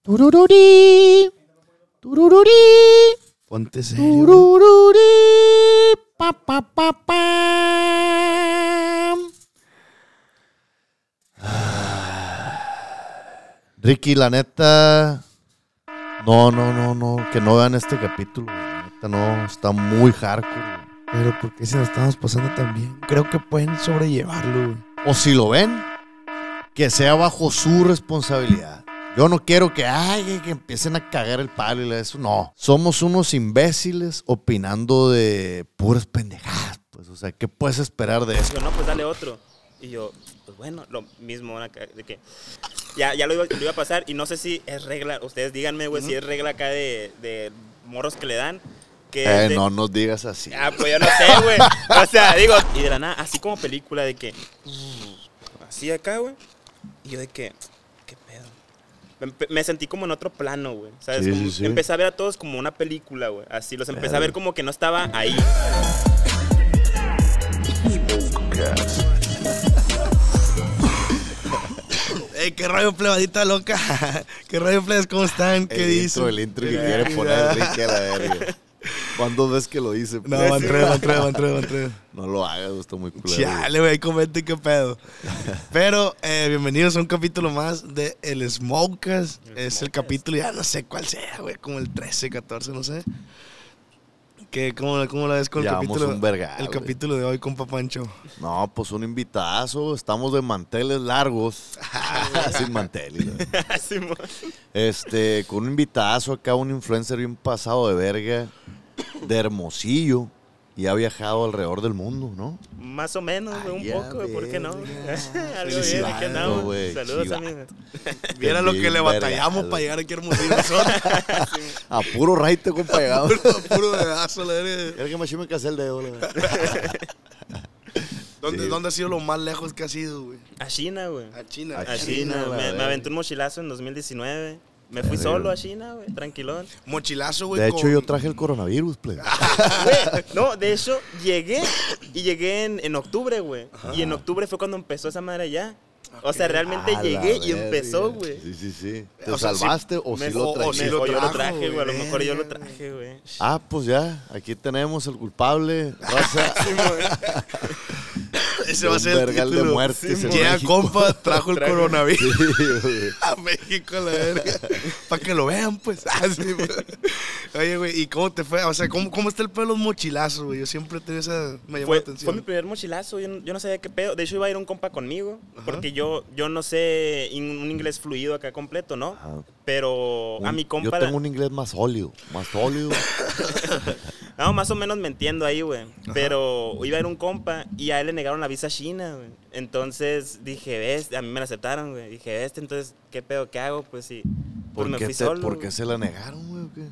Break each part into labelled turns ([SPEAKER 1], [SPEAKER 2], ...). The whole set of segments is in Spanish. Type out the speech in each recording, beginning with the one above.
[SPEAKER 1] Turururí. Turururí.
[SPEAKER 2] Ponte serio. ¿eh? güey.
[SPEAKER 1] Turururí. Pa, pa, pa, pam.
[SPEAKER 2] Ricky, la neta. No, no, no, no. Que no vean este capítulo. güey. La neta, no. Está muy hardcore. güey.
[SPEAKER 3] Pero ¿por qué se la estamos pasando tan bien? Creo que pueden sobrellevarlo, güey.
[SPEAKER 2] O si lo ven, que sea bajo su responsabilidad. Yo no quiero que, ay, que- que empiecen a cagar el palo y la- eso. No. Somos unos imbéciles opinando de puras pendejadas. Pues, o sea, ¿qué puedes esperar de eso?
[SPEAKER 4] Digo, no, pues dale otro. Y yo, pues bueno, lo mismo, una ca- de que ya, ya lo, iba, lo iba a pasar y no sé si es regla, ustedes díganme, güey, si es regla acá de, de morros que le dan. Que
[SPEAKER 2] Eh,
[SPEAKER 4] de-
[SPEAKER 2] no nos digas así.
[SPEAKER 4] Ah, pues yo no sé, güey. O sea, digo, y de la nada, así como película de que. Así acá, güey. Y yo de que. ¿Qué pedo? Me, me sentí como en otro plano, güey. ¿Sabes?
[SPEAKER 2] Sí,
[SPEAKER 4] Como-
[SPEAKER 2] sí, sí.
[SPEAKER 4] Empecé a ver a todos como una película, güey. Así, los empecé a ver como que no estaba ahí.
[SPEAKER 3] ¡Ey, qué rollo plebadita loca! ¿Qué rollo plebes? ¿Cómo están? ¿Qué
[SPEAKER 2] el
[SPEAKER 3] dicen?
[SPEAKER 2] intro, el intro que quiere poner Ricky a la verga. ¿Cuántas veces que lo dice?
[SPEAKER 3] No,
[SPEAKER 2] pues?
[SPEAKER 3] van tres, van tres, van tres, van tres.
[SPEAKER 2] No lo hagas, güey, está muy culero.
[SPEAKER 3] Chale, güey, comente qué pedo. Pero eh, bienvenidos a un capítulo más de El Smokers. es el capítulo, ya no sé cuál sea, güey, como el 13, 14, no sé. ¿Qué, cómo, ¿Cómo la ves con el
[SPEAKER 2] Ya vamos
[SPEAKER 3] capítulo?
[SPEAKER 2] un vergal,
[SPEAKER 3] el
[SPEAKER 2] güey.
[SPEAKER 3] capítulo de hoy, compa Pancho.
[SPEAKER 2] No, pues un invitazo. Estamos de manteles largos. Sin manteles. güey.
[SPEAKER 4] Así, mo-
[SPEAKER 2] Este, con un invitazo acá, un influencer bien pasado de verga, de Hermosillo, y ha viajado alrededor del mundo, ¿no?
[SPEAKER 4] Más o menos, güey,
[SPEAKER 2] Ay,
[SPEAKER 4] un
[SPEAKER 2] Ah, ya,
[SPEAKER 4] poco, güey, ¿por qué no? Algo
[SPEAKER 2] verga.
[SPEAKER 4] bien, ¿de qué
[SPEAKER 2] Felicidades,
[SPEAKER 4] no?
[SPEAKER 2] güey,
[SPEAKER 4] Saludos,
[SPEAKER 2] chivato.
[SPEAKER 4] amigo.
[SPEAKER 3] Viera lo
[SPEAKER 2] Bien
[SPEAKER 3] que le
[SPEAKER 2] vergal,
[SPEAKER 3] batallamos
[SPEAKER 2] güey.
[SPEAKER 3] para llegar aquí a Hermosillo nosotros.
[SPEAKER 2] A puro raite, compa, llegamos.
[SPEAKER 3] puro, puro dedazo, la verga.
[SPEAKER 2] El que me chime que hacer el dedo, la verdad.
[SPEAKER 3] ¿Dónde,
[SPEAKER 2] Sí.
[SPEAKER 3] ¿Dónde ha sido lo más lejos que ha sido, güey?
[SPEAKER 4] A China, güey.
[SPEAKER 3] A China.
[SPEAKER 2] A
[SPEAKER 4] A
[SPEAKER 2] China,
[SPEAKER 4] China,
[SPEAKER 2] la
[SPEAKER 4] me, me
[SPEAKER 2] verga.
[SPEAKER 4] aventé un mochilazo en 2019. Me fui
[SPEAKER 2] Verga.
[SPEAKER 4] solo a China, güey, tranquilón.
[SPEAKER 3] Mochilazo, güey.
[SPEAKER 2] De hecho,
[SPEAKER 3] con-
[SPEAKER 2] yo traje el coronavirus, pues. plebe.
[SPEAKER 4] Güey, no, de hecho, llegué y llegué en, en octubre, güey. Y en octubre fue cuando empezó esa madre allá. O sea, realmente
[SPEAKER 2] A
[SPEAKER 4] llegué
[SPEAKER 2] la
[SPEAKER 4] y
[SPEAKER 2] verga.
[SPEAKER 4] empezó, güey.
[SPEAKER 2] Sí, sí, sí. ¿Te
[SPEAKER 3] O sea, sí,
[SPEAKER 2] salvaste o
[SPEAKER 3] me-
[SPEAKER 2] sí lo
[SPEAKER 3] o- o
[SPEAKER 2] traje?
[SPEAKER 3] sí lo
[SPEAKER 4] O yo
[SPEAKER 3] trajo,
[SPEAKER 4] lo traje, güey. A lo
[SPEAKER 3] güey,
[SPEAKER 4] mejor yo lo
[SPEAKER 3] verga,
[SPEAKER 4] traje, güey.
[SPEAKER 2] Ah, pues ya, aquí tenemos el culpable. Raza,
[SPEAKER 3] Ese va a
[SPEAKER 2] un
[SPEAKER 3] ser el
[SPEAKER 2] vergal de
[SPEAKER 3] título.
[SPEAKER 2] muertes en
[SPEAKER 3] Llega
[SPEAKER 2] México.
[SPEAKER 3] compa, trajo el
[SPEAKER 4] Trajo-
[SPEAKER 3] coronavirus
[SPEAKER 2] Sí, güey.
[SPEAKER 3] a México, la verga. Para que lo vean, pues. Ah, sí, güey. Oye, güey, ¿y cómo te fue? O sea, ¿cómo, cómo está el pelo de los mochilazos, güey? Yo siempre tengo esa... Me llamó la
[SPEAKER 4] Fue, fue mi
[SPEAKER 3] atención.
[SPEAKER 4] primer mochilazo, yo no, yo no sabía qué pedo. De hecho, iba a ir un compa conmigo, porque yo, yo no sé in- un inglés fluido acá completo, ¿no?
[SPEAKER 2] Ajá.
[SPEAKER 4] Pero a
[SPEAKER 2] Ah, Un-
[SPEAKER 4] mi
[SPEAKER 2] Yo
[SPEAKER 4] compa... la-
[SPEAKER 2] tengo un inglés más sólido, más sólido.
[SPEAKER 4] No, más o menos me entiendo ahí, güey. Pero iba a ir un compa y a él le negaron la visa a China, güey. Entonces dije, ves, a mí me la aceptaron, güey. Dije, este, entonces, ¿qué pedo? ¿Qué hago? Pues sí. Pues
[SPEAKER 2] ¿Por
[SPEAKER 4] me
[SPEAKER 2] qué,
[SPEAKER 4] fui
[SPEAKER 2] te-
[SPEAKER 4] solo.
[SPEAKER 2] por qué
[SPEAKER 4] güey.
[SPEAKER 2] se la negaron, güey? o qué?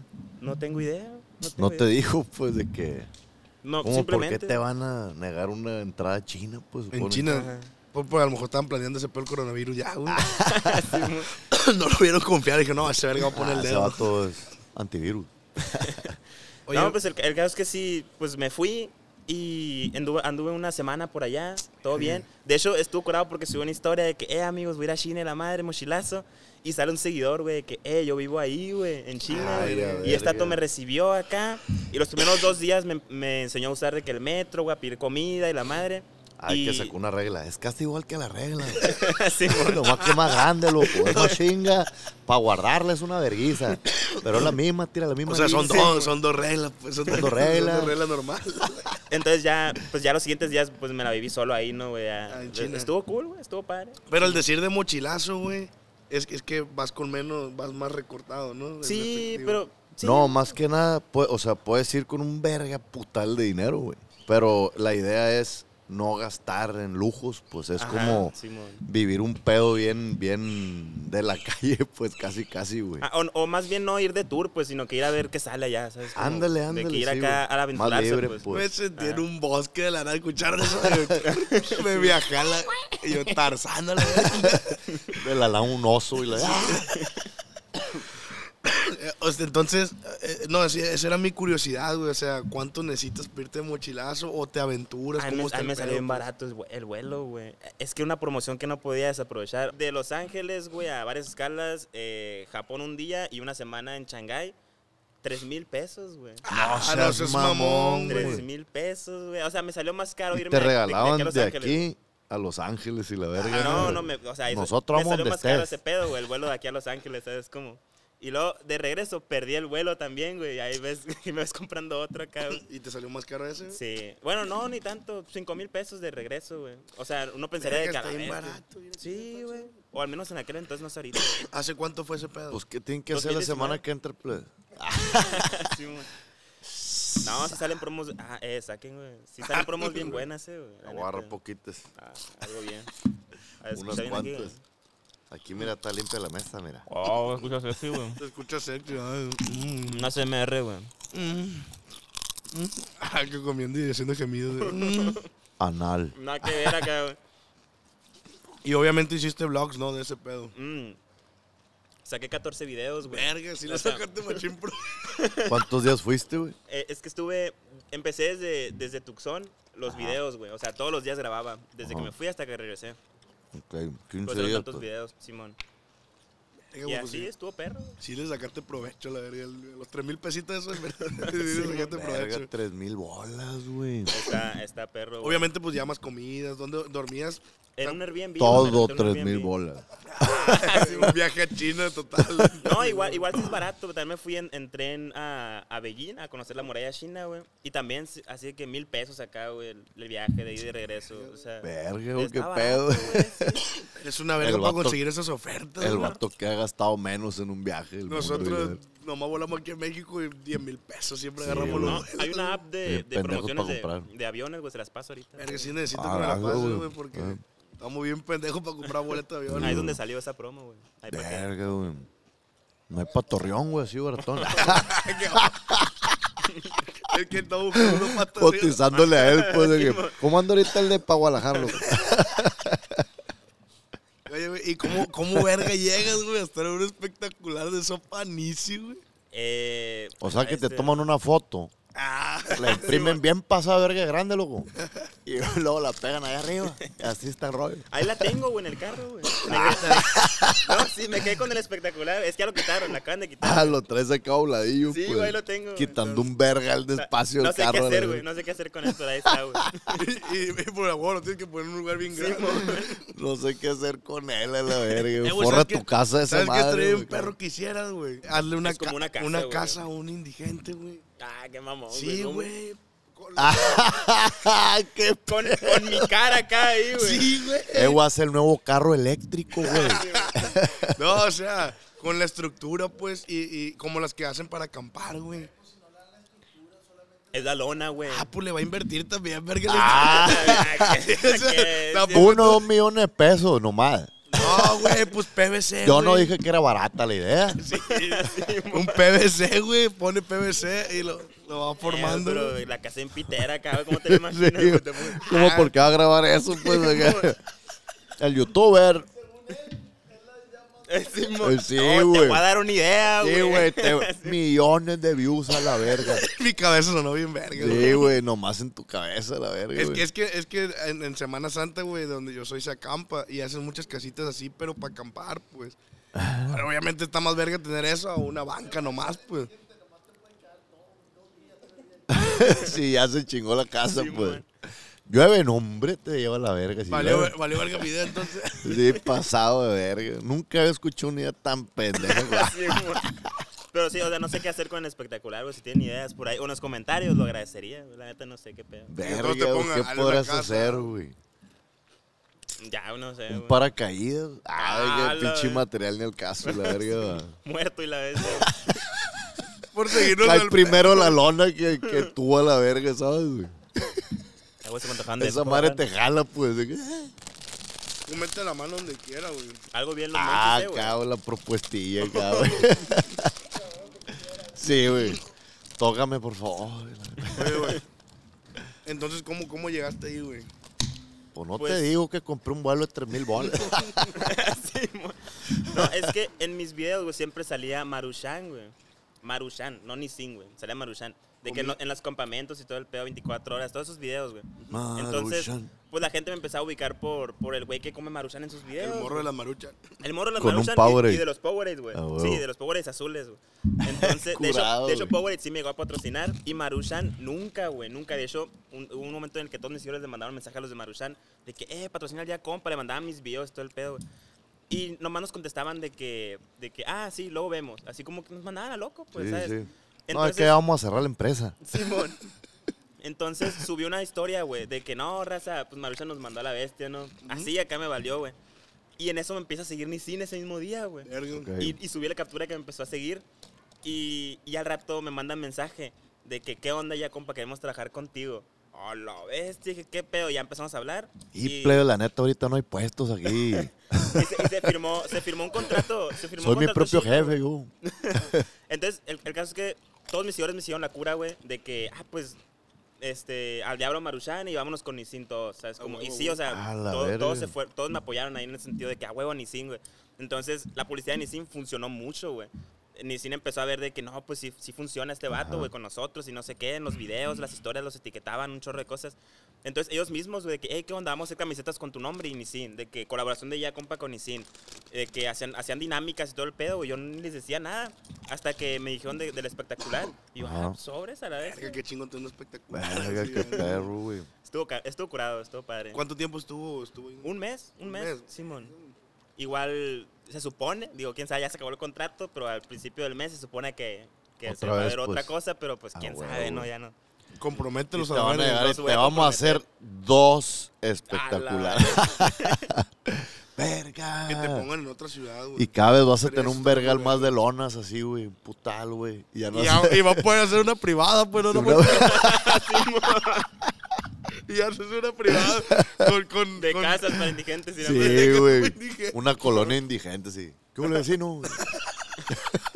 [SPEAKER 4] No tengo idea. No,
[SPEAKER 2] No
[SPEAKER 4] tengo
[SPEAKER 2] te
[SPEAKER 4] idea.
[SPEAKER 2] dijo, pues, de que... ¿Cómo,
[SPEAKER 4] No,
[SPEAKER 2] ¿Por qué
[SPEAKER 4] simplemente.
[SPEAKER 2] te van a negar una entrada a China? Pues,
[SPEAKER 3] En
[SPEAKER 2] supone?
[SPEAKER 3] China...
[SPEAKER 4] Ajá.
[SPEAKER 3] Pues, pues, a lo mejor estaban planeando ese pelo coronavirus ya, güey.
[SPEAKER 2] Ah.
[SPEAKER 3] no lo vieron confiar. Dije, no, ese verga va a
[SPEAKER 2] Ah,
[SPEAKER 3] poner el
[SPEAKER 2] ese
[SPEAKER 3] dedo.
[SPEAKER 2] vato es antivirus.
[SPEAKER 3] Oye,
[SPEAKER 4] No, pues el, el caso es que sí, pues me fui y anduve, anduve una semana por allá, todo bien. De hecho, estuvo curado porque subió una historia de que, eh, amigos, voy a ir a China, la madre, mochilazo. Y sale un seguidor, güey, de que, eh, yo vivo ahí, güey, en China.
[SPEAKER 2] Ay,
[SPEAKER 4] güey.
[SPEAKER 2] la
[SPEAKER 4] y esta
[SPEAKER 2] Ah, verga.
[SPEAKER 4] me recibió acá. Y los primeros dos días me, me enseñó a usar de que el metro, güey, a pedir comida y la madre.
[SPEAKER 2] Ay,
[SPEAKER 4] y...
[SPEAKER 2] que sacó una regla. Es casi igual que la regla.
[SPEAKER 4] Sí,
[SPEAKER 2] güey. Nomás que más grande, loco. Es más chinga. Para guardarla es una verguiza. Pero es la misma, tira la misma.
[SPEAKER 3] o sea, son
[SPEAKER 2] línea.
[SPEAKER 3] dos, son dos reglas, pues. Son
[SPEAKER 2] Son dos reglas.
[SPEAKER 3] Son dos reglas normales.
[SPEAKER 4] Entonces ya, pues ya los siguientes días, pues me la viví solo ahí, ¿no, güey? Ya-
[SPEAKER 3] Ah, en China.
[SPEAKER 4] Estuvo cool, güey, estuvo padre.
[SPEAKER 3] Pero al decir de mochilazo, güey, es, es que vas con menos, vas más recortado, ¿no? En
[SPEAKER 4] Sí,
[SPEAKER 3] efectivo.
[SPEAKER 4] pero... sí.
[SPEAKER 2] No, más que nada, pue- o sea, puedes ir con un verga putal de dinero, güey. Pero la idea es no gastar en lujos, pues es
[SPEAKER 4] Ajá,
[SPEAKER 2] como
[SPEAKER 4] Simón.
[SPEAKER 2] vivir un pedo bien, bien de la calle, pues casi, casi, güey.
[SPEAKER 4] Ah, o, o más bien no ir de tour, pues, sino que ir a ver qué sale allá, ¿sabes? Como
[SPEAKER 2] Ándale, ándale.
[SPEAKER 4] De que ir
[SPEAKER 2] sí,
[SPEAKER 4] acá
[SPEAKER 2] güey.
[SPEAKER 4] a la aventurarse,
[SPEAKER 2] Más libre,
[SPEAKER 4] pues.
[SPEAKER 2] pues.
[SPEAKER 3] Me sentí en un bosque de la nada escucharon eso. güey. Me viajé a la. Y yo tarzando la verga.
[SPEAKER 2] De la la un oso y la...
[SPEAKER 3] O sea, Entonces, eh, eh, no, es- esa era mi curiosidad, güey. O sea, ¿cuánto necesitas pedirte de mochilazo o te aventuras?
[SPEAKER 4] A mí
[SPEAKER 3] ¿Cómo está
[SPEAKER 4] Ah, me, a mí
[SPEAKER 3] el
[SPEAKER 4] me
[SPEAKER 3] pedo,
[SPEAKER 4] salió bien
[SPEAKER 3] pues?
[SPEAKER 4] barato el vue- el vuelo, güey. Es que una promoción que no podía desaprovechar. De Los Ángeles, güey, a varias escalas, eh, Japón un día y una semana en Shanghái. Tres mil pesos, güey.
[SPEAKER 3] Ah,
[SPEAKER 2] seas
[SPEAKER 3] no seas mamón,
[SPEAKER 2] mamón,
[SPEAKER 3] güey.
[SPEAKER 4] Tres mil pesos, güey. O sea, me salió más caro
[SPEAKER 2] Y
[SPEAKER 4] irme
[SPEAKER 2] te
[SPEAKER 4] de- de- de
[SPEAKER 2] regalaban
[SPEAKER 4] aquí
[SPEAKER 2] de,
[SPEAKER 4] a Los Ángeles.
[SPEAKER 2] aquí a Los Ángeles y la verga.
[SPEAKER 4] Ah, no,
[SPEAKER 2] güey.
[SPEAKER 4] no, me, o sea, eso-
[SPEAKER 2] Nosotros
[SPEAKER 4] me
[SPEAKER 2] vamos
[SPEAKER 4] salió
[SPEAKER 2] donde
[SPEAKER 4] más caro
[SPEAKER 2] estés.
[SPEAKER 4] ese pedo, güey, el vuelo de aquí a Los Ángeles, ¿sabes cómo? Y luego, de regreso, perdí el vuelo también, güey, y ahí ves, y me ves comprando otro acá, güey.
[SPEAKER 3] ¿Y te salió más caro ese? güey?
[SPEAKER 4] Sí, bueno, no, ni tanto, cinco mil pesos de regreso, güey. O sea, uno pensaría de
[SPEAKER 3] Verga,
[SPEAKER 4] cada
[SPEAKER 3] está bien
[SPEAKER 4] vez, güey.
[SPEAKER 3] barato, mira,
[SPEAKER 4] Sí, güey. O al menos en aquel entonces, no sé ahorita.
[SPEAKER 3] ¿Hace cuánto fue ese pedo?
[SPEAKER 2] Pues, ¿qué tienen que hacer la
[SPEAKER 4] 2019?
[SPEAKER 2] semana que entra? pues?
[SPEAKER 4] Sí, güey. no, si salen promos, ah, eh, saquen, güey. Si salen promos bien buenas, eh, güey. la
[SPEAKER 2] Agarra
[SPEAKER 4] neta.
[SPEAKER 2] poquitas.
[SPEAKER 4] Ah, algo bien. A
[SPEAKER 2] Unas
[SPEAKER 4] ver, escucha bien aquí,
[SPEAKER 2] cuantas. Aquí, mira, está limpia la mesa, mira.
[SPEAKER 4] Oh, escuchas así, güey.
[SPEAKER 3] Te escuchas sexy. ay, mm,
[SPEAKER 4] Una CMR, güey.
[SPEAKER 3] mm, mm. Ah, que comiendo y haciendo gemidos. güey. Mm.
[SPEAKER 2] Anal.
[SPEAKER 4] Nada que ver acá, güey.
[SPEAKER 3] Y obviamente hiciste vlogs, ¿no? De ese pedo.
[SPEAKER 4] Mm. Saqué 14 videos, güey.
[SPEAKER 3] Verga, si
[SPEAKER 4] O
[SPEAKER 3] le
[SPEAKER 4] sea,
[SPEAKER 3] sacaste machín pro.
[SPEAKER 2] ¿Cuántos días fuiste, güey?
[SPEAKER 4] eh, es que estuve. Empecé desde, desde Tucson los videos, güey. O sea, todos los días grababa. Desde que
[SPEAKER 2] Ajá.
[SPEAKER 4] me fui hasta que regresé.
[SPEAKER 2] Ok, 15
[SPEAKER 4] Pues eran
[SPEAKER 2] días.
[SPEAKER 4] tantos
[SPEAKER 2] pues.
[SPEAKER 4] videos, Simón.
[SPEAKER 3] Verga,
[SPEAKER 4] Y
[SPEAKER 3] pues,
[SPEAKER 4] así estuvo perro. güey.
[SPEAKER 3] Sí le sacaste provecho, la verga. el- Los tres mil pesitos esos, en verdad. Sí, le sacaste
[SPEAKER 2] Verga,
[SPEAKER 3] provecho.
[SPEAKER 2] 3 mil bolas, güey.
[SPEAKER 4] Está, está perro. güey.
[SPEAKER 3] Obviamente, pues ya más comidas, ¿dónde dormías?
[SPEAKER 4] Era un Airbnb.
[SPEAKER 2] Todo
[SPEAKER 4] güey, era un
[SPEAKER 2] 3 mil
[SPEAKER 4] Airbnb.
[SPEAKER 2] bolas.
[SPEAKER 3] un viaje a China total.
[SPEAKER 4] No, igual, igual sí es barato. También me fui en, en tren a, a Beijing a conocer la muralla china, güey. Y también, sí, así que mil pesos acá, güey, el, el viaje de ida y de regreso. O sea,
[SPEAKER 2] Verga, güey,
[SPEAKER 4] está
[SPEAKER 2] qué
[SPEAKER 4] barato,
[SPEAKER 2] pedo.
[SPEAKER 4] güey, sí.
[SPEAKER 3] Es una verga
[SPEAKER 2] El
[SPEAKER 3] para
[SPEAKER 2] vato-
[SPEAKER 3] conseguir esas ofertas.
[SPEAKER 2] El
[SPEAKER 3] güey.
[SPEAKER 2] vato que ha gastado menos en un viaje. del mundo,
[SPEAKER 3] Nosotros
[SPEAKER 2] güey.
[SPEAKER 3] nomás volamos aquí en México y 10 mil pesos siempre
[SPEAKER 2] Sí,
[SPEAKER 3] agarramos
[SPEAKER 2] güey.
[SPEAKER 4] No,
[SPEAKER 3] los.
[SPEAKER 4] hay una app
[SPEAKER 2] Eh,
[SPEAKER 4] de, de
[SPEAKER 2] pendejos
[SPEAKER 4] promociones
[SPEAKER 2] pa'
[SPEAKER 4] de,
[SPEAKER 2] comprar.
[SPEAKER 4] de aviones, güey, se las paso ahorita.
[SPEAKER 3] Verga, sí necesito
[SPEAKER 2] Ah,
[SPEAKER 3] que me la
[SPEAKER 2] algo,
[SPEAKER 3] pases,
[SPEAKER 2] güey.
[SPEAKER 3] güey, porque
[SPEAKER 2] Ah.
[SPEAKER 3] estamos bien pendejos para comprar boletos de avión.
[SPEAKER 4] Ahí es donde salió esa promo, güey. Ahí para que-
[SPEAKER 2] Verga, güey. No hay patorrión, güey, así baratón.
[SPEAKER 3] Es que estamos buscando patas.
[SPEAKER 2] Cotizándole a él, pues. de que, ¿Cómo anda ahorita el de pa' Guadalajara, loco?
[SPEAKER 3] Oye, güey, ¿y cómo, cómo verga llegas, güey, a estar en un espectacular de sopa nisi, güey?
[SPEAKER 4] Eh,
[SPEAKER 2] O sea, que te
[SPEAKER 4] este,
[SPEAKER 2] toman una foto,
[SPEAKER 3] Ah,
[SPEAKER 2] la imprimen bien pasada, verga, grande, loco. Y luego la pegan allá arriba. Y así está el rollo.
[SPEAKER 4] Ahí la tengo, güey, en el carro, güey. Me quedé- No, sí, me quedé con el espectacular. Es que ya lo quitaron, la acaban de quitar.
[SPEAKER 2] Ah, lo traes acá dobladillo,
[SPEAKER 4] Sí,
[SPEAKER 2] pues,
[SPEAKER 4] güey, lo tengo, güey.
[SPEAKER 2] Quitando un verga al
[SPEAKER 4] O sea,
[SPEAKER 2] despacio
[SPEAKER 4] No
[SPEAKER 2] el
[SPEAKER 4] sé
[SPEAKER 2] carro.
[SPEAKER 4] qué
[SPEAKER 2] la
[SPEAKER 4] hacer, güey.
[SPEAKER 2] verga.
[SPEAKER 4] No sé qué hacer con eso. Ahí está, güey.
[SPEAKER 3] y, y, y por favor, lo tienes que poner en un lugar bien grande.
[SPEAKER 2] No sé qué hacer con él, a la verga.
[SPEAKER 3] Eh,
[SPEAKER 2] güey.
[SPEAKER 3] güey,
[SPEAKER 2] Forra
[SPEAKER 3] ¿sabes
[SPEAKER 2] tu
[SPEAKER 3] qué?
[SPEAKER 2] casa de esa
[SPEAKER 3] ¿Sabes
[SPEAKER 2] madre.
[SPEAKER 3] qué estaría
[SPEAKER 2] güey,
[SPEAKER 3] un perro que hicieras, güey? Hazle una,
[SPEAKER 4] Es como
[SPEAKER 3] ca-
[SPEAKER 4] una casa, güey.
[SPEAKER 3] casa a un indigente, güey.
[SPEAKER 4] Ah, qué mamón, güey.
[SPEAKER 3] Sí,
[SPEAKER 4] ¿Cómo?
[SPEAKER 3] güey. Ah, Con-
[SPEAKER 2] Ah, qué
[SPEAKER 4] Con, con mi cara acá ahí, güey.
[SPEAKER 3] Sí, güey.
[SPEAKER 2] Evo hace el nuevo carro eléctrico, güey.
[SPEAKER 3] No, o sea, con la estructura, pues, y, y como las que hacen para acampar, güey.
[SPEAKER 4] Es la lona, güey.
[SPEAKER 3] Ah, pues le va a invertir también, verga.
[SPEAKER 4] Ah, que- que-
[SPEAKER 3] Tampoco-
[SPEAKER 2] Uno, dos millones de pesos nomás.
[SPEAKER 3] No, güey, pues PVC.
[SPEAKER 2] Yo no
[SPEAKER 3] güey.
[SPEAKER 2] dije que era barata la idea.
[SPEAKER 3] Un PVC, güey. Pone PVC y lo, lo va formando.
[SPEAKER 4] Pero
[SPEAKER 3] güey.
[SPEAKER 4] la casa en pitera acá, güey, ¿cómo te lo imaginas?
[SPEAKER 2] Sí,
[SPEAKER 4] güey? Te Ah. pones-
[SPEAKER 2] ¿Cómo por qué va a grabar eso? Pues, acá? el youtuber.
[SPEAKER 4] Eh,
[SPEAKER 2] Eh,
[SPEAKER 4] Simón.
[SPEAKER 2] sí,
[SPEAKER 4] No, Te
[SPEAKER 2] güey.
[SPEAKER 4] voy a dar una idea, Ah, güey.
[SPEAKER 2] Sí, güey. te- Millones de views a la verga.
[SPEAKER 3] Mi cabeza sonó bien verga, güey.
[SPEAKER 2] Sí, güey. Nomás en tu cabeza, la verga.
[SPEAKER 3] Es
[SPEAKER 2] güey.
[SPEAKER 3] que, es que, es que en, en Semana Santa, güey, donde yo soy, se acampa y hacen muchas casitas así, pero para acampar, pues. Pero obviamente está más verga tener eso a una banca nomás, pues.
[SPEAKER 2] Sí, ya se chingó la casa,
[SPEAKER 4] Sí,
[SPEAKER 2] pues.
[SPEAKER 4] güey.
[SPEAKER 2] Llueve, no, hombre, te lleva la verga. sí,
[SPEAKER 3] Valió,
[SPEAKER 2] llueve.
[SPEAKER 3] valió verga mi idea, entonces.
[SPEAKER 2] Sí, pasado de verga. Nunca había escuchado una idea tan pendeja. güey.
[SPEAKER 4] Sí, güey. Pero sí, o sea, no sé qué hacer con el espectacular, güey. Si tienen ideas por ahí o en los comentarios, lo agradecería. güey. La neta, no sé qué pedo.
[SPEAKER 3] no te
[SPEAKER 2] Verga, güey, ¿qué
[SPEAKER 3] pongan jale en la
[SPEAKER 2] podrás
[SPEAKER 3] casa.
[SPEAKER 2] hacer, güey?
[SPEAKER 4] Ya, no sé,
[SPEAKER 2] ¿Un
[SPEAKER 4] Eh, güey.
[SPEAKER 2] paracaídas? Ay,
[SPEAKER 4] Ah,
[SPEAKER 2] qué
[SPEAKER 4] la
[SPEAKER 2] pinche
[SPEAKER 4] verga.
[SPEAKER 2] material ni el caso, la verga. va.
[SPEAKER 4] Muerto y la vez.
[SPEAKER 3] Por seguirnos
[SPEAKER 2] Cae
[SPEAKER 3] al-
[SPEAKER 2] primero la lona que, que tú a la verga, ¿sabes, güey? Esa madre te jala, pues. de que-
[SPEAKER 3] Tú mete la mano donde quiera, güey.
[SPEAKER 4] Algo bien los
[SPEAKER 2] Ah,
[SPEAKER 4] monchis, eh, güey.
[SPEAKER 2] cabrón, la propuestilla, cabrón. Sí, güey. Tócame, por favor.
[SPEAKER 3] Oye, güey. Entonces, ¿cómo, cómo llegaste ahí, güey?
[SPEAKER 2] Pues no
[SPEAKER 4] Pues-
[SPEAKER 2] te digo que compré un vuelo de 3 mil bolas.
[SPEAKER 4] Sí, mo- no, es que en mis videos, güey, siempre salía Maruchan, güey. Maruchan, no Nissin, güey. Salía Maruchan. De que en, lo- en los campamentos y todo el pedo, 24 horas, todos esos videos, güey. Entonces,
[SPEAKER 2] Maruchan.
[SPEAKER 4] pues la gente me empezó a ubicar por, por el güey que come Maruchan en sus videos.
[SPEAKER 3] El morro de
[SPEAKER 4] güey.
[SPEAKER 3] la marucha.
[SPEAKER 4] El morro de los
[SPEAKER 2] Con un
[SPEAKER 4] Maruchan y,
[SPEAKER 2] Powerade.
[SPEAKER 4] y de los Powerades, güey.
[SPEAKER 2] Ah, huevo.
[SPEAKER 4] sí, de los Powerades azules, güey. Entonces, de hecho,
[SPEAKER 2] Curado,
[SPEAKER 4] de hecho
[SPEAKER 2] güey.
[SPEAKER 4] Powerade sí me llegó a patrocinar y Maruchan nunca, güey, nunca. De hecho, un- hubo un momento en el que todos mis seguidores le mandaron mensaje a los de Maruchan de que, eh, patrocinar ya, compa, le mandaban mis videos, todo el pedo, güey. Y nomás nos contestaban de que, de que, ah, sí, luego vemos. Así como que nos mandaban a loco, pues,
[SPEAKER 2] sí,
[SPEAKER 4] ¿sabes?
[SPEAKER 2] sí. no, es
[SPEAKER 4] Entonces-
[SPEAKER 2] que ya vamos a cerrar la empresa.
[SPEAKER 4] Simón. Entonces subió una historia, güey, de que no, raza, pues Marucha nos mandó a la bestia, ¿no? Así acá me valió, güey. Y en eso me empieza a seguir Nissin ese mismo día, güey.
[SPEAKER 3] Verga.
[SPEAKER 2] Ok.
[SPEAKER 4] Y, y subí la captura que me empezó a seguir. Y, y al rato me mandan mensaje de que qué onda ya, compa, queremos trabajar contigo. A la bestia, dije, qué pedo. Ya empezamos a hablar.
[SPEAKER 2] Y, plebe, la neta, ahorita no hay puestos aquí.
[SPEAKER 4] y se, y se firmó, se firmó un contrato. Se firmó
[SPEAKER 2] Soy
[SPEAKER 4] un
[SPEAKER 2] mi propio
[SPEAKER 4] contrato chido,
[SPEAKER 2] jefe, yo.
[SPEAKER 4] Entonces, el, el caso es que todos mis seguidores me hicieron la cura, güey, de que, ah, pues, este, al diablo Maruchan y vámonos con Nissin todos, ¿sabes? Como,
[SPEAKER 3] Ah,
[SPEAKER 4] y
[SPEAKER 3] huevo,
[SPEAKER 4] sí, o sea,
[SPEAKER 2] Ah, la
[SPEAKER 4] todo-
[SPEAKER 2] verga.
[SPEAKER 4] todos, se fue, todos me apoyaron ahí en el sentido de que, a huevo, Nissin, güey. Entonces, la publicidad de Nissin funcionó mucho, güey. Nissin empezó a ver de que, no, pues, sí, sí funciona este vato, güey, con nosotros y no sé qué, en los videos, las historias los etiquetaban, un chorro de cosas. Entonces, ellos mismos, güey, de que, hey, ¿qué onda? Vamos a hacer camisetas con tu nombre y Nissin. De que colaboración de ya compa con Nissin. De que hacían, hacían dinámicas y todo el pedo, güey. Yo ni les decía nada. Hasta que me dijeron de- del espectacular. Y yo,
[SPEAKER 2] Ajá.
[SPEAKER 4] ah, sobres a la vez.
[SPEAKER 3] Verga, qué chingón, tiene un espectacular.
[SPEAKER 2] Verga,
[SPEAKER 3] Sí,
[SPEAKER 2] qué
[SPEAKER 3] verga.
[SPEAKER 2] perro, güey.
[SPEAKER 4] Estuvo, ca- estuvo curado, estuvo padre.
[SPEAKER 3] ¿Cuánto tiempo estuvo? estuvo ahí?
[SPEAKER 4] Un mes, un
[SPEAKER 3] Un
[SPEAKER 4] mes,
[SPEAKER 3] mes.
[SPEAKER 4] Simón. Igual, se supone, digo, quién sabe, ya se acabó el contrato, pero al principio del mes se supone que, que se
[SPEAKER 2] Otra
[SPEAKER 4] va a
[SPEAKER 2] vez,
[SPEAKER 4] ver otra
[SPEAKER 2] pues.
[SPEAKER 4] cosa, pero pues
[SPEAKER 2] Ah,
[SPEAKER 4] quién
[SPEAKER 2] huevo,
[SPEAKER 4] sabe, no,
[SPEAKER 2] güey.
[SPEAKER 4] ya no.
[SPEAKER 2] Y
[SPEAKER 3] Compromételos
[SPEAKER 2] te
[SPEAKER 3] a la
[SPEAKER 2] van a
[SPEAKER 3] verga.
[SPEAKER 2] llegar y
[SPEAKER 4] los voy
[SPEAKER 2] te
[SPEAKER 4] a
[SPEAKER 2] vamos a hacer dos
[SPEAKER 4] A la
[SPEAKER 2] espectaculares. Verga.
[SPEAKER 3] Que te pongan en otra ciudad, güey.
[SPEAKER 2] Y cada vez vas a
[SPEAKER 3] Pero
[SPEAKER 2] tener
[SPEAKER 3] eso
[SPEAKER 2] un
[SPEAKER 3] está
[SPEAKER 2] vergal
[SPEAKER 3] muy
[SPEAKER 2] más de lonas así, güey. Un putal, güey. Y ya no
[SPEAKER 3] Y,
[SPEAKER 2] sé.
[SPEAKER 3] a- Ah, y va a poder hacer una privada, pues no, no
[SPEAKER 2] Una-
[SPEAKER 3] puede- Y haces una privada con. con
[SPEAKER 4] De
[SPEAKER 3] con-
[SPEAKER 4] casas para indigentes y la madre,
[SPEAKER 2] sí, güey.
[SPEAKER 3] Dije-
[SPEAKER 2] Una colonia indigente, sí. ¿Qué huele vecino?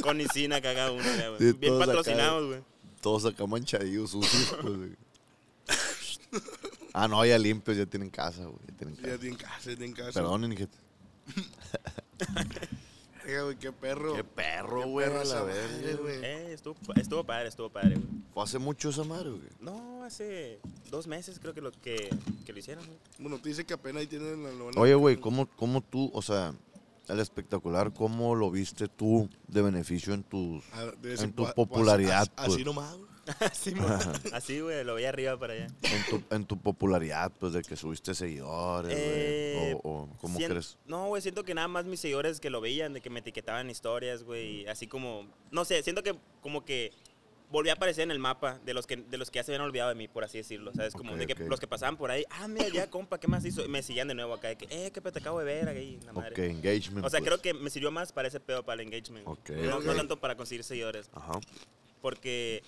[SPEAKER 4] con Isina cada uno, ya, güey.
[SPEAKER 2] Sí,
[SPEAKER 4] Bien
[SPEAKER 2] todos acá,
[SPEAKER 4] patrocinados, güey.
[SPEAKER 2] Todos acá manchadillos, sucios, pues, güey. Ah, no, ya limpios, ya tienen casa, güey. Ya tienen
[SPEAKER 3] Ya
[SPEAKER 2] casa.
[SPEAKER 3] tienen casa, ya tienen casa.
[SPEAKER 2] Perdonen, dije.
[SPEAKER 3] Verga, güey, qué perro.
[SPEAKER 2] Qué perro,
[SPEAKER 3] Qué
[SPEAKER 2] güey.
[SPEAKER 3] perro
[SPEAKER 2] a
[SPEAKER 3] esa
[SPEAKER 2] la
[SPEAKER 3] madre,
[SPEAKER 2] verga, güey.
[SPEAKER 3] güey.
[SPEAKER 4] Eh, estuvo, pa- estuvo padre, estuvo padre, güey.
[SPEAKER 2] Fue hace mucho esa madre, güey.
[SPEAKER 4] No, hace dos meses creo que lo, que, que lo hicieron, güey.
[SPEAKER 3] Bueno, tú dices que apenas ahí tienen la novena.
[SPEAKER 2] Oye, güey, ¿cómo, ¿cómo tú, o sea, el espectacular, cómo lo viste tú de beneficio en tus.
[SPEAKER 3] A- debe
[SPEAKER 2] en
[SPEAKER 3] ser
[SPEAKER 2] tu
[SPEAKER 3] po-
[SPEAKER 2] popularidad,
[SPEAKER 3] as- Así
[SPEAKER 2] pues.
[SPEAKER 3] nomás, güey.
[SPEAKER 4] Así, mo- así, güey, lo veía arriba para allá.
[SPEAKER 2] en tu, en tu popularidad, pues, de que subiste seguidores, güey,
[SPEAKER 4] Eh,
[SPEAKER 2] o, o cómo
[SPEAKER 4] Sien-
[SPEAKER 2] crees.
[SPEAKER 4] No, güey, siento que nada más mis seguidores que lo veían, de que me etiquetaban historias, güey, y así como, no sé, siento que como que volví a aparecer en el mapa de los que de los que ya se habían olvidado de mí, por así decirlo, ¿sabes? Como
[SPEAKER 2] Ok,
[SPEAKER 4] de que
[SPEAKER 2] ok.
[SPEAKER 4] los que pasaban por ahí, ah, mira, ya, compa, ¿qué más hizo? Y me seguían de nuevo acá, de que, eh, qué pedo, te acabo de ver ahí, la madre.
[SPEAKER 2] Ok, engagement.
[SPEAKER 4] O sea,
[SPEAKER 2] pues.
[SPEAKER 4] creo que me sirvió más para ese pedo, para el engagement. güey.
[SPEAKER 2] Ok,
[SPEAKER 4] no, no
[SPEAKER 3] ok.
[SPEAKER 4] tanto para conseguir seguidores.
[SPEAKER 2] Ajá.
[SPEAKER 4] Porque,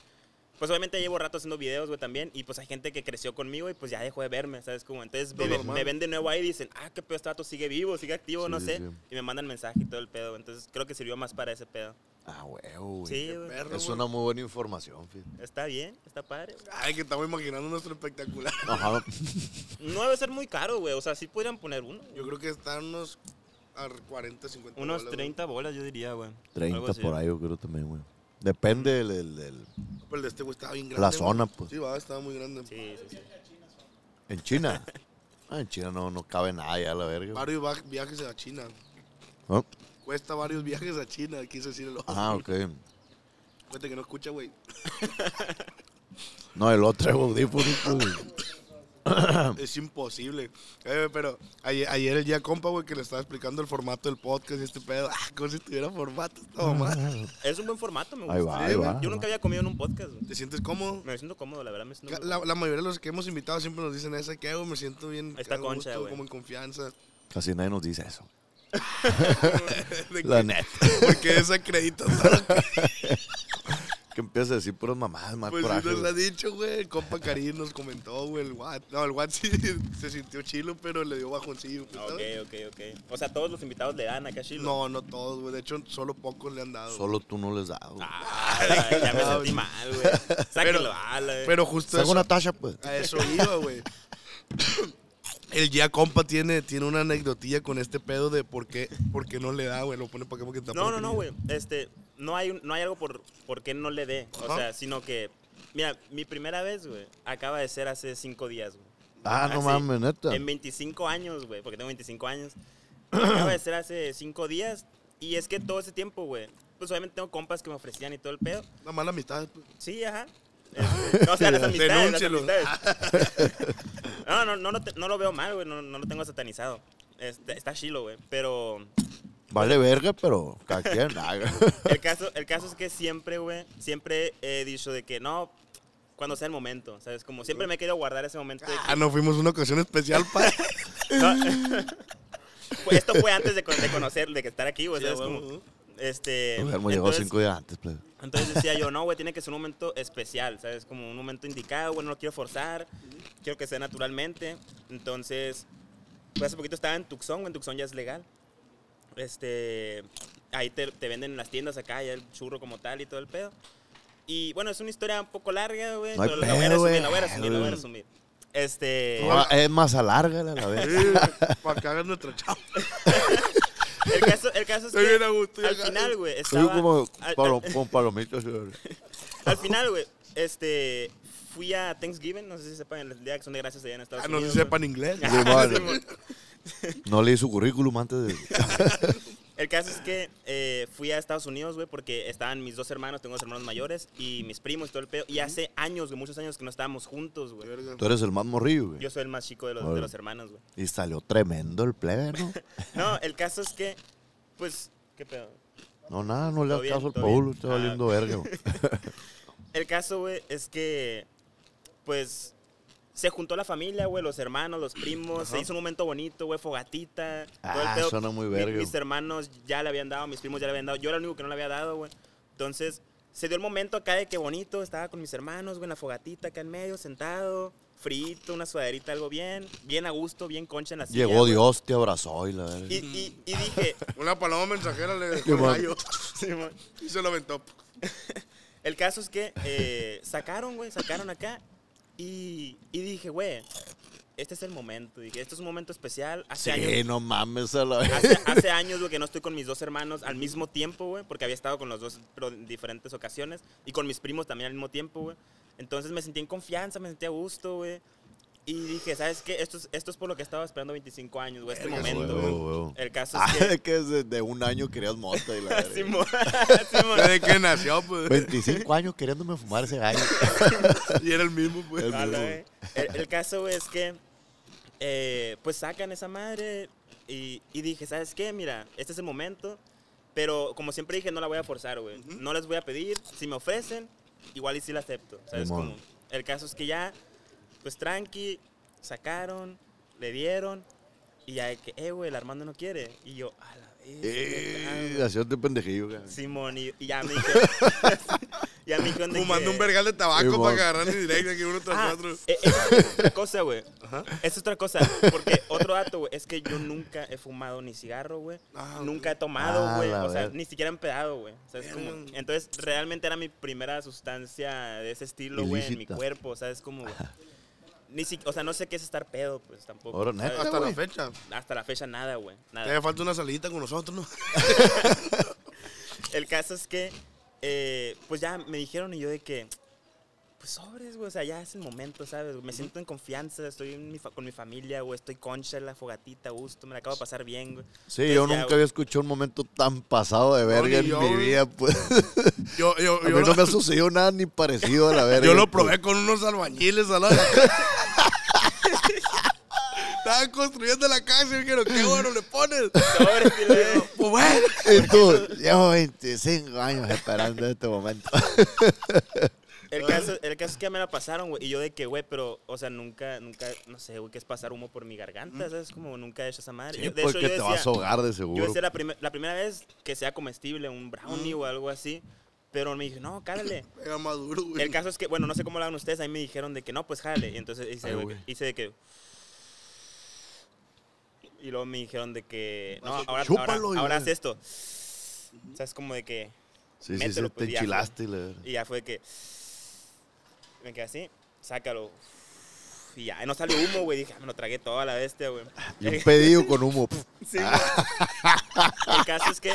[SPEAKER 4] pues obviamente llevo rato haciendo videos, güey, también. Y pues hay gente que creció conmigo y pues ya dejó de verme, ¿sabes? Como, entonces
[SPEAKER 3] Lo
[SPEAKER 4] me, ven-
[SPEAKER 3] normal.
[SPEAKER 4] me ven de nuevo ahí y dicen, ah, qué pedo, este vato sigue vivo, sigue activo,
[SPEAKER 2] Sí,
[SPEAKER 4] no
[SPEAKER 2] sí,
[SPEAKER 4] sé.
[SPEAKER 2] sí.
[SPEAKER 4] Y me mandan mensaje y todo el pedo. Entonces creo que sirvió más para ese pedo.
[SPEAKER 2] Ah, huevo, güey.
[SPEAKER 4] sí, güey.
[SPEAKER 3] Perro,
[SPEAKER 2] Es
[SPEAKER 3] güey.
[SPEAKER 2] una muy buena información, fíjate.
[SPEAKER 4] Está bien, está padre. güey.
[SPEAKER 3] Ay, que estamos imaginando nuestro espectacular.
[SPEAKER 2] Ajá.
[SPEAKER 4] No debe ser muy caro, güey. O sea, sí podrían poner uno. güey.
[SPEAKER 3] Yo creo que están unos a 40, 50
[SPEAKER 4] Unos
[SPEAKER 3] bolas, güey.
[SPEAKER 4] 30 bolas, yo diría, güey.
[SPEAKER 2] 30
[SPEAKER 4] Algo así.
[SPEAKER 2] por ahí, yo creo también, güey. Depende del, del- del-
[SPEAKER 3] Pero el de este güey estaba bien grande.
[SPEAKER 2] la
[SPEAKER 3] güey.
[SPEAKER 2] zona, pues.
[SPEAKER 3] Sí, va, estaba muy grande.
[SPEAKER 4] Sí, sí, sí.
[SPEAKER 2] En China. Ah, en China no, no cabe nada ya, la verga. güey.
[SPEAKER 3] Varios va- viajes a China.
[SPEAKER 2] ¿No?
[SPEAKER 3] Cuesta varios viajes a China, quise decir el otro.
[SPEAKER 2] Ah, ok.
[SPEAKER 3] Cuenta que no escucha, güey.
[SPEAKER 2] No, el pues. otro es audífonos, güey.
[SPEAKER 3] Es imposible. Eh, pero ayer, ayer el día compa, güey, que le estaba explicando el formato del podcast y este pedo. Ah, como si tuviera formato, estaba mal.
[SPEAKER 4] Es un buen formato, me gusta.
[SPEAKER 2] Ahí va, ahí
[SPEAKER 4] Sí,
[SPEAKER 2] va.
[SPEAKER 4] güey. Yo nunca había comido en un podcast, güey.
[SPEAKER 3] ¿Te sientes cómodo?
[SPEAKER 4] Me siento cómodo, la verdad, me siento
[SPEAKER 3] Ca-
[SPEAKER 4] cómodo.
[SPEAKER 3] La, la mayoría de los que hemos invitado siempre nos dicen esa que, güey, me siento bien.
[SPEAKER 4] Ahí está
[SPEAKER 3] a gusto,
[SPEAKER 4] Concha, güey.
[SPEAKER 3] Como en confianza.
[SPEAKER 2] Casi nadie nos dice eso.
[SPEAKER 3] De
[SPEAKER 2] La
[SPEAKER 3] que-
[SPEAKER 2] neta.
[SPEAKER 3] Porque desacredita todo lo que
[SPEAKER 2] Que empieza a decir puras mamadas, más
[SPEAKER 3] pues, sí
[SPEAKER 2] coraje.
[SPEAKER 3] nos
[SPEAKER 2] güey.
[SPEAKER 3] ha dicho, güey. El compa Karim nos comentó, güey, el Watt. No, el Watt sí se sintió chilo, pero le dio bajoncillo. pues,
[SPEAKER 4] Ok,
[SPEAKER 3] ¿sabes?
[SPEAKER 4] ok, ok. O sea, todos los invitados le dan acá chilo.
[SPEAKER 3] No, no todos, güey. De hecho, solo pocos le han dado. güey.
[SPEAKER 2] Solo tú no les das, güey.
[SPEAKER 4] Ah, ya me sentí mal, güey. Sáquenlo, ala, eh. güey.
[SPEAKER 3] Pero justo
[SPEAKER 2] Saca
[SPEAKER 4] Ah,
[SPEAKER 3] eso,
[SPEAKER 2] una tacha, pues.
[SPEAKER 3] a eso iba, güey. El ya compa tiene, tiene una anecdotilla con este pedo de por qué, por qué no le da, güey. Lo pone para qué porque tampoco
[SPEAKER 4] No, no, no,
[SPEAKER 3] quería.
[SPEAKER 4] güey. Este, no hay, un- no hay algo por, por qué no le dé. O
[SPEAKER 3] Ajá.
[SPEAKER 4] sea, sino que. Mira, mi primera vez, güey, acaba de ser hace cinco días, güey.
[SPEAKER 2] Ah, no
[SPEAKER 4] Así,
[SPEAKER 2] mames, neta.
[SPEAKER 4] En 25 años, güey, porque tengo 25 años. Acaba de ser hace cinco días. Y es que todo ese tiempo, güey. Pues obviamente tengo compas que me ofrecían y todo el pedo.
[SPEAKER 3] Una mala mitad. pues.
[SPEAKER 4] Sí, ajá. Este, o sea, las amistades, las
[SPEAKER 3] Denúncialo.
[SPEAKER 4] amistades. No, no, no, lo te- no lo veo mal, güey. No, no lo tengo satanizado. Este, está chilo, güey. Pero
[SPEAKER 2] Vale verga, pero cada quien. Ah,
[SPEAKER 4] el caso, el caso es que siempre, güey, siempre he dicho de que no, cuando sea el momento, ¿sabes? Como siempre me he querido guardar ese momento. de que-
[SPEAKER 3] Ah, no fuimos una ocasión especial para. Ah.
[SPEAKER 4] no. Pues Esto fue antes de, con- de conocer, de que estar aquí, güey,
[SPEAKER 3] Sí,
[SPEAKER 4] ¿sabes?
[SPEAKER 3] a huevo.
[SPEAKER 4] Como, este,
[SPEAKER 2] Enfermo llegó
[SPEAKER 4] entonces-
[SPEAKER 2] cinco días antes, pues. plebe.
[SPEAKER 4] Entonces decía yo, no, güey, tiene que ser un momento especial, ¿sabes? Como un momento indicado, güey, no lo quiero forzar, quiero que sea naturalmente. Entonces, pues hace poquito estaba en Tucson, güey, en Tucson ya es legal. Este, ahí te, te venden en las tiendas acá, ya el churro como tal y todo el pedo. Y bueno, es una historia un poco larga, güey,
[SPEAKER 2] No hay
[SPEAKER 4] pero la voy a
[SPEAKER 2] pedo,
[SPEAKER 4] resumir,
[SPEAKER 2] güey.
[SPEAKER 4] la voy a resumir, la voy a resumir. Este,
[SPEAKER 2] Ah, Es más alárgala a la vez.
[SPEAKER 3] para "Eh, que hagan nuestra chamba.
[SPEAKER 4] el caso, el caso es
[SPEAKER 3] Estoy bien a gusto,
[SPEAKER 4] que
[SPEAKER 3] ya
[SPEAKER 4] al
[SPEAKER 3] acá.
[SPEAKER 4] final, güey,
[SPEAKER 2] Soy
[SPEAKER 4] estaba...
[SPEAKER 2] como
[SPEAKER 4] al- al-
[SPEAKER 2] palo- con palomitas. güey.
[SPEAKER 4] Al final, güey, este, fui a Thanksgiving, no sé si sepan, el Día de Acción de Gracias allá en Estados
[SPEAKER 3] Ah, no
[SPEAKER 4] Unidos.
[SPEAKER 3] se
[SPEAKER 4] güey.
[SPEAKER 3] sepan inglés.
[SPEAKER 2] Sí, vale. No leí su currículum antes de.
[SPEAKER 4] El caso es que eh, fui a Estados Unidos, güey, porque estaban mis dos hermanos, tengo dos hermanos mayores, y mis primos y todo el pedo. Y hace años, güey, muchos años que no estábamos juntos, güey.
[SPEAKER 2] Tú eres el más morrillo, güey.
[SPEAKER 4] Yo soy el más chico de los, de
[SPEAKER 2] Órale.
[SPEAKER 4] los hermanos, güey.
[SPEAKER 2] Y salió tremendo el plebe, ¿no?
[SPEAKER 4] No, el caso es que, pues, ¿qué pedo?
[SPEAKER 2] No, nada, no le
[SPEAKER 4] Todo
[SPEAKER 2] hagas
[SPEAKER 4] bien,
[SPEAKER 2] caso al
[SPEAKER 4] todo
[SPEAKER 2] Paulo,
[SPEAKER 4] bien.
[SPEAKER 2] está
[SPEAKER 4] Ah.
[SPEAKER 2] valiendo verga. güey.
[SPEAKER 4] El caso, güey, es que, pues, se juntó la familia, güey, los hermanos, los primos, se hizo un momento bonito, güey, fogatita. todo el
[SPEAKER 2] Ah,
[SPEAKER 4] pedo.
[SPEAKER 2] suena muy
[SPEAKER 4] Mi-
[SPEAKER 2] verga.
[SPEAKER 4] mis hermanos ya le habían dado, mis primos ya le habían dado, yo era el único que no le había dado, güey. Entonces, se dio el momento acá de que bonito, estaba con mis hermanos, güey, en la fogatita acá en medio, sentado, frito, una sudaderita, algo bien, bien a gusto, bien concha en la silla.
[SPEAKER 2] Llegó
[SPEAKER 4] güey.
[SPEAKER 2] Dios, te abrazó y la verga.
[SPEAKER 4] Y, y- y dije,
[SPEAKER 3] Una paloma mensajera le dejó el
[SPEAKER 2] Simón.
[SPEAKER 3] gallo. Y se lo aventó.
[SPEAKER 4] El caso es que eh, sacaron, güey, sacaron acá. Y, y dije, güey, este es el momento. Dije, este es un momento especial. Hace
[SPEAKER 2] Sí,
[SPEAKER 4] años.
[SPEAKER 2] no mames a la verga.
[SPEAKER 4] Hace, hace años, güey, que no estoy con mis dos hermanos al mismo tiempo, güey, porque había estado con los dos pero en diferentes ocasiones y con mis primos también al mismo tiempo, güey. Entonces me sentí en confianza, me sentí a gusto, güey. Y dije, ¿sabes qué? Esto es, esto es por lo que estaba esperando 25 años, güey, este
[SPEAKER 3] Verga,
[SPEAKER 4] momento,
[SPEAKER 2] huevo,
[SPEAKER 4] güey.
[SPEAKER 2] huevo.
[SPEAKER 4] El caso
[SPEAKER 2] Ah,
[SPEAKER 4] es que...
[SPEAKER 2] de que desde de un año querías mota y la verga.
[SPEAKER 4] Simón, Simón.
[SPEAKER 3] Desde que nació, pues.
[SPEAKER 2] 25 años queriéndome fumar ese gallo.
[SPEAKER 3] Y era el mismo, pues.
[SPEAKER 2] El-
[SPEAKER 4] Ala,
[SPEAKER 2] mismo.
[SPEAKER 4] eh. El, el caso güey, es que, eh, pues sacan esa madre y, y dije, ¿sabes qué? Mira, este es el momento, pero como siempre dije, no la voy a forzar, güey. No les voy a pedir. Si me ofrecen, igual y sí la acepto. ¿Sabes?
[SPEAKER 2] Simón.
[SPEAKER 4] Como, el caso es que ya, pues tranqui, sacaron, le dieron y ya de que, eh, güey, el Armando no quiere. Y yo, a la vez.
[SPEAKER 2] Eh, haciéndote pendejillo, güey.
[SPEAKER 4] Simón, y, y ya me dijeron. ya me dijeron de
[SPEAKER 3] Fumando
[SPEAKER 4] que-
[SPEAKER 3] un vergal de tabaco
[SPEAKER 2] Simón.
[SPEAKER 3] para que agarran en directo aquí uno tras
[SPEAKER 4] Ah,
[SPEAKER 3] otro.
[SPEAKER 4] eh, eh, es otra cosa, güey. Es otra cosa. Porque otro dato, güey, es que yo nunca he fumado ni cigarro, güey.
[SPEAKER 3] Ah,
[SPEAKER 4] nunca he tomado,
[SPEAKER 2] Ah,
[SPEAKER 4] güey.
[SPEAKER 2] la
[SPEAKER 4] o sea,
[SPEAKER 2] ver-
[SPEAKER 4] ni siquiera empedado, güey. O sea, es como-
[SPEAKER 3] Verga.
[SPEAKER 4] entonces, realmente era mi primera sustancia de ese estilo, güey, en mi
[SPEAKER 2] Ilícita.
[SPEAKER 4] cuerpo. O sea, es como, güey, Ni si- o sea, no sé qué es estar pedo, pues tampoco.
[SPEAKER 2] Ahora,
[SPEAKER 4] ¿sabes?
[SPEAKER 2] neta,
[SPEAKER 3] Hasta la
[SPEAKER 2] güey.
[SPEAKER 3] fecha.
[SPEAKER 4] Hasta la fecha, nada, güey.
[SPEAKER 3] Te
[SPEAKER 4] Nada.
[SPEAKER 3] hace falta una salita con nosotros, ¿no?
[SPEAKER 4] El caso es que, eh, pues ya me dijeron y yo de que, pues sobres, güey, o sea, ya es el momento, ¿sabes? Me siento en confianza, estoy en mi fa- con mi familia, güey, estoy concha en la fogatita, a gusto, me la acabo de pasar bien, güey.
[SPEAKER 2] Sí, yo
[SPEAKER 4] Entonces, ya,
[SPEAKER 2] nunca
[SPEAKER 4] güey.
[SPEAKER 2] había escuchado un momento tan pasado de verga
[SPEAKER 3] ni
[SPEAKER 2] en
[SPEAKER 3] yo,
[SPEAKER 2] mi
[SPEAKER 3] güey.
[SPEAKER 2] vida, pues.
[SPEAKER 3] Yo, yo,
[SPEAKER 2] A
[SPEAKER 3] yo,
[SPEAKER 2] mí
[SPEAKER 3] lo,
[SPEAKER 2] no me ha sucedido nada ni parecido a la verga.
[SPEAKER 3] yo lo
[SPEAKER 2] pues.
[SPEAKER 3] probé con unos albañiles a la Estaban construyendo la casa y dijeron, qué bueno le pones.
[SPEAKER 4] Sobres, y le digo,
[SPEAKER 3] Pues bueno.
[SPEAKER 2] Y tú, llevo 25 años esperando este momento.
[SPEAKER 4] El caso, el caso es que ya me la pasaron, güey. Y yo de que, güey, pero, o sea, nunca, nunca, no sé, güey, que es pasar humo por mi garganta, ¿sabes? Como nunca he hecho esa madre. Yo- de hecho,
[SPEAKER 2] Porque
[SPEAKER 4] yo
[SPEAKER 2] te vas a
[SPEAKER 4] decía-
[SPEAKER 2] ahogar de
[SPEAKER 4] Yo
[SPEAKER 2] seguro.
[SPEAKER 4] decía la, primer- la primera vez que sea comestible, un brownie o algo así. Pero me dije, no, cálale.
[SPEAKER 3] Era maduro, güey.
[SPEAKER 4] El caso es que, bueno, no sé cómo lo hagan ustedes, ahí me dijeron de que no, pues jale. Y entonces hice,
[SPEAKER 2] Ay,
[SPEAKER 4] de-
[SPEAKER 2] güey.
[SPEAKER 4] hice de que. Y luego me dijeron de que. No, ahora,
[SPEAKER 2] chúpalo,
[SPEAKER 4] ahora, ahora
[SPEAKER 2] güey.
[SPEAKER 4] haz esto. O sea, es como de que.
[SPEAKER 2] Sí, sí, sí,
[SPEAKER 4] mételo,
[SPEAKER 2] te
[SPEAKER 4] pues, ya,
[SPEAKER 2] enchilaste. y la verga.
[SPEAKER 4] Y ya fue de que. Me quedé así, sácalo. Y ya, no salió humo, güey. Dije, "Ah, me lo tragué toda la bestia, güey.
[SPEAKER 2] Y un pedido con humo. pf,
[SPEAKER 4] Sí, güey. El caso es que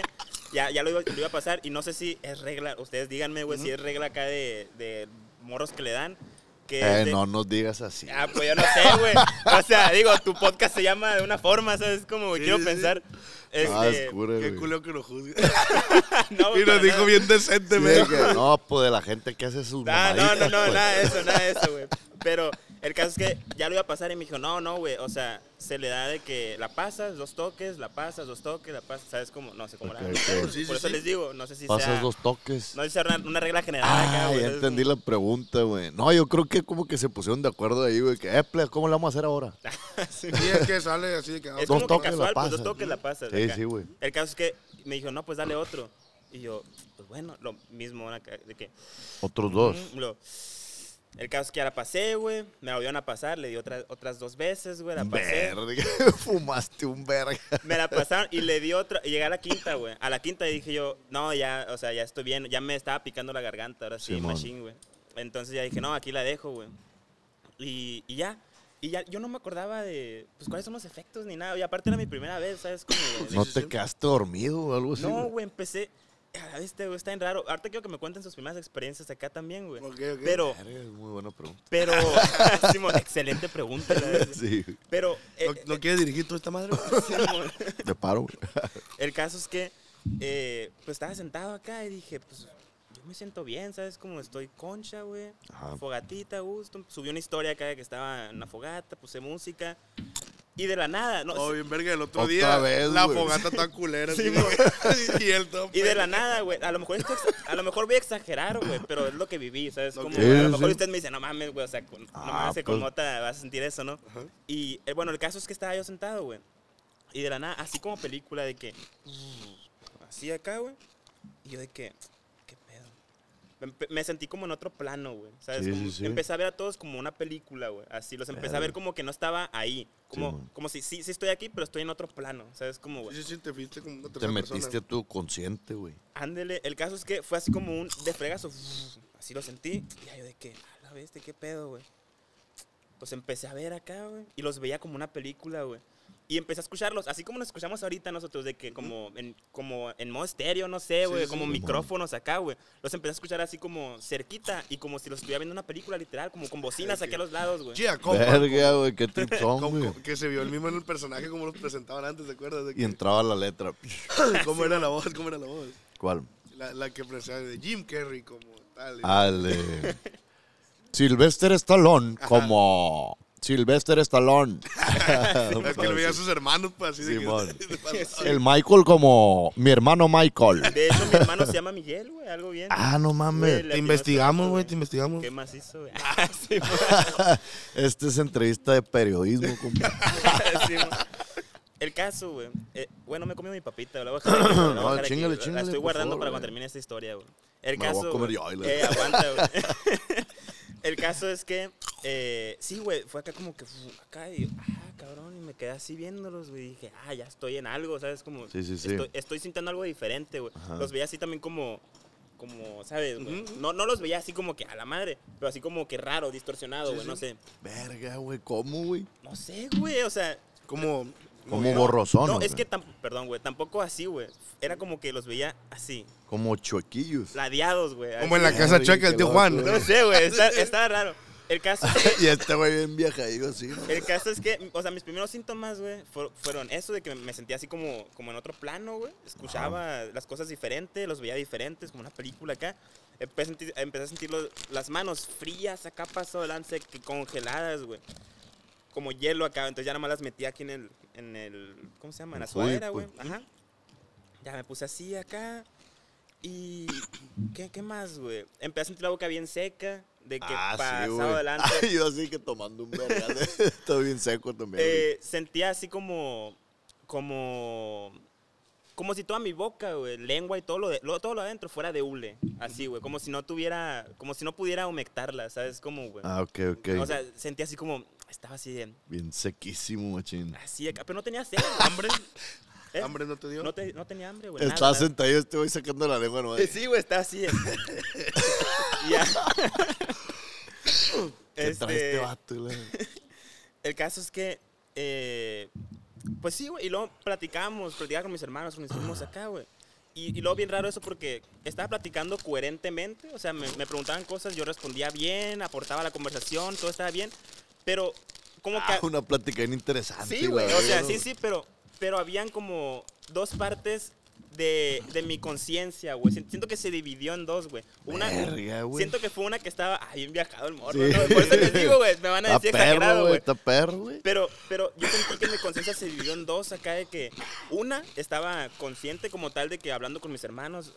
[SPEAKER 4] ya, ya lo, iba, lo iba a pasar y no sé si es regla, ustedes díganme, güey, si es regla acá de, de morros que le dan. Que
[SPEAKER 2] eh,
[SPEAKER 4] de-
[SPEAKER 2] no nos digas así.
[SPEAKER 4] Ah, pues yo no sé, güey. O sea, digo, tu podcast se llama de una forma, ¿sabes? Como güey,
[SPEAKER 3] Sí,
[SPEAKER 4] quiero
[SPEAKER 3] sí, sí.
[SPEAKER 4] pensar.
[SPEAKER 2] Ah,
[SPEAKER 4] Este,
[SPEAKER 2] es cura,
[SPEAKER 3] Qué
[SPEAKER 2] güey.
[SPEAKER 3] culo que lo juzgue.
[SPEAKER 4] no,
[SPEAKER 3] Y
[SPEAKER 4] para
[SPEAKER 3] nos dijo
[SPEAKER 4] nada.
[SPEAKER 3] bien
[SPEAKER 2] Sí,
[SPEAKER 3] decente,
[SPEAKER 2] de
[SPEAKER 3] güey.
[SPEAKER 2] que, no, pues de la gente que hace sus
[SPEAKER 4] Ah, no,
[SPEAKER 2] mamaditas,
[SPEAKER 4] no, no,
[SPEAKER 2] pues.
[SPEAKER 4] nada de eso, nada de eso, güey. Pero el caso es que ya lo iba a pasar y me dijo, no, no, güey. O sea, se le da de que la pasas, dos toques, la pasas, dos toques, la pasas. ¿Sabes cómo? No sé cómo
[SPEAKER 2] Ok,
[SPEAKER 4] la
[SPEAKER 2] ok.
[SPEAKER 3] Sí, sí,
[SPEAKER 4] Por eso
[SPEAKER 3] sí.
[SPEAKER 4] les digo, no sé si
[SPEAKER 2] Pasas
[SPEAKER 4] sea.
[SPEAKER 2] dos toques.
[SPEAKER 4] No sé si sea una, una regla general acá,
[SPEAKER 2] Ah,
[SPEAKER 4] güey.
[SPEAKER 2] ya
[SPEAKER 4] entonces,
[SPEAKER 2] entendí la pregunta, güey. No, yo creo que como que se pusieron de acuerdo ahí, güey. Que, eh, plebes, ¿cómo le vamos a hacer ahora?
[SPEAKER 3] Sí, es que sale así de que. "Ah,
[SPEAKER 4] Es
[SPEAKER 2] Dos
[SPEAKER 4] como
[SPEAKER 2] toques
[SPEAKER 4] que
[SPEAKER 2] la
[SPEAKER 4] casual, pues dos
[SPEAKER 2] pasas.
[SPEAKER 4] toques la pasas.
[SPEAKER 2] Sí,
[SPEAKER 4] acá.
[SPEAKER 2] sí, güey.
[SPEAKER 4] El caso es que me dijo, no, pues dale otro. Y yo, pues bueno, lo mismo, acá, de que.
[SPEAKER 2] Otros dos.
[SPEAKER 4] Mm, lo- el caso es que ya la pasé, güey. Me la volvieron a pasar, le di otra- otras dos veces, güey. La pasé.
[SPEAKER 2] Verga, fumaste un verga.
[SPEAKER 4] Me la pasaron y le di otra. Y llegué a la quinta, güey. A la quinta y dije yo, no, ya, o sea, ya estoy bien. Ya me estaba picando la garganta, ahora sí,
[SPEAKER 2] Simón.
[SPEAKER 4] machín, güey. Entonces ya dije, no, aquí la dejo, güey. Y, y ya. Y ya, yo no me acordaba de, pues, cuáles son los efectos ni nada. Y aparte era mi primera vez, ¿sabes? Como de- de-
[SPEAKER 2] ¿No te quedaste dormido o algo así?
[SPEAKER 4] No,
[SPEAKER 2] güey?
[SPEAKER 4] güey, empecé. A la bestia, güey, está bien raro. Ahorita quiero que me cuenten sus primeras experiencias acá también, güey.
[SPEAKER 3] Ok, ok.
[SPEAKER 4] Pero,
[SPEAKER 2] Verga, Es muy buena pregunta.
[SPEAKER 4] pero. Simón, excelente pregunta, la verdad.
[SPEAKER 2] Sí,
[SPEAKER 4] Pero. eh,
[SPEAKER 3] ¿No, no quieres dirigir tú esta madre?
[SPEAKER 4] Simón,
[SPEAKER 2] te paro, güey.
[SPEAKER 4] el caso es que. eh, pues estaba sentado acá y dije, pues. Yo me siento bien, ¿sabes? Como estoy concha, güey.
[SPEAKER 2] Ajá.
[SPEAKER 4] Fogatita, a gusto. Subí una historia acá que estaba en la fogata, puse música. Y de la nada, no,
[SPEAKER 3] Oh, bien, verga, el otro
[SPEAKER 2] Otra
[SPEAKER 3] día.
[SPEAKER 2] vez,
[SPEAKER 3] la
[SPEAKER 2] güey.
[SPEAKER 3] fogata está culera.
[SPEAKER 4] Sí,
[SPEAKER 3] así,
[SPEAKER 4] güey.
[SPEAKER 3] güey. y el top.
[SPEAKER 4] Y de la nada, güey. A lo mejor, esto ex- a lo mejor voy a exagerar, güey, pero es lo que viví, ¿sabes?
[SPEAKER 3] Lo
[SPEAKER 4] Como,
[SPEAKER 3] que-
[SPEAKER 4] güey,
[SPEAKER 2] Sí,
[SPEAKER 4] a lo mejor
[SPEAKER 2] sí.
[SPEAKER 4] usted me dice, no mames, güey, o sea, con, no
[SPEAKER 2] Ah,
[SPEAKER 4] mames, que con
[SPEAKER 2] pues.
[SPEAKER 4] mota vas a sentir eso, ¿no?
[SPEAKER 3] Ajá.
[SPEAKER 4] Y eh, bueno, el caso es que estaba yo sentado, güey. Y de la nada, así como película de que. Así acá, güey. Y yo de que. ¿Qué pedo? Me, me sentí como en otro plano, güey. ¿Sabes?
[SPEAKER 2] Sí,
[SPEAKER 4] Como-
[SPEAKER 2] sí, sí.
[SPEAKER 4] Empecé a ver a todos como una película, güey. Así los empecé a ver
[SPEAKER 2] Verga.
[SPEAKER 4] como que no estaba ahí. Como,
[SPEAKER 2] man.
[SPEAKER 4] como si sí, sí estoy aquí, pero estoy en otro plano. ¿Sabes? Como, güey.
[SPEAKER 3] Sí, sí, te fuiste como una
[SPEAKER 2] Te
[SPEAKER 3] tercera persona.
[SPEAKER 2] metiste a tu consciente, güey.
[SPEAKER 4] Ándele, el caso es que fue así como un desfregazo. Así lo sentí. Y ya yo de que, a la bestia, qué pedo, güey. Pues empecé a ver acá, güey. Y los veía como una película, güey. Y empecé a escucharlos, así como nos escuchamos ahorita nosotros, de que como en, como en modo estéreo, no sé,
[SPEAKER 3] Sí,
[SPEAKER 4] güey,
[SPEAKER 3] sí,
[SPEAKER 4] como
[SPEAKER 3] sí.
[SPEAKER 4] micrófonos acá, güey. Los empecé a escuchar así como cerquita y como si los estuviera viendo una película literal, como con bocinas aquí a los lados, güey.
[SPEAKER 3] Chia, compa.
[SPEAKER 2] Verga, güey, qué tripsón,
[SPEAKER 3] Como-
[SPEAKER 2] güey.
[SPEAKER 3] como que se vio el mismo en el personaje como lo presentaban antes, ¿te acuerdas? De
[SPEAKER 2] Y
[SPEAKER 3] que-
[SPEAKER 2] entraba la letra.
[SPEAKER 3] ¿Cómo era la voz? ¿Cómo era la voz?
[SPEAKER 2] ¿Cuál?
[SPEAKER 3] La, la que presentaba de Jim Carrey como tal. y-
[SPEAKER 2] Al eh, Sylvester Stallone, como Sylvester Stallone.
[SPEAKER 3] Es que le veía a sus hermanos, pues así de
[SPEAKER 2] Simón.
[SPEAKER 3] que. de pasado.
[SPEAKER 2] El Michael como mi hermano Michael.
[SPEAKER 4] De hecho, mi hermano se llama Miguel, güey, algo bien.
[SPEAKER 2] Ah, no
[SPEAKER 4] Güey,
[SPEAKER 2] mames.
[SPEAKER 4] la-
[SPEAKER 3] Te investigamos, güey, te investigamos.
[SPEAKER 4] ¿Qué más hizo, güey? Ah, sí, güey.
[SPEAKER 2] Esta Este es entrevista de periodismo, compa.
[SPEAKER 4] Sí, mo. el caso, güey. Eh, bueno, me he comido mi papita. La voy a dejar aquí, la voy a
[SPEAKER 2] No,
[SPEAKER 4] dejar aquí,
[SPEAKER 2] chíngale,
[SPEAKER 4] la- La
[SPEAKER 2] chíngale,
[SPEAKER 4] estoy
[SPEAKER 2] por
[SPEAKER 4] guardando
[SPEAKER 2] favor,
[SPEAKER 4] para
[SPEAKER 2] güey.
[SPEAKER 4] cuando termine esta historia, güey. El
[SPEAKER 2] Me la
[SPEAKER 4] caso.
[SPEAKER 2] voy a comer
[SPEAKER 4] güey,
[SPEAKER 2] yo, ahí la-
[SPEAKER 4] eh, aguanta, güey. El caso es que, eh, sí, güey, fue acá como que, fu, acá, y, ah, cabrón, y me quedé así viéndolos, güey, y dije, ah, ya estoy en algo, ¿sabes? Como,
[SPEAKER 2] Sí, sí, sí.
[SPEAKER 4] Estoy, estoy sintiendo algo diferente, güey.
[SPEAKER 2] Ajá.
[SPEAKER 4] Los veía así también como, como, ¿sabes? güey?
[SPEAKER 3] Ujú.
[SPEAKER 4] no, no los veía así como que a la madre, pero así como que raro, distorsionado,
[SPEAKER 3] Sí,
[SPEAKER 4] güey,
[SPEAKER 3] sí.
[SPEAKER 4] no sé.
[SPEAKER 2] Verga, güey, ¿cómo, güey?
[SPEAKER 4] No sé, güey, o sea,
[SPEAKER 3] Como.
[SPEAKER 2] Como borrosón.
[SPEAKER 4] no,
[SPEAKER 2] güey.
[SPEAKER 4] es que, tam- perdón, güey, tampoco así, güey. Era como que los veía así,
[SPEAKER 2] Como chuequillos.
[SPEAKER 4] ladeados, güey.
[SPEAKER 3] Como en la casa
[SPEAKER 2] Ay,
[SPEAKER 3] chueca
[SPEAKER 2] qué
[SPEAKER 3] el tío
[SPEAKER 2] loco,
[SPEAKER 3] Juan.
[SPEAKER 2] güey.
[SPEAKER 4] No sé, güey, está- estaba raro. El caso,
[SPEAKER 2] Y este güey bien viajadillo así. ¿no?
[SPEAKER 4] el caso es que, o sea, mis primeros síntomas, güey, fu- fueron eso de que me sentía así como, como en otro plano, güey. Escuchaba las cosas diferentes, los veía diferentes, como una película acá. Empecé a sentir, empecé a sentir los- las manos frías acá, pasó de lance, que congeladas, güey. Como hielo acá, entonces ya nada más las metí aquí en el, en el ¿cómo se llama? En la
[SPEAKER 2] El hoodie,
[SPEAKER 4] sudadera, güey.
[SPEAKER 2] pues.
[SPEAKER 4] Ajá. Ya me puse así acá. Y. ¿Qué, qué más, güey? Empecé a sentir la boca bien seca. De que
[SPEAKER 2] Ah,
[SPEAKER 4] pasado adelante.
[SPEAKER 2] Ay, yo así que tomando un verga. Estoy bien seco también. güey.
[SPEAKER 4] eh, sentía así como. Como. Como si toda mi boca, güey, lengua y todo lo, de, lo- todo lo adentro fuera de hule. Así, güey. Como si no tuviera. Como si no pudiera humectarla, ¿sabes? Como, güey.
[SPEAKER 2] Ah, ok, ok.
[SPEAKER 4] O sea, sentía así como. Estaba así de.
[SPEAKER 2] bien sequísimo, machín.
[SPEAKER 4] Así acá. Pero no tenía sed. ¿Hambre? ¿Eh?
[SPEAKER 3] ¿Hambre no te dio?
[SPEAKER 4] No, te- no tenía hambre, güey. pues nada,
[SPEAKER 2] Estaba
[SPEAKER 4] nada.
[SPEAKER 2] sentado y este güey sacando la lengua, ¿no?
[SPEAKER 4] Sí, güey, está así. ya.
[SPEAKER 2] ¿Qué trae este
[SPEAKER 4] Este,
[SPEAKER 2] vato? güey?
[SPEAKER 4] el caso es que, eh, pues sí, güey, y luego platicamos, platicaba con mis hermanos, nos hicimos acá, güey. Y, y luego bien raro eso porque estaba platicando coherentemente, o sea, me, me preguntaban cosas, yo respondía bien, aportaba a la conversación, todo estaba bien, pero como
[SPEAKER 2] Ah,
[SPEAKER 4] que...
[SPEAKER 2] una plática bien interesante.
[SPEAKER 4] Sí, güey,
[SPEAKER 2] la
[SPEAKER 4] o sea,
[SPEAKER 2] verga,
[SPEAKER 4] sí, sí, pero, pero habían como dos partes de, de mi conciencia, güey. Si- Siento que se dividió en dos, güey. Una,
[SPEAKER 2] Verga, güey.
[SPEAKER 4] siento que fue una que estaba, ay, bien viajado el morro,
[SPEAKER 2] Sí.
[SPEAKER 4] ¿no? Por eso les digo, güey, me van a
[SPEAKER 2] Está
[SPEAKER 4] decir exagerado,
[SPEAKER 2] perro, güey.
[SPEAKER 4] güey.
[SPEAKER 2] Está perro, güey.
[SPEAKER 4] Pero, pero yo sentí que mi conciencia se dividió en dos acá de que una estaba consciente como tal de que hablando con mis hermanos,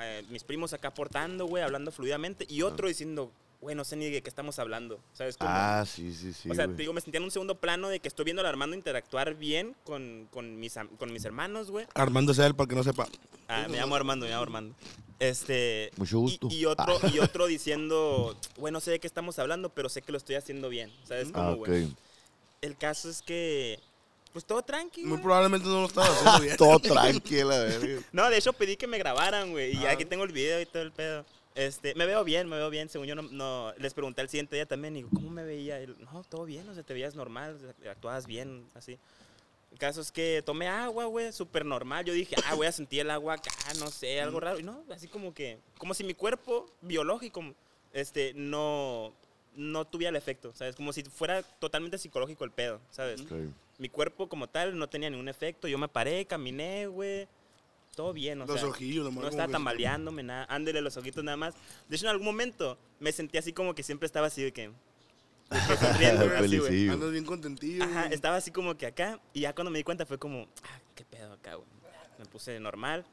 [SPEAKER 4] eh, mis primos acá aportando, güey, hablando fluidamente, y otro diciendo, güey, no sé ni de qué estamos hablando, ¿sabes? Como,
[SPEAKER 2] Ah, sí, sí, sí.
[SPEAKER 4] o sea,
[SPEAKER 2] güey.
[SPEAKER 4] te digo, me sentía en un segundo plano de que estoy viendo a Armando interactuar bien con, con, mis, am- con mis hermanos, güey.
[SPEAKER 3] Armando sea él para que no sepa.
[SPEAKER 4] Ah, me llamo Armando, me llamo Armando. Este.
[SPEAKER 2] Mucho gusto. Ah.
[SPEAKER 4] Y, y otro, y otro diciendo, güey, no sé de qué estamos hablando, pero sé que lo estoy haciendo bien. ¿Sabes
[SPEAKER 2] Ah,
[SPEAKER 4] cómo,
[SPEAKER 2] ok.
[SPEAKER 4] güey? El caso es que. Pues todo tranqui,
[SPEAKER 3] Muy
[SPEAKER 4] güey.
[SPEAKER 3] probablemente no lo estaba haciendo bien.
[SPEAKER 2] Todo tranquilo, la verga.
[SPEAKER 4] No, de hecho pedí que me grabaran, güey. Y
[SPEAKER 3] Ah.
[SPEAKER 4] aquí tengo el video y todo el pedo. Este, me veo bien, me veo bien. Según yo, no, no- les pregunté al siguiente día también, digo, ¿cómo me veía? Y, no, todo bien, o sea, te veías normal, o sea, actuabas bien, así. El caso es que tomé agua, güey, súper normal. Yo dije, ah, voy a sentir el agua acá, no sé, algo raro. Y no, así como que, como si mi cuerpo biológico, este, no, no tuviera el efecto, ¿sabes? Como si fuera totalmente psicológico el pedo, ¿sabes?
[SPEAKER 2] Ok.
[SPEAKER 4] Mi cuerpo como tal no tenía ningún efecto. Yo me paré, caminé, güey. Todo bien, o
[SPEAKER 3] Los
[SPEAKER 4] sea,
[SPEAKER 3] ojillos, nomás
[SPEAKER 4] No
[SPEAKER 3] como
[SPEAKER 4] estaba
[SPEAKER 3] que-
[SPEAKER 4] tambaleándome, nada. Ándele los ojitos nada más. De hecho, en algún momento me sentí así como que siempre estaba así de que... de que sonriendo, güey, así, güey.
[SPEAKER 2] Felicillo.
[SPEAKER 3] Andas bien contentillo.
[SPEAKER 4] Ajá,
[SPEAKER 3] güey.
[SPEAKER 4] estaba así como que acá. Y ya cuando me di cuenta fue como... Ah, qué pedo acá, güey. Me puse normal.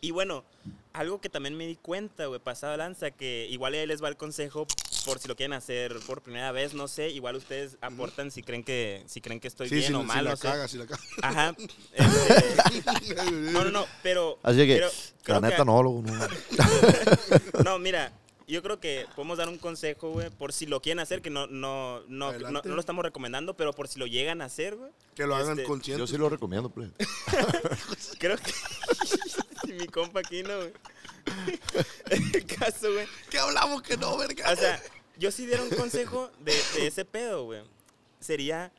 [SPEAKER 4] Y bueno, algo que también me di cuenta, güey, pasado de lanza, que igual ahí les va el consejo por si lo quieren hacer por primera vez, no sé, igual ustedes aportan si creen que si creen que estoy
[SPEAKER 3] Sí,
[SPEAKER 4] bien
[SPEAKER 3] si,
[SPEAKER 4] o
[SPEAKER 3] si
[SPEAKER 4] mal,
[SPEAKER 3] la
[SPEAKER 4] no sé.
[SPEAKER 3] cagas, si la cagas.
[SPEAKER 4] Ajá. Este, no, no, no, pero.
[SPEAKER 2] Así que,
[SPEAKER 4] creo- creo
[SPEAKER 2] la neta,
[SPEAKER 4] que-
[SPEAKER 2] no, loco, no.
[SPEAKER 4] No, mira, yo creo que podemos dar un consejo, güey, por si lo quieren hacer, que no, no, no, no,
[SPEAKER 3] Adelante.
[SPEAKER 4] no lo estamos recomendando, pero por si lo llegan a hacer, güey.
[SPEAKER 3] Que lo hagan
[SPEAKER 4] Este,
[SPEAKER 3] consciente.
[SPEAKER 2] Yo sí lo recomiendo, pues. plebe.
[SPEAKER 4] Creo que. Y mi compa aquí no, güey. El caso, güey.
[SPEAKER 3] ¿Qué hablamos que no, verga?
[SPEAKER 4] O sea, yo Ah, sí diera un consejo de, de ese pedo, güey. Sería,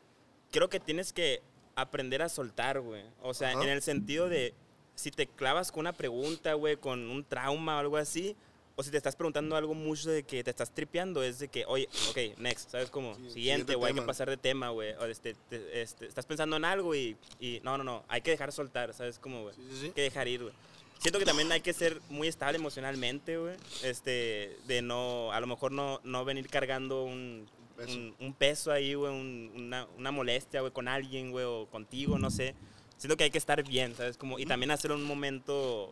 [SPEAKER 4] creo que tienes que aprender a soltar, güey. O sea,
[SPEAKER 3] Ajá.
[SPEAKER 4] en el sentido de, si te clavas con una pregunta, güey, con un trauma o algo así, o si te estás preguntando algo mucho de que te estás tripeando, es de que, oye, ok, next, ¿sabes cómo?
[SPEAKER 3] Sí, siguiente
[SPEAKER 4] siguiente, güey, hay
[SPEAKER 3] tema.
[SPEAKER 4] que pasar de tema, güey. O este, te- este, estás pensando en algo y, y no, no, no, hay que dejar soltar, ¿sabes cómo, güey?
[SPEAKER 3] Sí, sí, sí.
[SPEAKER 4] que dejar ir, güey. Siento que también hay que ser muy estable emocionalmente, güey. Este, de no, a lo mejor no, no venir cargando un
[SPEAKER 3] Peso.
[SPEAKER 4] peso, un, un peso ahí, güey, un- una, una molestia, güey, con alguien, güey, o contigo, no sé. Siento que hay que estar bien, ¿sabes? Como, y también hacerlo en un momento,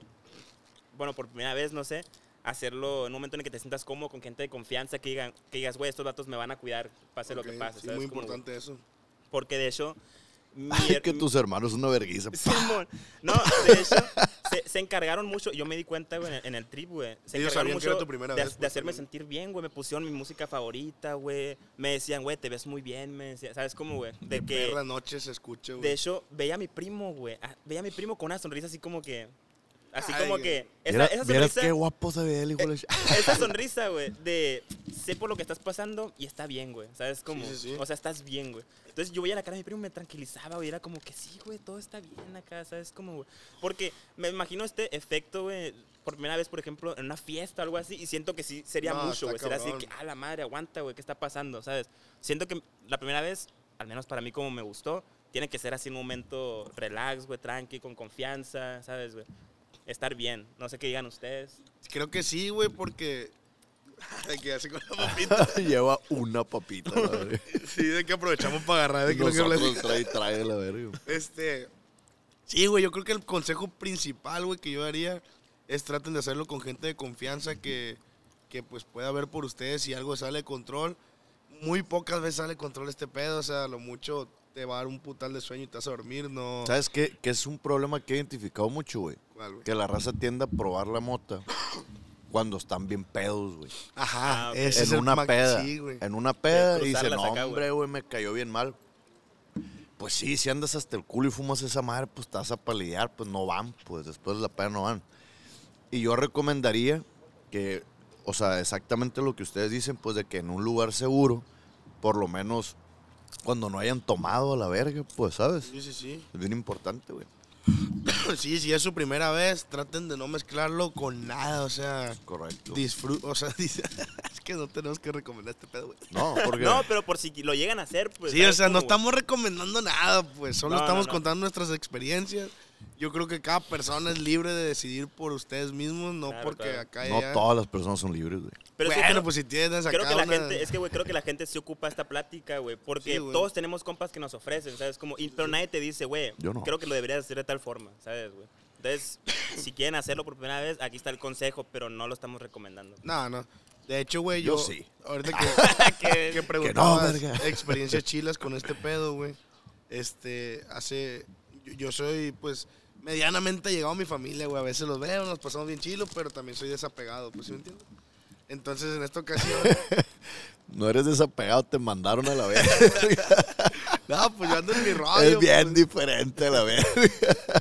[SPEAKER 4] bueno, por primera vez, no sé, hacerlo en un momento en el que te sientas cómodo con gente de confianza, que, digan, que digas, güey, estos datos me van a cuidar, pase
[SPEAKER 3] Ok,
[SPEAKER 4] lo que pase,
[SPEAKER 3] sí,
[SPEAKER 4] ¿sabes?
[SPEAKER 3] muy
[SPEAKER 4] Como, güey,
[SPEAKER 3] importante eso.
[SPEAKER 4] porque de hecho... mi
[SPEAKER 2] Ay,
[SPEAKER 4] her-
[SPEAKER 2] que tus hermanos son una vergüenza.
[SPEAKER 4] Simón. No, de hecho, se, se encargaron mucho. Yo me di cuenta, güey, en el- en el trip, güey. Se
[SPEAKER 3] Ellos
[SPEAKER 4] encargaron
[SPEAKER 3] sabían que
[SPEAKER 4] mucho
[SPEAKER 3] era tu primera
[SPEAKER 4] de,
[SPEAKER 3] vez,
[SPEAKER 4] de
[SPEAKER 3] pues,
[SPEAKER 4] hacerme
[SPEAKER 3] también.
[SPEAKER 4] sentir bien, güey. Me pusieron mi música favorita, güey. Me decían, güey, te ves muy bien. Me decían, ¿sabes cómo, güey? De que.
[SPEAKER 3] Perra noche se escucha, güey.
[SPEAKER 4] De hecho, veía a mi primo, güey. ah, Veía a mi primo con una sonrisa así como que. Así
[SPEAKER 3] Ay,
[SPEAKER 4] como
[SPEAKER 3] güey.
[SPEAKER 4] que. Esa,
[SPEAKER 2] Mira,
[SPEAKER 4] esa
[SPEAKER 2] Vieras
[SPEAKER 4] sonrisa.
[SPEAKER 2] qué guapo se ve el hijo de la ch-
[SPEAKER 4] Esa sonrisa, güey, de sé por lo que estás pasando y está bien, güey. ¿Sabes cómo?
[SPEAKER 3] Sí, sí, sí.
[SPEAKER 4] O sea, estás bien, güey. Entonces yo veía la cara de mi primo, me tranquilizaba, güey. Era como que sí, güey, todo está bien acá, ¿sabes cómo, güey? Porque me imagino este efecto, güey, por primera vez, por ejemplo, en una fiesta o algo así, y siento que sí sería
[SPEAKER 3] No, está
[SPEAKER 4] mucho, güey. Sería así
[SPEAKER 3] cabrón.
[SPEAKER 4] que, ah, la madre, aguanta, güey, ¿qué está pasando? ¿Sabes? Siento que la primera vez, al menos para mí como me gustó, tiene que ser así un momento relax, güey, tranqui, con confianza, ¿sabes, güey? Estar bien. No sé qué digan ustedes.
[SPEAKER 3] Creo que sí, güey, porque... Hay que hacer con la papita.
[SPEAKER 2] Lleva una papita, la verga.
[SPEAKER 3] Sí, de que aprovechamos para agarrar de que lo que
[SPEAKER 2] Nosotros
[SPEAKER 3] hablamos.
[SPEAKER 2] trae y trae, la verga.
[SPEAKER 3] Este. Sí, güey, yo creo que el consejo principal, güey, que yo daría es traten de hacerlo con gente de confianza que, que pues pueda ver por ustedes si algo sale de control. Muy pocas veces sale de control este pedo, o sea, a lo mucho te va a dar un putal de sueño y te vas a dormir, no.
[SPEAKER 2] ¿Sabes qué? Que es un problema que he identificado mucho, güey.
[SPEAKER 3] ¿Cuál, güey?
[SPEAKER 2] Que la raza tiende a probar la mota cuando están bien pedos, güey.
[SPEAKER 3] Ajá,
[SPEAKER 4] Ah, ok.
[SPEAKER 3] ese es
[SPEAKER 2] en
[SPEAKER 3] el
[SPEAKER 2] una
[SPEAKER 3] ma-
[SPEAKER 2] peda.
[SPEAKER 3] Sí, güey.
[SPEAKER 2] en una peda
[SPEAKER 4] De
[SPEAKER 2] y dice,
[SPEAKER 4] cruzarlas
[SPEAKER 2] no,
[SPEAKER 4] acá, güey".
[SPEAKER 2] hombre, güey, me cayó bien mal. Pues sí, si andas hasta el culo y fumas esa madre, pues te vas a palidear, pues no van, pues después de la peda no van. Y yo recomendaría que, o sea, exactamente lo que ustedes dicen, pues de que en un lugar seguro, por lo menos cuando no hayan tomado a la verga, pues, ¿sabes?
[SPEAKER 3] Sí, sí, sí.
[SPEAKER 2] Es bien importante, güey.
[SPEAKER 3] Pues Sí, si es su primera vez, traten de no mezclarlo con nada, o sea,
[SPEAKER 2] Correcto.
[SPEAKER 3] disfruta, o sea, dice- es que no tenemos que recomendar este pedo, güey.
[SPEAKER 2] No, porque...
[SPEAKER 4] No, pero por si lo llegan a hacer, pues.
[SPEAKER 3] Sí, o
[SPEAKER 4] ¿sabes
[SPEAKER 3] sea, no
[SPEAKER 4] cómo, güey?
[SPEAKER 3] estamos recomendando nada, pues, solo
[SPEAKER 4] No, no,
[SPEAKER 3] estamos
[SPEAKER 4] no.
[SPEAKER 3] contando nuestras experiencias. Yo creo que cada persona es libre de decidir por ustedes mismos, no
[SPEAKER 4] Claro,
[SPEAKER 3] porque
[SPEAKER 4] claro.
[SPEAKER 3] acá
[SPEAKER 2] no
[SPEAKER 3] ya...
[SPEAKER 2] todas las personas son libres, güey.
[SPEAKER 4] Pero sí
[SPEAKER 3] bueno,
[SPEAKER 4] creo-
[SPEAKER 3] pues si tienes acá
[SPEAKER 4] Creo que la
[SPEAKER 3] una-
[SPEAKER 4] gente, es que, güey, creo que la gente se ocupa esta plática, güey, porque
[SPEAKER 3] Sí, güey.
[SPEAKER 4] todos tenemos compas que nos ofrecen, ¿sabes? Como, y- pero nadie te dice, güey,
[SPEAKER 2] Yo no.
[SPEAKER 4] creo que lo deberías hacer de tal forma, ¿sabes, güey? Entonces, si quieren hacerlo por primera vez, aquí está el consejo, pero no lo estamos recomendando.
[SPEAKER 3] No, no. De hecho, güey,
[SPEAKER 2] Yo
[SPEAKER 3] yo,
[SPEAKER 2] sí.
[SPEAKER 3] Ahorita que, que, preguntabas
[SPEAKER 2] verga.
[SPEAKER 3] experiencias chilas con este pedo, güey. Este, hace... Yo, yo soy, pues, medianamente llegado a mi familia, güey. A veces los veo, nos pasamos bien chilos, pero también soy desapegado, pues, ¿sí me entiendes? Entonces, en esta ocasión...
[SPEAKER 2] No eres desapegado, te mandaron a la verga.
[SPEAKER 3] no, pues yo ando en mi rollo.
[SPEAKER 2] es bien
[SPEAKER 3] pues.
[SPEAKER 2] diferente a la verga.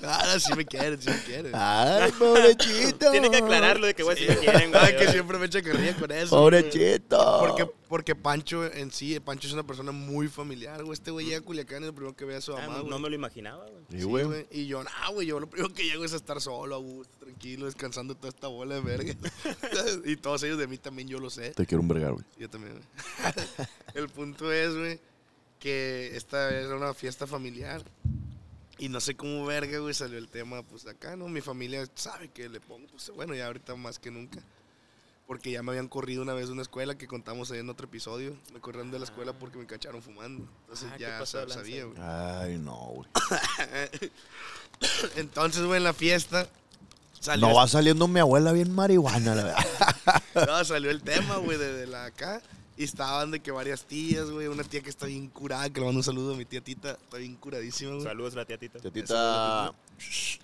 [SPEAKER 3] No, no, sí me quieren, sí me quieren.
[SPEAKER 2] Ay, pobrecito.
[SPEAKER 4] Tienen que aclararlo de que, güey, si lo quieren, güey.
[SPEAKER 3] Ay, que siempre me echa carrilla con eso. güey.
[SPEAKER 2] Pobrecito.
[SPEAKER 3] Porque, porque Pancho en sí, Pancho es una persona muy familiar, güey. Este güey llega a Culiacán y lo primero que ve a su
[SPEAKER 4] Ah,
[SPEAKER 3] mamá,
[SPEAKER 4] no,
[SPEAKER 3] güey.
[SPEAKER 4] no me lo imaginaba, güey.
[SPEAKER 2] Sí,
[SPEAKER 3] Sí,
[SPEAKER 2] güey.
[SPEAKER 3] güey. Y yo, nah, güey, yo lo primero que llego es a estar solo, a gusto, tranquilo, descansando toda esta bola de verga. y todos ellos de mí también, yo lo sé.
[SPEAKER 2] Te quiero un vergar, güey.
[SPEAKER 3] Yo también, güey. El punto es, güey, que esta era una fiesta familiar. Y no sé cómo verga, güey, salió el tema, pues acá, ¿no? Mi familia sabe que le pongo, pues bueno, ya ahorita más que nunca. Porque ya me habían corrido una vez de una escuela que contamos ahí en otro episodio. Me corrieron de la escuela porque me cacharon fumando. Entonces
[SPEAKER 4] Ah, ¿qué
[SPEAKER 3] ya
[SPEAKER 4] pasó de
[SPEAKER 3] sab-
[SPEAKER 4] lanza?
[SPEAKER 3] sabía, güey.
[SPEAKER 2] Ay, no, güey.
[SPEAKER 3] Entonces, güey, en la fiesta salió,
[SPEAKER 2] No va saliendo mi abuela bien marihuana, la verdad.
[SPEAKER 3] no, salió el tema, güey, de, de la acá. Y estaban de que varias tías, güey. Una tía que está bien curada, que le mando un saludo a mi tía Tita. Está bien curadísima, güey.
[SPEAKER 4] Saludos, la tía Tita.
[SPEAKER 2] Tetita.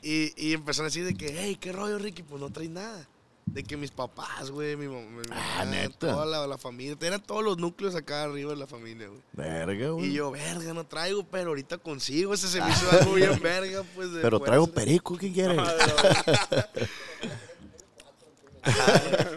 [SPEAKER 3] Y, y empezaron a decir de que, hey, qué rollo, Ricky, pues no traes nada. De que mis papás, güey, mi mamá, mi
[SPEAKER 2] Ah,
[SPEAKER 3] mamá,
[SPEAKER 2] ¿neta?
[SPEAKER 3] toda la, la familia. Eran todos los núcleos acá arriba de la familia, güey.
[SPEAKER 2] Verga, güey.
[SPEAKER 3] Y yo, verga, no traigo, pero ahorita consigo. Ese se me hizo algo bien verga, pues. de
[SPEAKER 2] Pero
[SPEAKER 3] poder
[SPEAKER 2] traigo
[SPEAKER 3] hacer-
[SPEAKER 2] perico, ¿qué
[SPEAKER 4] Ah,
[SPEAKER 2] quieres?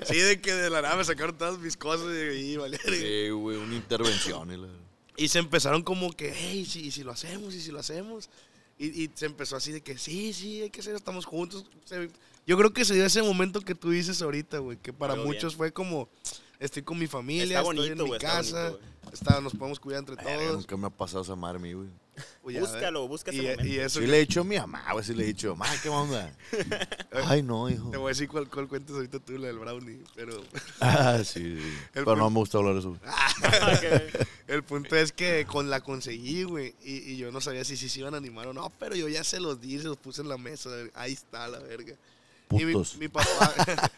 [SPEAKER 3] Sí, de que de la nada me sacaron todas mis cosas y, y vale.
[SPEAKER 2] Sí, güey, una intervención. y la-
[SPEAKER 3] Y se empezaron como que, hey, si, si lo hacemos, y si lo hacemos. Y, y se empezó así de que, sí, sí, hay que hacer, estamos juntos. Se- yo creo que se dio ese momento que tú dices ahorita, güey, que para
[SPEAKER 4] Algo bien.
[SPEAKER 3] muchos fue como, estoy con mi familia,
[SPEAKER 4] Está
[SPEAKER 3] estoy
[SPEAKER 4] bonito,
[SPEAKER 3] en mi
[SPEAKER 4] güey, está
[SPEAKER 3] casa,
[SPEAKER 4] bonito,
[SPEAKER 3] está- nos podemos cuidar entre
[SPEAKER 2] Verga,
[SPEAKER 3] todos.
[SPEAKER 2] Nunca me ha pasado esa madre, a mí, güey.
[SPEAKER 3] Oye, a ver.
[SPEAKER 4] Búscalo, busca ese
[SPEAKER 3] Y,
[SPEAKER 4] momento.
[SPEAKER 3] y eso,
[SPEAKER 2] Sí le he dicho a mi mamá, güey, sí le he dicho, mamá, ¿qué onda? Ay, no, hijo.
[SPEAKER 3] te voy a decir cuál, cuál cuentas ahorita tú, la del brownie, pero...
[SPEAKER 2] Ah, sí, sí. Pero no me gusta hablar de eso. güey.
[SPEAKER 3] El punto es que con la conseguí, güey. Y, y yo no sabía si sí se iban a animar o no, pero yo ya se los di, se los puse en la mesa. Ahí está, la verga. Y mi,
[SPEAKER 2] Putos.
[SPEAKER 3] mi papá,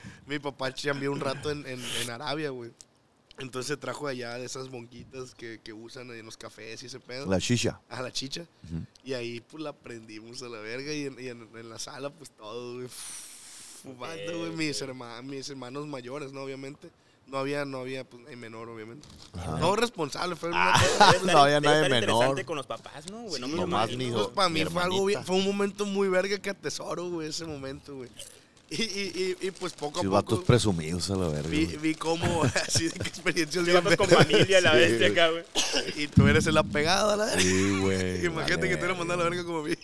[SPEAKER 3] mi papá chambeó un rato en, en- en Arabia, güey. Entonces se trajo de allá de esas bonquitas que, que usan en los cafés y ese pedo.
[SPEAKER 2] La shisha.
[SPEAKER 3] A la chicha. Y ahí pues la prendimos a la verga y en, y en- en la sala pues todo, güey. Fumando, güey. Mis, herma- mis hermanos mayores, ¿no? Obviamente. No había, no había, pues, el menor, obviamente. No responsable, fue
[SPEAKER 4] Ah,
[SPEAKER 3] una cosa-
[SPEAKER 4] Debe estar-
[SPEAKER 2] No había
[SPEAKER 4] debe
[SPEAKER 2] nadie
[SPEAKER 4] estar
[SPEAKER 2] menor.
[SPEAKER 4] interesante con los papás, ¿no, güey? No me lo
[SPEAKER 2] nomás
[SPEAKER 4] imagino.
[SPEAKER 2] ni
[SPEAKER 3] Pues
[SPEAKER 2] do-
[SPEAKER 3] para
[SPEAKER 2] mi
[SPEAKER 3] mí fue algo bien-
[SPEAKER 2] hermanita.
[SPEAKER 3] fue un momento muy verga que atesoro, güey, ese momento, güey. Y, y, y, y, pues poco
[SPEAKER 2] Sí,
[SPEAKER 3] a
[SPEAKER 2] vatos
[SPEAKER 3] poco
[SPEAKER 2] presumidos a la verga.
[SPEAKER 3] vi,
[SPEAKER 2] güey.
[SPEAKER 3] vi cómo así de que experiencias
[SPEAKER 4] Yo
[SPEAKER 3] bien
[SPEAKER 4] con
[SPEAKER 3] vergas.
[SPEAKER 4] familia, la
[SPEAKER 2] Sí,
[SPEAKER 4] bestia
[SPEAKER 2] güey.
[SPEAKER 4] acá, güey.
[SPEAKER 3] Y tú eres el apegado a la verga.
[SPEAKER 2] Sí, güey.
[SPEAKER 3] Imagínate que tú
[SPEAKER 2] vale,
[SPEAKER 3] lo mandas a la verga como a mí.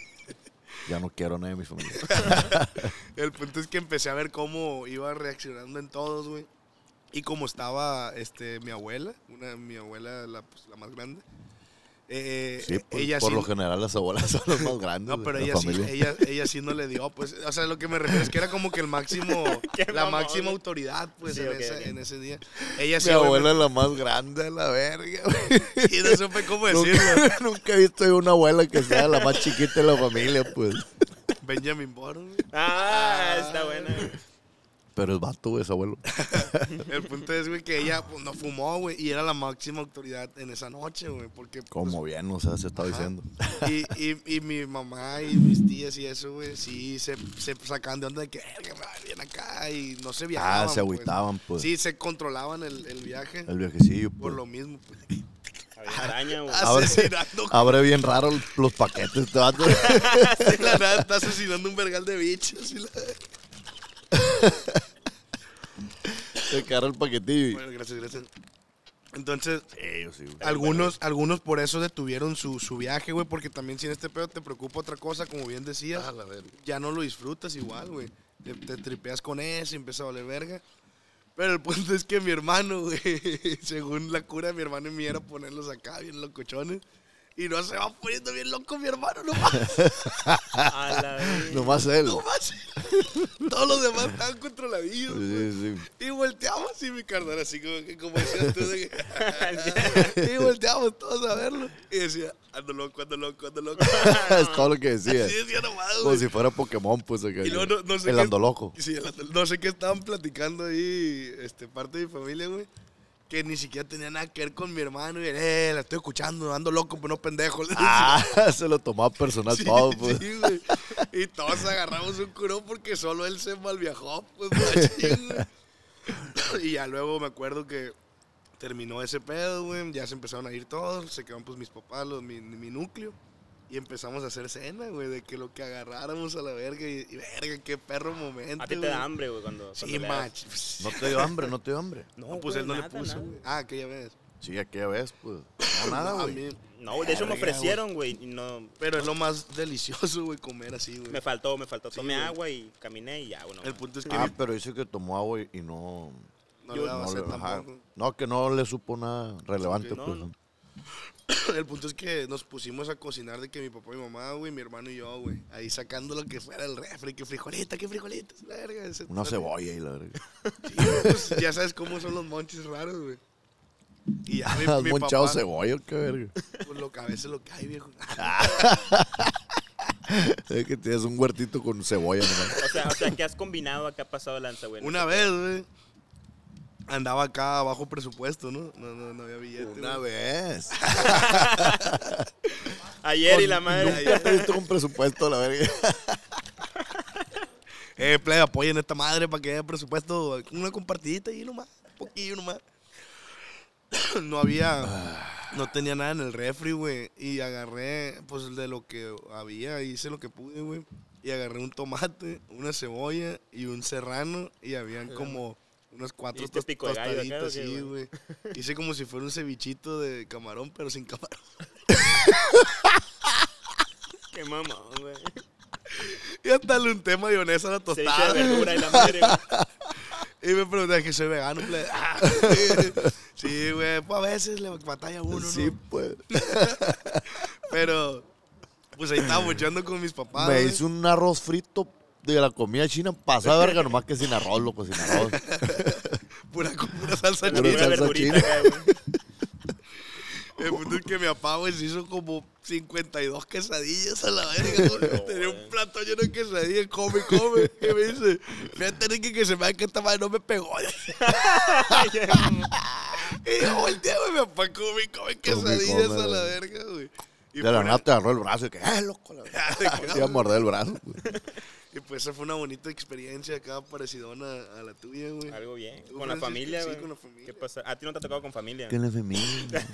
[SPEAKER 2] Ya no quiero a nadie de mi familia.
[SPEAKER 3] El punto es que empecé a ver cómo iba reaccionando en todos, güey. Y cómo estaba este, mi abuela, una, mi abuela, la, pues, la más grande. Eh,
[SPEAKER 2] Sí, por,
[SPEAKER 3] ella
[SPEAKER 2] por
[SPEAKER 3] sí-
[SPEAKER 2] lo general las abuelas son las más grandes.
[SPEAKER 3] No, pero
[SPEAKER 2] de la
[SPEAKER 3] ella sí,
[SPEAKER 2] familia.
[SPEAKER 3] ella, ella sí no le dio, pues, o sea, lo que me refiero es que era como que el máximo,
[SPEAKER 4] Qué
[SPEAKER 3] la
[SPEAKER 4] mamón.
[SPEAKER 3] máxima autoridad, pues,
[SPEAKER 4] Sí,
[SPEAKER 3] en,
[SPEAKER 4] ok,
[SPEAKER 3] ese,
[SPEAKER 4] ok.
[SPEAKER 3] en ese día. Ella sí,
[SPEAKER 2] Mi abuela
[SPEAKER 3] obviamente,
[SPEAKER 2] es la más grande de la verga, güey.
[SPEAKER 3] sí, no supe cómo
[SPEAKER 2] Pues
[SPEAKER 3] decirlo.
[SPEAKER 2] Nunca, nunca he visto yo una abuela que sea la más chiquita de la familia, pues.
[SPEAKER 3] Benjamin Button.
[SPEAKER 4] Ah, está buena. güey.
[SPEAKER 2] Pero es vato, güey, ese abuelo.
[SPEAKER 3] El punto es, güey, que ella pues, no fumó, güey, y era la máxima autoridad en esa noche, güey, porque... pues,
[SPEAKER 2] Como bien, o sea, se está diciendo.
[SPEAKER 3] y, y, y mi mamá y mis tías y eso, güey, sí se, se sacaban de onda de que, "Eh, que me va bien acá, y no se viajaban.
[SPEAKER 2] Ah, se agüitaban, pues.
[SPEAKER 3] Sí, se controlaban el, el viaje
[SPEAKER 2] El viajecillo,
[SPEAKER 3] por
[SPEAKER 2] pues.
[SPEAKER 3] lo mismo, pues.
[SPEAKER 4] Había araña, güey.
[SPEAKER 3] Ah,
[SPEAKER 2] Abre,
[SPEAKER 3] asesinando.
[SPEAKER 2] abre bien raro los paquetes, este vato.
[SPEAKER 3] De la nada está asesinando un vergal de bichos. y la-
[SPEAKER 2] Se agarra el paquetillo y
[SPEAKER 3] Bueno, gracias, gracias. Entonces,
[SPEAKER 2] Sí, yo sí, güey.
[SPEAKER 3] algunos, algunos por eso detuvieron su, su viaje, güey, porque también si en este pedo te preocupa otra cosa, como bien decías,
[SPEAKER 5] A Ah, la verga.
[SPEAKER 3] ya no lo disfrutas igual, güey. Te, te tripeas con eso y empieza a valer verga. Pero el punto es que mi hermano, güey, según la cura de mi hermano y mía era ponerlos acá, bien locochones. Y no se va poniendo bien loco mi hermano, nomás.
[SPEAKER 4] A la vez.
[SPEAKER 2] Nomás él.
[SPEAKER 3] nomás. Todos los demás estaban controladillos. güey.
[SPEAKER 2] Sí, sí.
[SPEAKER 3] Y volteamos y mi carnal así como, que- como decías tú. de que- y volteamos todos a verlo. Y decía, ando loco, ando loco, ando loco.
[SPEAKER 2] es todo lo que decía.
[SPEAKER 3] Así decía nomás,
[SPEAKER 2] Como
[SPEAKER 3] güey.
[SPEAKER 2] si fuera Pokémon, pues. acá.
[SPEAKER 3] Y luego no- no sé
[SPEAKER 2] el
[SPEAKER 3] qué-
[SPEAKER 2] andoloco.
[SPEAKER 3] Sí, el andol- no sé qué estaban platicando ahí, este, parte de mi familia, güey. Que ni siquiera tenía nada que ver con mi hermano. Y eh, la estoy escuchando, ando loco, pero no pendejo. le
[SPEAKER 2] Ah, se lo tomaba personal
[SPEAKER 3] decía.
[SPEAKER 2] todo, pues.
[SPEAKER 3] sí, güey. Y todos agarramos un curón porque solo él se malviajó, pues, machín, güey. Y ya luego me acuerdo que terminó ese pedo, güey. Ya se empezaron a ir todos. Se quedaron, pues, mis papás, los- mi, mi núcleo. Y empezamos a hacer cena, güey, de que lo que agarráramos a la verga. Y, y verga, qué perro momento.
[SPEAKER 4] A ti te
[SPEAKER 3] güey.
[SPEAKER 4] da hambre, güey, cuando.
[SPEAKER 3] Sí,
[SPEAKER 4] cuando le das.
[SPEAKER 3] match.
[SPEAKER 2] No te dio hambre, no te dio hambre.
[SPEAKER 3] No, pues él no
[SPEAKER 4] güey,
[SPEAKER 3] le
[SPEAKER 4] nada,
[SPEAKER 3] puso,
[SPEAKER 4] nada.
[SPEAKER 3] güey. Ah, aquella vez.
[SPEAKER 2] Sí, aquella vez, pues. No, nada,
[SPEAKER 3] No, a
[SPEAKER 2] güey.
[SPEAKER 3] mí-
[SPEAKER 4] No, güey, de hecho me
[SPEAKER 3] Verga,
[SPEAKER 4] ofrecieron, güey. y No,
[SPEAKER 3] Pero es lo más delicioso, güey, comer así,
[SPEAKER 4] me
[SPEAKER 3] güey.
[SPEAKER 4] faltó, me faltó.
[SPEAKER 3] Sí,
[SPEAKER 4] Tomé
[SPEAKER 3] güey.
[SPEAKER 4] agua y caminé y ya, bueno.
[SPEAKER 3] El punto es que
[SPEAKER 2] Ah, pero dice que tomó agua y no.
[SPEAKER 3] no le daba
[SPEAKER 2] no
[SPEAKER 3] sed
[SPEAKER 2] le- ajá.
[SPEAKER 3] tampoco.
[SPEAKER 2] No, que no le supo nada relevante,
[SPEAKER 4] Ok, no,
[SPEAKER 2] pues.
[SPEAKER 4] no.
[SPEAKER 3] El punto es que nos pusimos a cocinar de que mi papá y mi mamá, güey, mi hermano y yo, güey. Ahí sacando lo que fuera del refri, que frijolita, que frijolita, la verga. ese-
[SPEAKER 2] Una cebolla y la verga.
[SPEAKER 3] Sí, güey, pues, ya sabes cómo son los monches raros, güey. Y ya mi,
[SPEAKER 2] ¿Has
[SPEAKER 3] mi
[SPEAKER 2] monchado
[SPEAKER 3] papá,
[SPEAKER 2] cebolla? Qué verga.
[SPEAKER 3] pues, lo que a veces lo que hay, viejo.
[SPEAKER 2] Es que tienes un huertito con cebolla nomás.
[SPEAKER 4] O sea, o sea, que has combinado acá pasado de lanza, güey.
[SPEAKER 3] Una vez, güey, andaba acá bajo presupuesto, ¿no? No, no, no había billete.
[SPEAKER 2] Una
[SPEAKER 3] güey.
[SPEAKER 2] vez.
[SPEAKER 4] Ayer y la madre.
[SPEAKER 2] Nunca pediste un presupuesto a la verga.
[SPEAKER 3] Eh, plebe, apoyen esta madre para que haya presupuesto. Una compartidita y nomás. Un poquillo nomás. No había. No tenía nada en el refri, güey. Y agarré, pues, de lo que había. Hice lo que pude, güey. Y agarré un tomate, una cebolla y un serrano. Y habían como unas cuatro
[SPEAKER 4] ¿Hiciste
[SPEAKER 3] tos-
[SPEAKER 4] pico de gallo acá,
[SPEAKER 3] tostaditas,
[SPEAKER 4] o qué,
[SPEAKER 3] sí,
[SPEAKER 4] güey?
[SPEAKER 3] güey. Hice como si fuera un cevichito de camarón, pero sin camarón.
[SPEAKER 4] Qué mamón, güey.
[SPEAKER 3] Y hasta le unté mayonesa a la
[SPEAKER 4] Se dice
[SPEAKER 3] tostada.
[SPEAKER 4] de verdura y la madre, güey.
[SPEAKER 3] Y me preguntan que soy vegano. ple- Ah, sí, güey. Pues a veces le batalla uno,
[SPEAKER 2] Sí,
[SPEAKER 3] ¿no?
[SPEAKER 2] pues.
[SPEAKER 3] Pero, pues ahí estaba bochando con mis papás.
[SPEAKER 2] Me
[SPEAKER 3] güey.
[SPEAKER 2] hice un arroz frito de la comida china. Pasada verga, nomás que sin arroz, loco, sin arroz.
[SPEAKER 3] Pura, con pura salsa
[SPEAKER 4] Una
[SPEAKER 2] Pura
[SPEAKER 3] china.
[SPEAKER 4] pura
[SPEAKER 2] salsa
[SPEAKER 4] verdurita
[SPEAKER 2] china.
[SPEAKER 4] acá, güey.
[SPEAKER 3] El punto es que mi papá, güey, se hizo como 52 quesadillas a la verga, güey. Tenía un plato lleno de quesadillas, come, come. Y me dice, fíjate, Ricky, que se me da que esta madre no me pegó. y yo volteé, güey, mi papá come, come quesadillas
[SPEAKER 2] come,
[SPEAKER 3] a la
[SPEAKER 2] güey.
[SPEAKER 3] verga, güey. Y
[SPEAKER 2] De la
[SPEAKER 3] pura-
[SPEAKER 2] nada te agarró el brazo y que, ¡eh, loco! La verga. Te iba a morder el brazo. pues.
[SPEAKER 3] Y pues esa fue una bonita experiencia acá parecidona a la tuya, güey.
[SPEAKER 4] Algo bien.
[SPEAKER 3] Tú,
[SPEAKER 4] Con la
[SPEAKER 3] Francisco,
[SPEAKER 4] familia,
[SPEAKER 3] sí,
[SPEAKER 4] güey.
[SPEAKER 3] con la familia.
[SPEAKER 4] ¿Qué pasa? A ti no te ha tocado con familia.
[SPEAKER 2] Que la familia.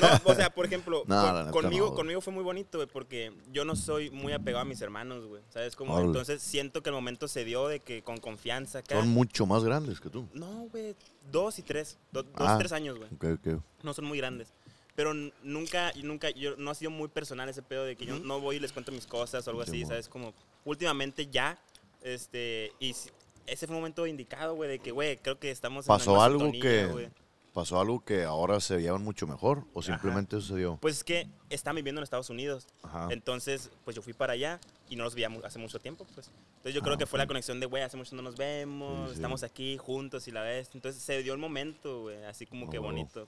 [SPEAKER 4] No, o sea, por ejemplo,
[SPEAKER 2] No,
[SPEAKER 4] con-
[SPEAKER 2] la neta
[SPEAKER 4] conmigo,
[SPEAKER 2] no, güey.
[SPEAKER 4] conmigo fue muy bonito, güey, porque yo no soy muy apegado a mis hermanos, güey. ¿Sabes cómo?
[SPEAKER 2] Órale.
[SPEAKER 4] Entonces siento que el momento se dio de que con confianza acá.
[SPEAKER 2] Son mucho más grandes que tú.
[SPEAKER 4] No, güey, dos y tres. do- dos
[SPEAKER 2] Ah.
[SPEAKER 4] y tres años, güey.
[SPEAKER 2] Ok, ok.
[SPEAKER 4] No son muy grandes. Pero n- nunca, y nunca, yo no ha sido muy personal ese pedo de que yo no voy y les cuento mis cosas o algo así,
[SPEAKER 2] Simón.
[SPEAKER 4] ¿sabes? Como últimamente ya, este, y si- ese fue un momento indicado, güey, de que, güey, creo que estamos en la
[SPEAKER 2] ¿Pasó
[SPEAKER 4] misma
[SPEAKER 2] algo
[SPEAKER 4] sintonía,
[SPEAKER 2] que
[SPEAKER 4] güey.
[SPEAKER 2] pasó algo que ahora se llevan mucho mejor o simplemente eso se dio?
[SPEAKER 4] Pues es que están viviendo en Estados Unidos.
[SPEAKER 2] Ajá.
[SPEAKER 4] Entonces, pues yo fui para allá y no los veía mu- hace mucho tiempo, pues. Entonces yo creo
[SPEAKER 2] Ah,
[SPEAKER 4] que fue la conexión de, güey, hace mucho no nos vemos,
[SPEAKER 2] Sí, sí.
[SPEAKER 4] estamos aquí juntos y la ves. Entonces se dio el momento, güey, así como
[SPEAKER 2] Ah,
[SPEAKER 4] que
[SPEAKER 2] huevo.
[SPEAKER 4] bonito.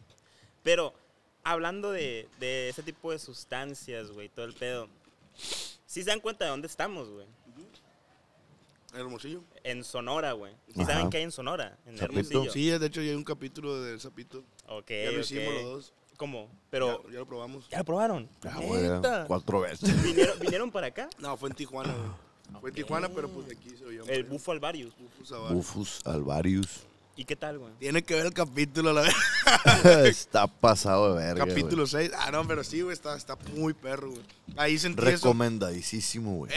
[SPEAKER 4] Pero hablando de, de ese tipo de sustancias, güey, todo el pedo, sí se dan cuenta de dónde estamos, güey.
[SPEAKER 3] Hermosillo.
[SPEAKER 4] En Sonora, güey. ¿Sí
[SPEAKER 2] Ajá.
[SPEAKER 4] saben qué hay en Sonora? En
[SPEAKER 2] Zapito.
[SPEAKER 4] Hermosillo.
[SPEAKER 3] Sí, de hecho ya hay un capítulo del Zapito.
[SPEAKER 4] Ok,
[SPEAKER 3] ya lo
[SPEAKER 4] ok.
[SPEAKER 3] hicimos los dos.
[SPEAKER 4] ¿Cómo? Pero,
[SPEAKER 3] ya, ya lo probamos.
[SPEAKER 4] ¿ya lo probaron?
[SPEAKER 2] Ah, güey,
[SPEAKER 4] ¿Neta?
[SPEAKER 2] cuatro veces.
[SPEAKER 4] ¿Vinieron, vinieron para acá?
[SPEAKER 3] No, fue en Tijuana, güey. Fue en Tijuana, pero pues de aquí se oyó.
[SPEAKER 4] El Bufo Alvarius.
[SPEAKER 3] Bufo Zavala.
[SPEAKER 2] Bufus Alvarius.
[SPEAKER 4] ¿Y qué tal, güey?
[SPEAKER 3] Tiene que ver el capítulo, la verdad.
[SPEAKER 2] Está pasado de verga. güey.
[SPEAKER 3] capítulo 6. Ah, no, pero sí, güey, está, está muy perro, güey. Ahí sentí eso.
[SPEAKER 2] Recomendadísimo, güey.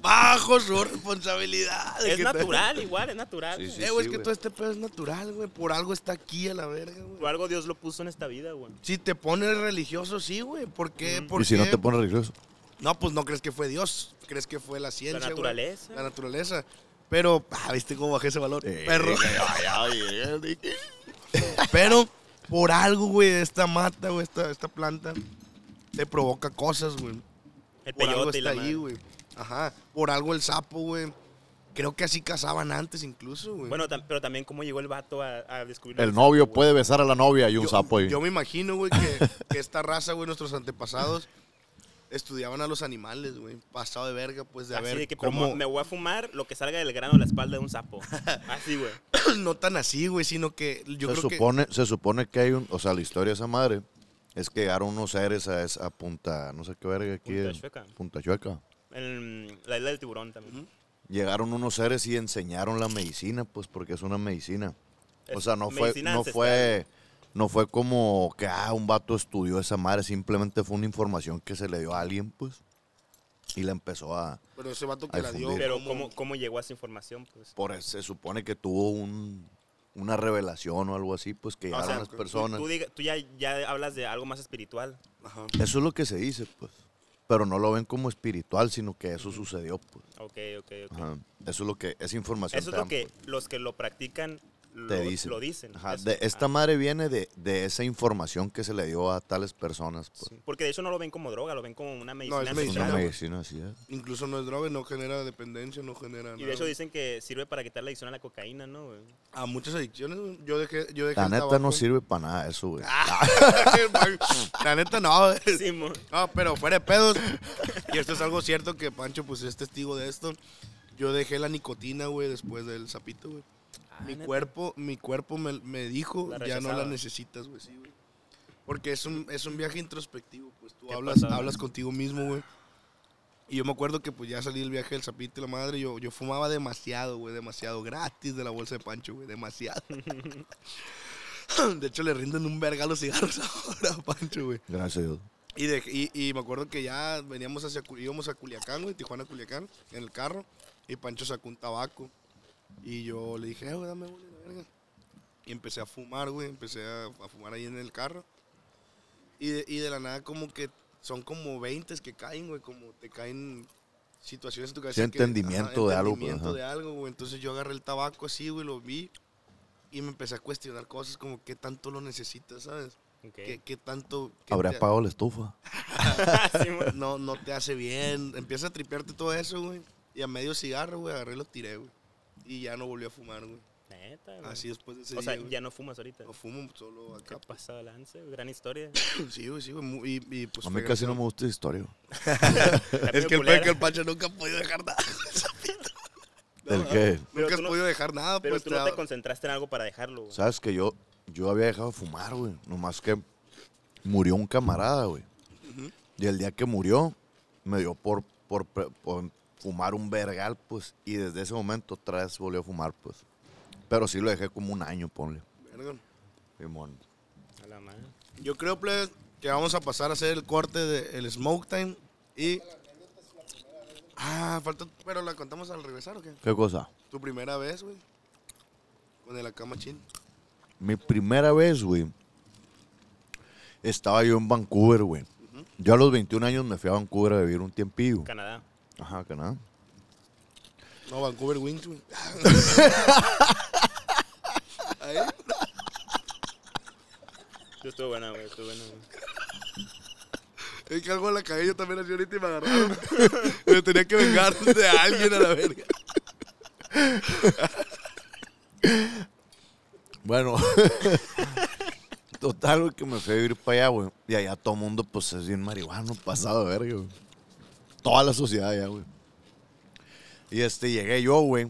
[SPEAKER 3] bajo su responsabilidad.
[SPEAKER 4] Es
[SPEAKER 3] Que-
[SPEAKER 4] natural, igual, es natural.
[SPEAKER 2] Sí,
[SPEAKER 4] güey.
[SPEAKER 2] sí.
[SPEAKER 3] Eh, güey, es que
[SPEAKER 2] güey.
[SPEAKER 3] todo este pedo es natural, güey. Por algo está aquí a la verga,
[SPEAKER 4] Por
[SPEAKER 3] güey.
[SPEAKER 4] algo Dios lo puso en esta vida, güey.
[SPEAKER 3] Si te pones religioso, sí, güey. ¿Por qué? ¿Por
[SPEAKER 2] Y si
[SPEAKER 3] qué?
[SPEAKER 2] no te pones religioso.
[SPEAKER 3] No, pues no crees que fue Dios. Crees que fue la ciencia, güey.
[SPEAKER 4] naturaleza.
[SPEAKER 3] La naturaleza. Pero, ah, ¿viste cómo bajé ese valor?
[SPEAKER 2] Eh,
[SPEAKER 3] Perro.
[SPEAKER 2] ay, ay, ay, ay.
[SPEAKER 3] Pero por algo, güey, esta mata, güey, esta, esta planta te provoca cosas, güey.
[SPEAKER 4] El
[SPEAKER 3] Por algo
[SPEAKER 4] peyote y
[SPEAKER 3] está
[SPEAKER 4] la
[SPEAKER 3] ahí,
[SPEAKER 4] madre.
[SPEAKER 3] güey. Ajá. Por algo el sapo, güey. Creo que así cazaban antes incluso, güey.
[SPEAKER 4] Bueno, tam- pero también cómo llegó el vato a, a descubrir...
[SPEAKER 2] El
[SPEAKER 4] los-
[SPEAKER 2] novio puede besar a la novia y un sapo ahí.
[SPEAKER 3] Yo me imagino, güey, que, que esta raza, güey, nuestros antepasados estudiaban a los animales, güey. Pasado de verga, pues, de a
[SPEAKER 4] Así
[SPEAKER 3] ver
[SPEAKER 4] de que como
[SPEAKER 3] cómo...
[SPEAKER 4] me voy a fumar lo que salga del grano de la espalda de un sapo. Así, güey.
[SPEAKER 3] pues, no tan así, güey, sino que yo
[SPEAKER 2] se
[SPEAKER 3] creo
[SPEAKER 2] supone, se supone que hay un, o sea, la historia de esa madre es que llegaron unos seres a esa a punta, no sé qué verga aquí.
[SPEAKER 4] Punta
[SPEAKER 2] en-
[SPEAKER 4] Chueca.
[SPEAKER 2] Punta Chueca.
[SPEAKER 4] En la isla del tiburón también.
[SPEAKER 2] Llegaron unos seres y enseñaron la medicina, pues, porque es una medicina. O
[SPEAKER 4] Es
[SPEAKER 2] sea, no fue,
[SPEAKER 4] medicina
[SPEAKER 2] no
[SPEAKER 4] ancestral.
[SPEAKER 2] fue, no fue como que ah, un vato estudió esa madre, simplemente fue una información que se le dio a alguien, pues, y la empezó a.
[SPEAKER 3] que... Pero ese vato que
[SPEAKER 2] Ay,
[SPEAKER 3] la dio...
[SPEAKER 2] fundí.
[SPEAKER 4] Pero ¿cómo, cómo llegó a esa información, pues.
[SPEAKER 2] Por eso se supone que tuvo un, una revelación o algo así, pues que
[SPEAKER 4] O
[SPEAKER 2] llegaron
[SPEAKER 4] sea,
[SPEAKER 2] las
[SPEAKER 4] tú-
[SPEAKER 2] personas.
[SPEAKER 4] Tú, diga- tú ya, ya hablas de algo más espiritual.
[SPEAKER 3] Ajá.
[SPEAKER 2] Eso es lo que se dice, pues. Pero no lo ven como espiritual, sino que eso sucedió, pues.
[SPEAKER 4] Ok, ok, ok.
[SPEAKER 2] Ajá. Eso es lo que, esa información
[SPEAKER 4] Eso
[SPEAKER 2] te
[SPEAKER 4] es lo
[SPEAKER 2] dan,
[SPEAKER 4] que los que lo practican lo
[SPEAKER 2] te
[SPEAKER 4] lo
[SPEAKER 2] dicen.
[SPEAKER 4] dicen.
[SPEAKER 2] Ajá,
[SPEAKER 4] Eso.
[SPEAKER 2] de- esta
[SPEAKER 4] Ah,
[SPEAKER 2] madre viene de, de esa información que se le dio a tales personas, pues.
[SPEAKER 4] sí. Porque de hecho no lo ven como droga, lo ven como una medicina.
[SPEAKER 3] es
[SPEAKER 2] Es
[SPEAKER 4] ancestral.
[SPEAKER 2] una
[SPEAKER 3] medicina.
[SPEAKER 2] medicina, así es.
[SPEAKER 3] Incluso no es droga, no genera dependencia, no genera nada.
[SPEAKER 4] Y de hecho
[SPEAKER 3] güey.
[SPEAKER 4] dicen que sirve para quitar la adicción a la cocaína, ¿no? güey?
[SPEAKER 3] A muchas adicciones, güey. Yo dejé, yo dejé
[SPEAKER 2] La
[SPEAKER 3] el
[SPEAKER 2] neta
[SPEAKER 3] tabaco.
[SPEAKER 2] no sirve para nada eso, güey.
[SPEAKER 4] Ah.
[SPEAKER 3] Ah, La neta no. güey.
[SPEAKER 4] Sí, mo.
[SPEAKER 3] No, pero fuera de pedos. Y esto es algo cierto que Pancho pues es testigo de esto. Yo dejé la nicotina, güey, después del sapito, güey. mi
[SPEAKER 4] Ah, neta.
[SPEAKER 3] cuerpo, mi cuerpo me, me dijo,
[SPEAKER 4] La
[SPEAKER 3] ya no la
[SPEAKER 4] rechazaba.
[SPEAKER 3] necesitas, güey, sí, güey. Porque es un, es un viaje introspectivo, pues tú
[SPEAKER 4] ¿Qué
[SPEAKER 3] hablas,
[SPEAKER 4] pasaba?
[SPEAKER 3] hablas contigo mismo, güey. Y yo me acuerdo que pues ya salí del viaje del sapito y la madre, yo, yo fumaba demasiado, güey, demasiado, gratis de la bolsa de Pancho, güey, demasiado. de hecho le rinden un verga a los cigarros ahora a Pancho, güey.
[SPEAKER 2] Gracias a Dios.
[SPEAKER 3] Y, de- y, y me acuerdo que ya veníamos hacia, Cu- íbamos a Culiacán, güey, Tijuana, Culiacán, en el carro. Y Pancho sacó un tabaco. Y yo le dije, eh, güey, dame una la verga. Y empecé a fumar, güey, empecé a, a fumar ahí en el carro. Y de, y de la nada como que son como 20 que caen, güey, como te caen situaciones en tu cabeza.
[SPEAKER 2] Sí,
[SPEAKER 3] que-
[SPEAKER 2] entendimiento de algo, pues,
[SPEAKER 3] entendimiento
[SPEAKER 2] ajá.
[SPEAKER 3] de algo, güey. Entonces yo agarré el tabaco así, güey, lo vi. Y me empecé a cuestionar cosas como qué tanto lo necesitas, ¿sabes?
[SPEAKER 4] Ok.
[SPEAKER 3] ¿Qué, qué tanto... qué
[SPEAKER 2] Habría
[SPEAKER 3] te-
[SPEAKER 2] apagado la estufa.
[SPEAKER 4] Sí, mo.
[SPEAKER 3] no, no te hace bien. Empieza a tripearte todo eso, güey. Y a medio cigarro, güey, agarré y lo tiré, güey. Y ya no volví a fumar, güey.
[SPEAKER 4] Neta, güey.
[SPEAKER 3] Así después de ese
[SPEAKER 4] Ah, O
[SPEAKER 3] día,
[SPEAKER 4] sea,
[SPEAKER 3] güey.
[SPEAKER 4] ya no fumas ahorita.
[SPEAKER 3] No fumo solo acá.
[SPEAKER 4] ¿Qué
[SPEAKER 3] pues.
[SPEAKER 4] pasado de lance? güey. Gran historia.
[SPEAKER 3] Sí, güey, sí, güey. mu- Y, y, pues.
[SPEAKER 2] A mí
[SPEAKER 3] fue
[SPEAKER 2] casi no
[SPEAKER 3] gracioso.
[SPEAKER 2] me gusta esa historia. güey.
[SPEAKER 3] Es que el
[SPEAKER 4] Culera.
[SPEAKER 3] peor que el Pancho nunca ha podido dejar nada.
[SPEAKER 2] ¿El qué?
[SPEAKER 4] Pero
[SPEAKER 3] nunca has
[SPEAKER 4] tú no-
[SPEAKER 3] podido dejar nada,
[SPEAKER 4] Pero
[SPEAKER 3] pues.
[SPEAKER 4] tú no te
[SPEAKER 3] da-
[SPEAKER 4] concentraste en algo para dejarlo, güey.
[SPEAKER 2] Sabes que yo, yo había dejado de fumar, güey. Nomás que murió un camarada, güey. Y el día que murió, me dio por, por, pre- por fumar un vergal, pues. Y desde ese momento otra vez volví a fumar, pues. Pero sí lo dejé como un año, ponle.
[SPEAKER 3] Verga.
[SPEAKER 2] Simón.
[SPEAKER 4] A la madre.
[SPEAKER 3] Yo creo, plebes, que vamos a pasar a hacer el corte del Smoke Time. Y. Ah, falta. Pero la contamos al regresar, ¿o qué?
[SPEAKER 2] ¿Qué cosa?
[SPEAKER 3] Tu primera vez, güey. Con el Akama Chin.
[SPEAKER 2] Mi primera vez, güey. Estaba yo en Vancouver, güey. Yo a los 21 años me fui a Vancouver a vivir un tiempillo.
[SPEAKER 4] Canadá.
[SPEAKER 2] Ajá, Canadá.
[SPEAKER 3] No, Vancouver Wings, güey. Ahí.
[SPEAKER 4] Yo estuve buena, güey. Estuve buena, güey.
[SPEAKER 3] Es que algo en la cabello también así ahorita y me agarraron. me tenía que vengar de alguien a la verga.
[SPEAKER 2] Bueno, total, güey, que me fui a vivir para allá, güey. Y allá todo mundo, pues, es bien marihuano, pasado de verga, güey. Toda la sociedad allá, güey. Y este, llegué yo, güey.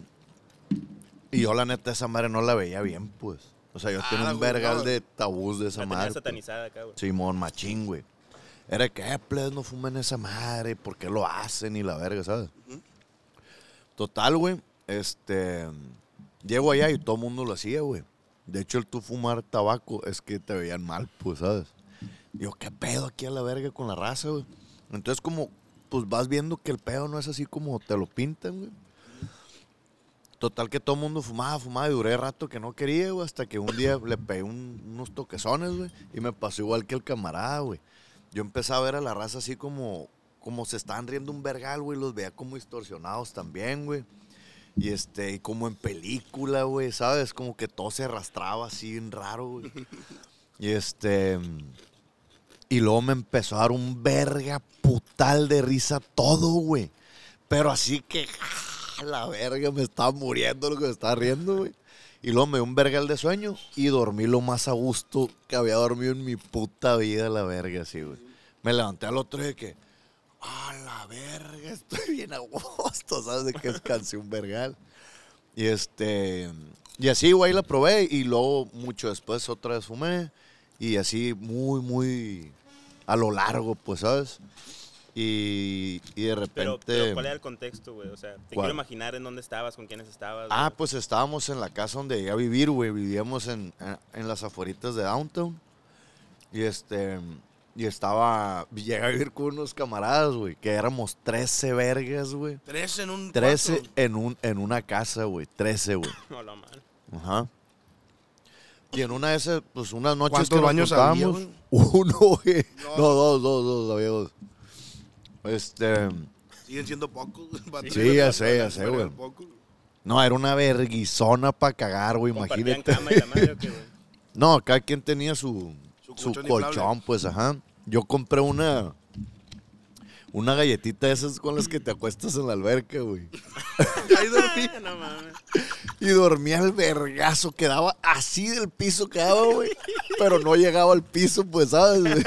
[SPEAKER 2] Y yo, la neta, esa madre no la veía bien, pues. O sea, yo
[SPEAKER 3] Ah,
[SPEAKER 2] tenía un
[SPEAKER 3] güey,
[SPEAKER 2] vergal
[SPEAKER 3] no.
[SPEAKER 2] de tabús de esa
[SPEAKER 4] La
[SPEAKER 2] madre.
[SPEAKER 4] tenía
[SPEAKER 2] pues.
[SPEAKER 4] satanizada acá, güey.
[SPEAKER 2] Simón, machín, güey. Era que, eh, plebes, no fumen esa madre, ¿por qué lo hacen? Y la verga, ¿sabes? Total, güey, este... Llego allá y todo el mundo lo hacía, güey. De hecho, el tú fumar tabaco es que te veían mal, pues, ¿sabes? Yo, ¿qué pedo aquí a la verga con la raza, güey? Entonces, como pues vas viendo que el pedo no es así como te lo pintan, güey. Total que todo el mundo fumaba, fumaba y duré rato que no quería, güey, hasta que un día le pegué un- unos toquezones, güey, y me pasó igual que el camarada, güey. Yo empecé a ver a la raza así como, como se estaban riendo un vergal, güey, los veía como distorsionados también, güey. Y este, y como en película, güey, ¿sabes? Como que todo se arrastraba así en raro, güey. Y este. Y luego me empezó a dar un verga putal de risa todo, güey. Pero así que. ¡ah! la verga, me estaba muriendo lo que me estaba riendo, güey. Y luego me dio un vergal de sueño y dormí lo más a gusto que había dormido en mi puta vida, la verga, así, güey. Me levanté al otro día de que. ¡Ah, la verga! Estoy bien a gusto, ¿sabes? De que descansé un vergal. Y este. Y así, güey, la probé. Y luego, mucho después, otra vez fumé. Y así, muy, muy. A lo largo, pues, ¿sabes? Y, y de repente.
[SPEAKER 4] Pero, pero ¿cuál era el contexto, güey? O sea, te
[SPEAKER 2] ¿Cuál?
[SPEAKER 4] quiero imaginar en dónde estabas, con quiénes estabas.
[SPEAKER 2] Ah,
[SPEAKER 4] güey.
[SPEAKER 2] pues estábamos en la casa donde llegué a vivir, güey. Vivíamos en, en- en las afueritas de Downtown. Y este. Y estaba. Llegué a vivir con unos camaradas, güey. Que éramos 13 vergas, güey.
[SPEAKER 3] Tres en un.
[SPEAKER 2] 13
[SPEAKER 3] cuarto.
[SPEAKER 2] en, un, en una casa, güey. 13, güey.
[SPEAKER 3] pues,
[SPEAKER 4] No, lo mal.
[SPEAKER 2] Ajá. Y en una de esas, pues unas noches
[SPEAKER 3] ¿Cuántos
[SPEAKER 2] que nos
[SPEAKER 3] baños había,
[SPEAKER 2] juntábamos- Uno, güey. No, dos, dos, dos, había dos. Este.
[SPEAKER 3] Siguen siendo pocos. güey, para
[SPEAKER 4] Sí,
[SPEAKER 3] tres,
[SPEAKER 2] ya
[SPEAKER 3] para
[SPEAKER 2] sé,
[SPEAKER 3] tres,
[SPEAKER 2] ya sé,
[SPEAKER 3] para
[SPEAKER 2] güey.
[SPEAKER 3] tres, pocos.
[SPEAKER 2] No, era una verguizona para cagar, güey,
[SPEAKER 4] Compartían
[SPEAKER 2] imagínate.
[SPEAKER 4] cama y la madre, ¿o qué, güey?
[SPEAKER 2] No, cada quien tenía su,
[SPEAKER 3] Su
[SPEAKER 2] su
[SPEAKER 3] colchón inflable.
[SPEAKER 2] colchón, pues, ajá. Yo compré una. Una galletita de esas con las que te acuestas en la alberca, güey.
[SPEAKER 3] Ahí dormí.
[SPEAKER 4] Ah, no mames.
[SPEAKER 2] Y dormía al vergazo, quedaba así del piso, quedaba, güey. Pero no llegaba al piso, pues, ¿sabes? güey?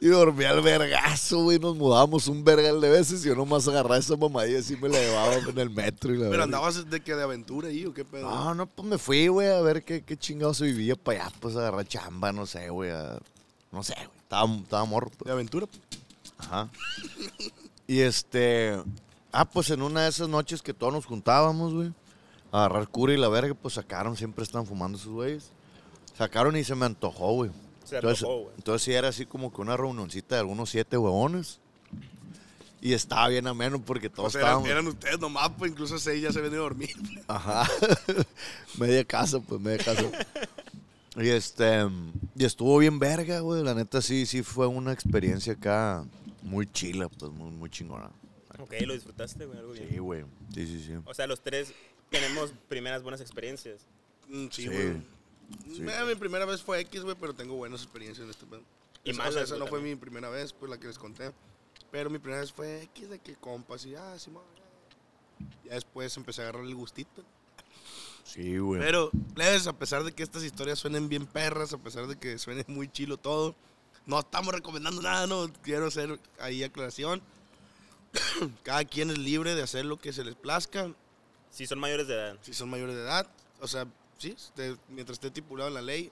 [SPEAKER 2] Y dormía al vergazo, güey. Nos mudábamos un vergal de veces y yo nomás agarraba esa mamadilla y así me la llevaba en el metro y la
[SPEAKER 3] Pero
[SPEAKER 2] verga.
[SPEAKER 3] andabas de que de aventura ahí o qué pedo.
[SPEAKER 2] No, no, pues me fui, güey, a ver qué, qué chingado se vivía para allá, pues agarrar chamba, no sé, güey. a- No sé, güey. Estaba, estaba morro, pues.
[SPEAKER 3] De aventura.
[SPEAKER 2] Ajá. Y este. Ah, pues en una de esas noches que todos nos juntábamos, güey. A agarrar cura y la verga, pues sacaron, siempre están fumando sus güeyes. Sacaron y se me antojó, güey.
[SPEAKER 4] Se
[SPEAKER 2] entonces,
[SPEAKER 4] antojó, güey.
[SPEAKER 2] entonces sí era así como que una reunioncita de algunos siete huevones. Y estaba bien ameno porque todos
[SPEAKER 3] O sea, eran,
[SPEAKER 2] estábamos.
[SPEAKER 3] eran ustedes nomás, pues incluso seis ya se ven a dormir.
[SPEAKER 2] Ajá. media casa, pues, media casa. Y este. Y estuvo bien verga, güey. La neta sí, sí fue una experiencia acá muy chila, pues, muy, muy chingona.
[SPEAKER 4] Ok, lo disfrutaste, güey, algo bien.
[SPEAKER 2] Sí, güey. Sí, sí, sí.
[SPEAKER 4] O sea, los tres tenemos primeras buenas experiencias.
[SPEAKER 3] Mm, Sí,
[SPEAKER 2] Sí.
[SPEAKER 3] güey.
[SPEAKER 2] Sí.
[SPEAKER 3] Eh, mi primera vez fue X, güey, pero tengo buenas experiencias en este pedo.
[SPEAKER 4] Y
[SPEAKER 3] Esa- o sea,
[SPEAKER 4] malas,
[SPEAKER 3] esa
[SPEAKER 4] güey,
[SPEAKER 3] no fue mi
[SPEAKER 4] también.
[SPEAKER 3] primera vez, pues la que les conté. Pero mi primera vez fue X de que compas y ah, sí, Ya después empecé a agarrar el gustito.
[SPEAKER 2] Sí, güey.
[SPEAKER 3] Pero, leves, a pesar de que estas historias suenen bien perras, a pesar de que suene muy chilo todo, no estamos recomendando nada, no. Quiero hacer ahí aclaración. Cada quien es libre de hacer lo que se les plazca.
[SPEAKER 4] Si son mayores de edad.
[SPEAKER 3] Si son mayores de edad, o sea, sí, este, mientras esté estipulado en la ley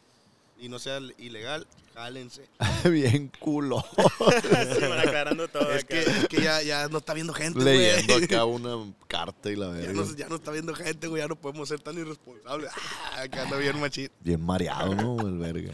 [SPEAKER 3] y no sea ilegal, jálense.
[SPEAKER 4] Ah,
[SPEAKER 2] bien culo.
[SPEAKER 4] Sí, van aclarando todo.
[SPEAKER 3] Es que, es que ya, ya no está viendo gente, güey.
[SPEAKER 2] Leyendo acá una carta y la
[SPEAKER 3] Ya
[SPEAKER 2] verga.
[SPEAKER 3] no, ya no está viendo gente, güey. Ya no podemos ser tan irresponsables. Ah, que anda bien machín.
[SPEAKER 2] Bien mareado, ¿no? El verga.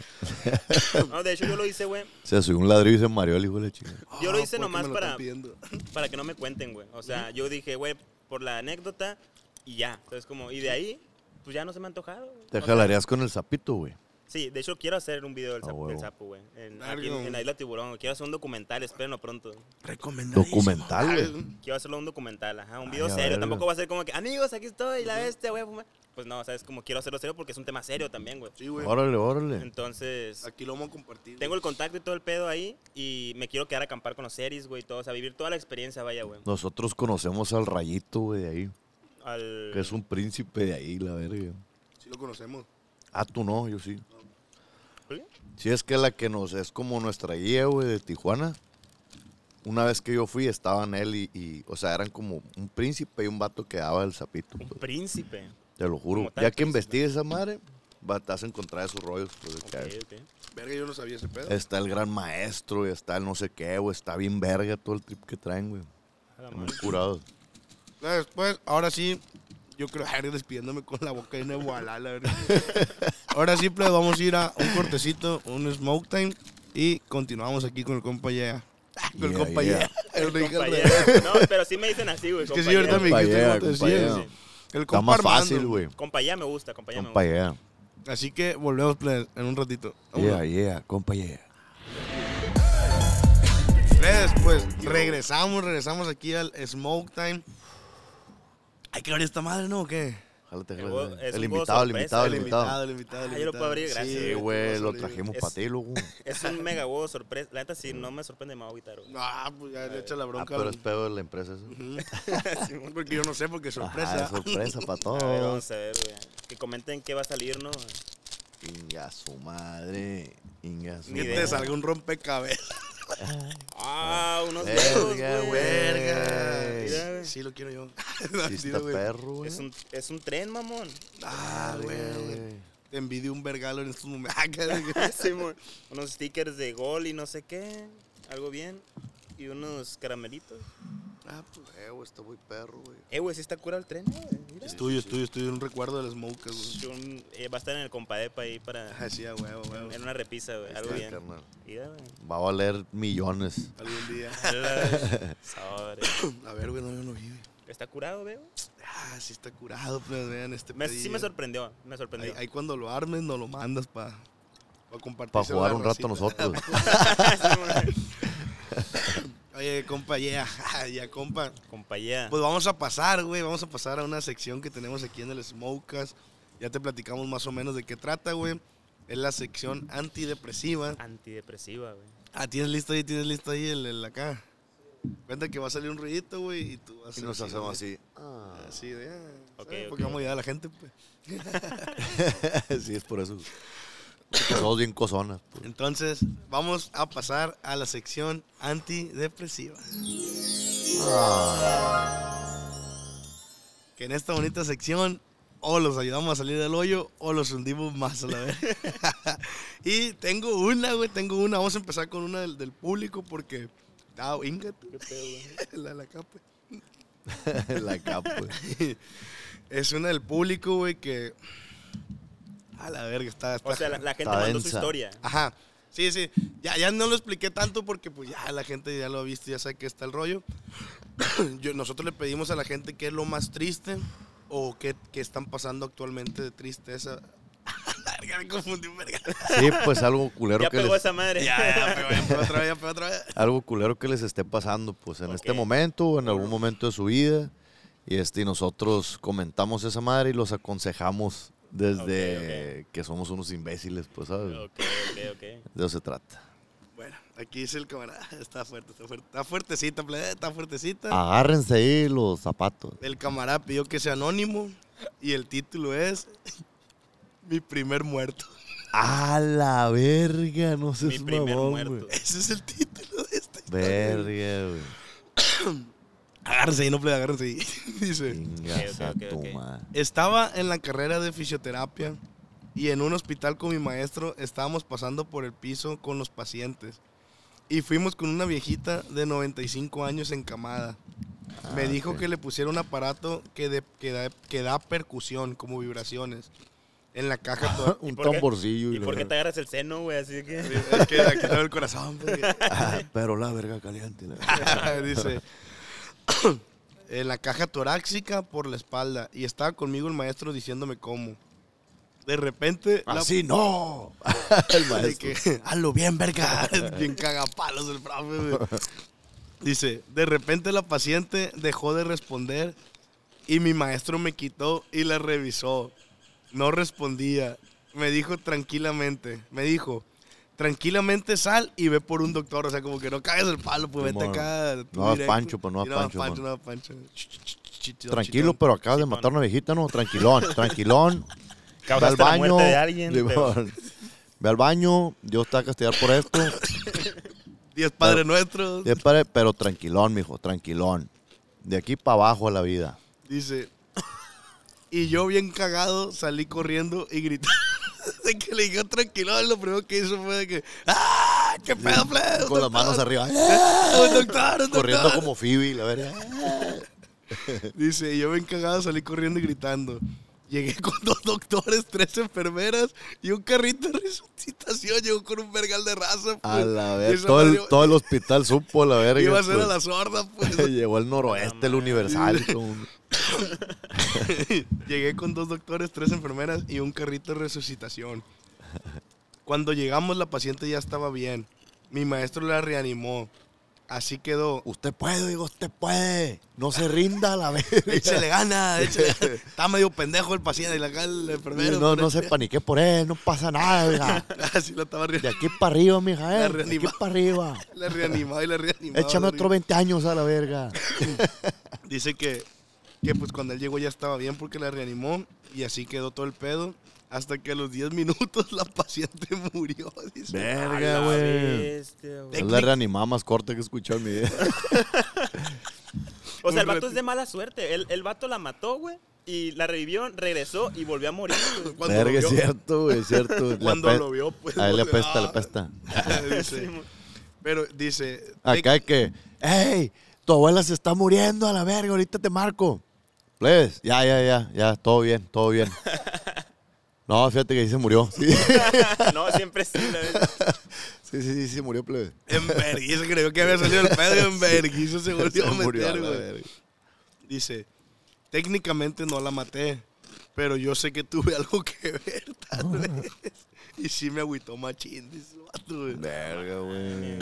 [SPEAKER 4] No, de hecho, yo lo hice, güey.
[SPEAKER 2] Se subió un ladrillo y se mareó el hijo de la chica.
[SPEAKER 4] Yo lo
[SPEAKER 3] Ah,
[SPEAKER 4] hice
[SPEAKER 3] ¿por qué
[SPEAKER 4] nomás
[SPEAKER 3] me lo
[SPEAKER 4] para-
[SPEAKER 3] están pidiendo?
[SPEAKER 4] Para que no me cuenten, güey. O sea, yo dije, güey, por la anécdota y ya. Entonces, como, y de ahí, pues ya no se me ha antojado. güey.
[SPEAKER 2] Te
[SPEAKER 4] O sea,
[SPEAKER 2] jalarías con el sapito, güey.
[SPEAKER 4] Sí, de hecho, quiero hacer un video del
[SPEAKER 2] A
[SPEAKER 4] sapo, del
[SPEAKER 2] Ah, huevo.
[SPEAKER 4] sapo, güey. En,
[SPEAKER 3] Verga,
[SPEAKER 4] aquí en,
[SPEAKER 3] güey.
[SPEAKER 4] en la isla Tiburón. Quiero hacer un documental, espérenlo pronto.
[SPEAKER 3] Recomendadísimo.
[SPEAKER 2] Documental, güey.
[SPEAKER 4] Quiero hacerlo un documental, ajá, un
[SPEAKER 2] Ay,
[SPEAKER 4] video
[SPEAKER 2] a
[SPEAKER 4] serio.
[SPEAKER 2] verga.
[SPEAKER 4] Tampoco va a ser como que, amigos, aquí estoy, la bestia, voy a fumar. Pues no, sabes, como quiero hacerlo serio porque es un tema serio también, güey.
[SPEAKER 3] Sí, güey.
[SPEAKER 2] Órale, órale.
[SPEAKER 4] Entonces,
[SPEAKER 3] Aquí lo vamos a compartir.
[SPEAKER 4] tengo el contacto y todo el pedo ahí y me quiero quedar a acampar con los series, güey, y todo, o sea, vivir toda la experiencia, vaya, güey.
[SPEAKER 2] Nosotros conocemos al rayito, güey, de ahí.
[SPEAKER 4] Al...
[SPEAKER 2] Que es un príncipe de ahí, la verga.
[SPEAKER 3] Sí lo conocemos.
[SPEAKER 2] Ah, tú no, yo sí.
[SPEAKER 4] ¿Sí?
[SPEAKER 2] Sí, es que la que nos es como nuestra guía, güey, de Tijuana. Una vez que yo fui, estaban él y, y, o sea, eran como un príncipe y un vato que daba el sapito.
[SPEAKER 4] Un
[SPEAKER 2] pues,
[SPEAKER 4] príncipe.
[SPEAKER 2] te lo juro.
[SPEAKER 4] como tal
[SPEAKER 2] Ya que
[SPEAKER 4] príncipe.
[SPEAKER 2] investigues esa madre, va- te vas a encontrar esos rollos. pues, de que
[SPEAKER 4] Ok,
[SPEAKER 2] hay.
[SPEAKER 4] ok.
[SPEAKER 3] Verga, yo no sabía ese pedo.
[SPEAKER 2] Está el gran maestro y está el no sé qué, güey. Está bien verga todo el trip que traen, güey.
[SPEAKER 4] A la
[SPEAKER 2] Muy
[SPEAKER 4] madre.
[SPEAKER 2] curado.
[SPEAKER 3] Ya Después, ahora sí, yo creo que ir despidiéndome con la boca llena de gualá, la verdad. Ahora sí, pues vamos a ir a un cortecito, un smoke time y continuamos aquí con el compa ya. Con el
[SPEAKER 2] Ah, Yeah,
[SPEAKER 3] compa
[SPEAKER 2] yeah.
[SPEAKER 3] yeah. El Ricardo.
[SPEAKER 4] compañero. No, pero sí me dicen así, güey.
[SPEAKER 3] Es que sí, ahorita me
[SPEAKER 4] compañero.
[SPEAKER 2] Compa yeah,
[SPEAKER 3] dijiste cómo te
[SPEAKER 2] compa
[SPEAKER 3] decías.
[SPEAKER 2] yeah.
[SPEAKER 3] El
[SPEAKER 2] Está
[SPEAKER 3] compa
[SPEAKER 2] más
[SPEAKER 3] Armando.
[SPEAKER 2] fácil, güey.
[SPEAKER 4] Compa ya me gusta, compa ya me
[SPEAKER 2] Compa
[SPEAKER 4] gusta.
[SPEAKER 2] yeah.
[SPEAKER 3] Así que volvemos plebes, en un ratito.
[SPEAKER 2] Yeah, yeah, compa yeah.
[SPEAKER 3] Plebes, pues regresamos, regresamos aquí al Smoke Time. Hay que abrir esta madre, ¿no? ¿O qué?
[SPEAKER 2] Jálate,
[SPEAKER 4] El juego-
[SPEAKER 2] jálate. El
[SPEAKER 4] es un juego
[SPEAKER 2] invitado, el
[SPEAKER 4] sorpresa,
[SPEAKER 2] invitado, el
[SPEAKER 4] el
[SPEAKER 2] invitado.
[SPEAKER 3] el invitado, el
[SPEAKER 4] Ah, yo lo puedo abrir, gracias.
[SPEAKER 3] Este,
[SPEAKER 2] Sí, güey, lo
[SPEAKER 3] Sí,
[SPEAKER 2] trajimos
[SPEAKER 4] Es-
[SPEAKER 2] para ti, loco.
[SPEAKER 4] Es un mega huevo sorpresa. La neta, si no me sorprende, me voy a agüitar, güey.
[SPEAKER 3] Ah, pues ya le echa la
[SPEAKER 2] Ah,
[SPEAKER 3] bronca.
[SPEAKER 2] pero
[SPEAKER 3] al-
[SPEAKER 2] es pedo de la empresa eso.
[SPEAKER 3] Simón, porque yo no sé, porque sorpresa.
[SPEAKER 2] Ajá, sorpresa para
[SPEAKER 4] A ver,
[SPEAKER 2] todos.
[SPEAKER 4] vamos a ver, güey. Que comenten qué va a salir, ¿no?
[SPEAKER 2] Inga su madre. Inga su
[SPEAKER 4] Ni
[SPEAKER 3] que
[SPEAKER 4] idea.
[SPEAKER 3] te
[SPEAKER 2] madre.
[SPEAKER 3] salga un rompecabezas.
[SPEAKER 4] Ah, unos dedos,
[SPEAKER 2] Verga,
[SPEAKER 4] güey.
[SPEAKER 2] güey.
[SPEAKER 4] Mira, güey.
[SPEAKER 3] Sí, lo quiero yo.
[SPEAKER 2] Sí está
[SPEAKER 3] Tira, güey.
[SPEAKER 2] perro, güey.
[SPEAKER 4] Es un, es un tren, mamón.
[SPEAKER 3] Ah, güey.
[SPEAKER 2] güey.
[SPEAKER 3] Te envidio un vergalo en estos momentos. Ah, que-
[SPEAKER 4] Simón. unos stickers de gol y no sé qué. Algo bien. Y unos caramelitos.
[SPEAKER 3] Ah, pues, eh, güey, está muy perro, güey.
[SPEAKER 4] Eh, güey, si está curado el tren, güey. Mira.
[SPEAKER 3] Es tuyo, es tuyo, es tuyo. Un recuerdo del Smoke, güey.
[SPEAKER 4] Es un- eh, va a estar en el compadepa ahí para.
[SPEAKER 3] Ah, sí, a huevo, a huevo.
[SPEAKER 4] En una repisa, güey. Algo
[SPEAKER 2] está,
[SPEAKER 4] bien.
[SPEAKER 2] carnal.
[SPEAKER 4] Mira, güey.
[SPEAKER 2] Va a valer millones.
[SPEAKER 3] Algún día.
[SPEAKER 4] Hola, sobre.
[SPEAKER 3] A ver, güey, no, yo no vi, güey.
[SPEAKER 4] Está curado, veo.
[SPEAKER 2] Este
[SPEAKER 3] Ah, sí está curado, pues, vean este
[SPEAKER 4] Me, sí
[SPEAKER 3] pedillo.
[SPEAKER 4] me sorprendió, me
[SPEAKER 3] Ahí,
[SPEAKER 4] sorprendió.
[SPEAKER 3] ahí cuando lo armes, nos lo mandas para pa compartir.
[SPEAKER 2] Para jugar un rato
[SPEAKER 3] Ah,
[SPEAKER 2] nosotros. Ah,
[SPEAKER 3] Oye, compa, ya, ya, compa.
[SPEAKER 4] Compañía.
[SPEAKER 3] Pues vamos a pasar, güey. Vamos a pasar a una sección que tenemos aquí en el Smokas. Ya te platicamos más o menos de qué trata, güey. Es la sección antidepresiva.
[SPEAKER 4] Antidepresiva, güey.
[SPEAKER 3] Ah, tienes listo ahí, tienes listo ahí el, el acá. Cuenta que va a salir un ruidito, güey, y tú vas
[SPEAKER 2] Y nos hacemos
[SPEAKER 3] güey.
[SPEAKER 2] así. Ah.
[SPEAKER 3] Así de. ah,
[SPEAKER 4] Ok,
[SPEAKER 3] ¿sabes?
[SPEAKER 4] ok.
[SPEAKER 3] Porque vamos a ayudar a la gente, pues.
[SPEAKER 2] sí, es por eso. Porque somos bien cozonas. pues.
[SPEAKER 3] Entonces, vamos a pasar a la sección antidepresiva. Que en esta bonita sección o los ayudamos a salir del hoyo o los hundimos más a la vez. y tengo una, güey, tengo una. Vamos a empezar con una del, del público porque... Ah, íngate,
[SPEAKER 4] Qué pedo, güey.
[SPEAKER 3] la, la capa.
[SPEAKER 2] la capa.
[SPEAKER 3] Es una del público, güey, que... A la verga, está... está
[SPEAKER 4] O sea, la, la gente
[SPEAKER 2] Está
[SPEAKER 4] mandó su
[SPEAKER 2] densa. Ah,
[SPEAKER 4] historia.
[SPEAKER 3] Ajá. Sí, sí. Ya, ya no lo expliqué tanto porque pues ya la gente ya lo ha visto, ya sabe que está el rollo. Yo- nosotros le pedimos a la gente qué es lo más triste o qué, qué están pasando actualmente de tristeza. Verga, me confundí, verga.
[SPEAKER 2] Sí, pues algo culero
[SPEAKER 4] Ya
[SPEAKER 2] que
[SPEAKER 4] pegó
[SPEAKER 2] les,
[SPEAKER 4] esa madre.
[SPEAKER 3] Ya, ya, pegó, ya, pegó otra vez, ya, pegó otra vez.
[SPEAKER 2] algo culero que les esté pasando, pues en este
[SPEAKER 4] Ok.
[SPEAKER 2] momento o en algún momento de su vida. Y este, y nosotros comentamos esa madre y los aconsejamos desde que somos unos imbéciles, pues, ¿sabes?
[SPEAKER 4] Ok, ok, ok.
[SPEAKER 2] De eso se trata.
[SPEAKER 3] Bueno, aquí dice el camarada. Está fuerte, está fuerte. Está fuertecita, plebe, está fuertecita.
[SPEAKER 2] Ah. Agárrense ahí los zapatos.
[SPEAKER 3] El camarada pidió que sea anónimo y el título es Mi primer muerto.
[SPEAKER 2] A la verga, no sé
[SPEAKER 4] Mi primer muerto.
[SPEAKER 3] Ese es el título de este esta
[SPEAKER 2] Verga, güey.
[SPEAKER 3] Agárrense ahí, no plebe, agárrense ahí. Dice.
[SPEAKER 2] Chingas a
[SPEAKER 4] ok, ok,
[SPEAKER 2] tu
[SPEAKER 4] ok.
[SPEAKER 2] madre.
[SPEAKER 3] Estaba en la carrera de fisioterapia y en un hospital con mi maestro estábamos pasando por el piso con los pacientes. Y fuimos con una viejita de 95 años encamada. Me
[SPEAKER 2] Ah,
[SPEAKER 3] dijo
[SPEAKER 2] ok.
[SPEAKER 3] que le pusiera un aparato que, de- que da, que da percusión, como vibraciones. En la caja toda-
[SPEAKER 2] Un
[SPEAKER 4] por qué-
[SPEAKER 2] tamborcillo.
[SPEAKER 4] ¿Y
[SPEAKER 2] la
[SPEAKER 4] por qué te
[SPEAKER 2] verga.
[SPEAKER 4] agarras el seno, güey? Así que.
[SPEAKER 3] Es que aquí tengo el corazón. porque-
[SPEAKER 2] Ah, Pero la verga caliente. la verga.
[SPEAKER 3] Dice. en la caja torácica por la espalda. Y estaba conmigo el maestro diciéndome cómo. De repente. la-
[SPEAKER 2] Así no. Ah, El
[SPEAKER 3] De
[SPEAKER 2] maestro.
[SPEAKER 3] que, hazlo bien, verga. bien cagapalos el profe, güey. Dice, de repente la paciente dejó de responder y mi maestro me quitó y la revisó. No respondía. Me dijo tranquilamente, me dijo, tranquilamente sal y ve por un doctor. O sea, como que no cagues el palo, pues vete
[SPEAKER 2] Simón.
[SPEAKER 3] acá. tú
[SPEAKER 2] No hagas
[SPEAKER 3] directo.
[SPEAKER 2] pancho, pues, no hagas
[SPEAKER 3] Y hagas
[SPEAKER 2] pancho,
[SPEAKER 3] pancho.
[SPEAKER 2] man.
[SPEAKER 3] No hagas pancho. Ch, ch, ch, chitón,
[SPEAKER 2] Tranquilo,
[SPEAKER 3] chitón.
[SPEAKER 2] pero acabas de matar a una viejita, ¿no? Tranquilón, tranquilón. Ve al
[SPEAKER 4] Causaste la
[SPEAKER 2] baño.
[SPEAKER 4] muerte de alguien.
[SPEAKER 2] Sí,
[SPEAKER 4] pero-
[SPEAKER 2] mon. Ve al baño. Dios te va a castigar por esto.
[SPEAKER 3] Diez padres nuestros.
[SPEAKER 2] Y es para- Pero tranquilón, mijo, tranquilón. De aquí para abajo a la vida.
[SPEAKER 3] Dice. Y yo bien cagado salí corriendo y grité. De que le dijo tranquilo, lo primero que hizo fue de que. ¡Ah! ¡Qué pedo, plebe!
[SPEAKER 2] Con las manos arriba.
[SPEAKER 3] ¡Un doctor, un
[SPEAKER 2] Corriendo
[SPEAKER 3] doctor!
[SPEAKER 2] como Phoebe, la verga.
[SPEAKER 3] Dice, y yo bien cagado salí corriendo y gritando. Llegué con dos doctores, tres enfermeras y un carrito de resucitación. Llegó con un vergal de raza. Pues.
[SPEAKER 2] A la
[SPEAKER 3] Y
[SPEAKER 2] verga.
[SPEAKER 3] esa
[SPEAKER 2] Todo
[SPEAKER 3] madre
[SPEAKER 2] el, todo el hospital supo la verga.
[SPEAKER 3] Iba a ser a
[SPEAKER 2] pues.
[SPEAKER 3] la sorda, pues.
[SPEAKER 2] Llegó al noroeste,
[SPEAKER 4] Ah,
[SPEAKER 2] el universal. con-
[SPEAKER 3] Llegué con dos doctores, tres enfermeras y un carrito de resucitación. Cuando llegamos, la paciente ya estaba bien. Mi maestro la reanimó. Así quedó.
[SPEAKER 2] Usted puede, digo, usted puede. No se rinda a la verga.
[SPEAKER 3] Échale gana, échale gana. Está medio pendejo el paciente y la acá el enfermero.
[SPEAKER 2] No, no se panique por él, no pasa nada, oiga.
[SPEAKER 3] Así la estaba
[SPEAKER 2] De
[SPEAKER 3] reanimando.
[SPEAKER 2] aquí para arriba, mija,
[SPEAKER 3] La
[SPEAKER 2] eh. De aquí
[SPEAKER 3] reanimaba.
[SPEAKER 2] para arriba.
[SPEAKER 3] La reanimaba y la reanimaba.
[SPEAKER 2] Échame
[SPEAKER 3] la
[SPEAKER 2] otro 20 años a la verga.
[SPEAKER 3] Dice que, que pues cuando él llegó ya estaba bien porque la reanimó y así quedó todo el pedo. Hasta que a los 10 minutos la paciente murió. Dice.
[SPEAKER 2] Verga,
[SPEAKER 4] bestia, güey.
[SPEAKER 2] Es la reanimada más corta que he escuchado en mi vida.
[SPEAKER 4] O sea, el
[SPEAKER 3] Un
[SPEAKER 4] vato
[SPEAKER 3] rati-
[SPEAKER 4] es de mala suerte. El, el vato la mató, güey. Y la revivió, regresó y volvió a morir, güey.
[SPEAKER 3] Cuando lo
[SPEAKER 2] Verga, es
[SPEAKER 3] vio-
[SPEAKER 2] cierto, güey, es cierto. Le
[SPEAKER 3] Cuando
[SPEAKER 2] apest-
[SPEAKER 3] lo vio, pues.
[SPEAKER 2] A él le
[SPEAKER 3] no sé,
[SPEAKER 2] apesta, le
[SPEAKER 3] ah.
[SPEAKER 2] apesta.
[SPEAKER 3] Dice, pero dice.
[SPEAKER 2] Acá
[SPEAKER 3] de-
[SPEAKER 2] es que, hey, tu abuela se está muriendo a la verga, ahorita te marco. Plebes, ya, ya, ya, ya, todo bien, todo bien. No, fíjate que ahí se murió. Sí,
[SPEAKER 4] No, siempre sí. la verdad.
[SPEAKER 2] sí, sí, sí, se murió, plebes.
[SPEAKER 3] En vergüenza, creo que había salido el pedo y en vergüenza se volvió a
[SPEAKER 2] a
[SPEAKER 3] meter,
[SPEAKER 2] la
[SPEAKER 3] güey.
[SPEAKER 2] verga.
[SPEAKER 3] Dice, técnicamente no la maté, pero yo sé que tuve algo que ver, tal
[SPEAKER 2] Ah.
[SPEAKER 3] vez. Y sí me agüitó machín, dice el vato, güey.
[SPEAKER 2] Verga, güey.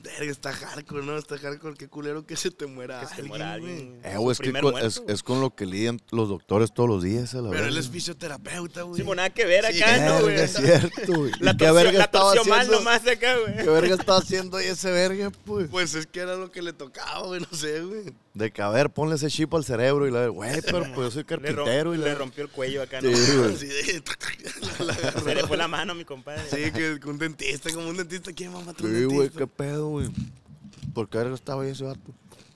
[SPEAKER 3] Verga, está hardcore, ¿no? Está hardcore, qué culero que se te muera
[SPEAKER 4] Que se
[SPEAKER 3] alguien,
[SPEAKER 4] muera
[SPEAKER 3] güey.
[SPEAKER 4] alguien.
[SPEAKER 2] Eh,
[SPEAKER 4] Su
[SPEAKER 2] güey, es, que
[SPEAKER 4] primer
[SPEAKER 2] con-
[SPEAKER 4] muerto,
[SPEAKER 2] es,
[SPEAKER 4] güey.
[SPEAKER 2] es con lo que lidian los doctores todos los días, a la
[SPEAKER 3] Pero él
[SPEAKER 2] verga.
[SPEAKER 3] es fisioterapeuta, güey.
[SPEAKER 4] Sí, pues nada que ver
[SPEAKER 3] Sí,
[SPEAKER 4] acá, ¿no, güey?
[SPEAKER 2] Verga, es cierto, güey. ¿Y
[SPEAKER 4] La
[SPEAKER 2] qué
[SPEAKER 4] torció,
[SPEAKER 2] verga
[SPEAKER 4] la
[SPEAKER 2] estaba
[SPEAKER 4] torció mal
[SPEAKER 2] haciendo?
[SPEAKER 4] nomás acá,
[SPEAKER 2] ¿Qué
[SPEAKER 4] güey.
[SPEAKER 2] verga estaba haciendo ahí ese verga, pues?
[SPEAKER 3] Pues es que era lo que le tocaba, güey, no sé, güey.
[SPEAKER 2] De que, a ver, ponle ese chip al cerebro y la verga. Güey, pero pues yo soy
[SPEAKER 4] Le, rom-
[SPEAKER 2] carpintero y la
[SPEAKER 4] le rompió el cuello acá, ¿no?
[SPEAKER 2] Sí, güey.
[SPEAKER 3] Así de... la- la agarró.
[SPEAKER 4] Se le fue la mano a mi compadre.
[SPEAKER 3] Sí, que con un dentista, como un dentista, ¿quién va a matar a un
[SPEAKER 2] Sí, güey,
[SPEAKER 3] dentista?
[SPEAKER 2] qué pedo, güey. ¿Por qué verga estaba ahí ese vato?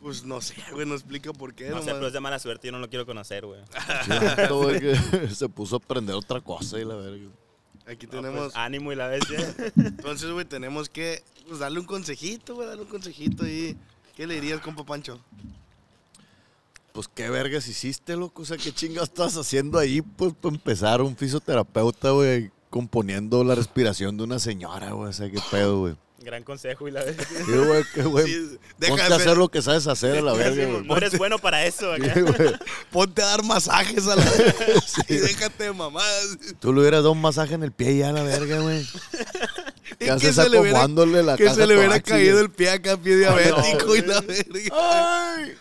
[SPEAKER 3] Pues no sé, güey, no explica por qué.
[SPEAKER 4] No sé,
[SPEAKER 3] nomás.
[SPEAKER 4] pero es de mala suerte, yo no lo quiero conocer, güey.
[SPEAKER 2] Ah, Cierto, güey, que se puso a aprender otra cosa y la verga.
[SPEAKER 3] Aquí
[SPEAKER 4] No,
[SPEAKER 3] tenemos...
[SPEAKER 4] pues, ánimo y la bestia.
[SPEAKER 3] Entonces, güey, tenemos que pues, darle un consejito, güey, darle un consejito ahí. ¿Qué le dirías, compa Pancho?
[SPEAKER 2] Pues qué vergas hiciste, loco. O sea, qué chingas estás haciendo ahí, pues, para empezar un fisioterapeuta, güey, componiendo la respiración de una señora, güey. O sea, qué pedo, güey.
[SPEAKER 4] Gran consejo y la bestia.
[SPEAKER 2] Sí, güey, qué güey.
[SPEAKER 3] Sí, deja
[SPEAKER 2] Ponte
[SPEAKER 3] de
[SPEAKER 2] a
[SPEAKER 3] ser-
[SPEAKER 2] hacer lo que sabes hacer a la verga, güey.
[SPEAKER 4] No eres bueno para eso acá.
[SPEAKER 2] Sí, güey.
[SPEAKER 3] Ponte a dar masajes a la y déjate de mamadas.
[SPEAKER 2] Tú le hubieras dado un masaje en el pie y ya a la verga, güey.
[SPEAKER 3] Y
[SPEAKER 2] haces acomodándole la
[SPEAKER 3] que
[SPEAKER 2] caja
[SPEAKER 3] se le hubiera
[SPEAKER 2] torácica?
[SPEAKER 3] caído el pie acá, pie diabético
[SPEAKER 4] no,
[SPEAKER 3] y la verga.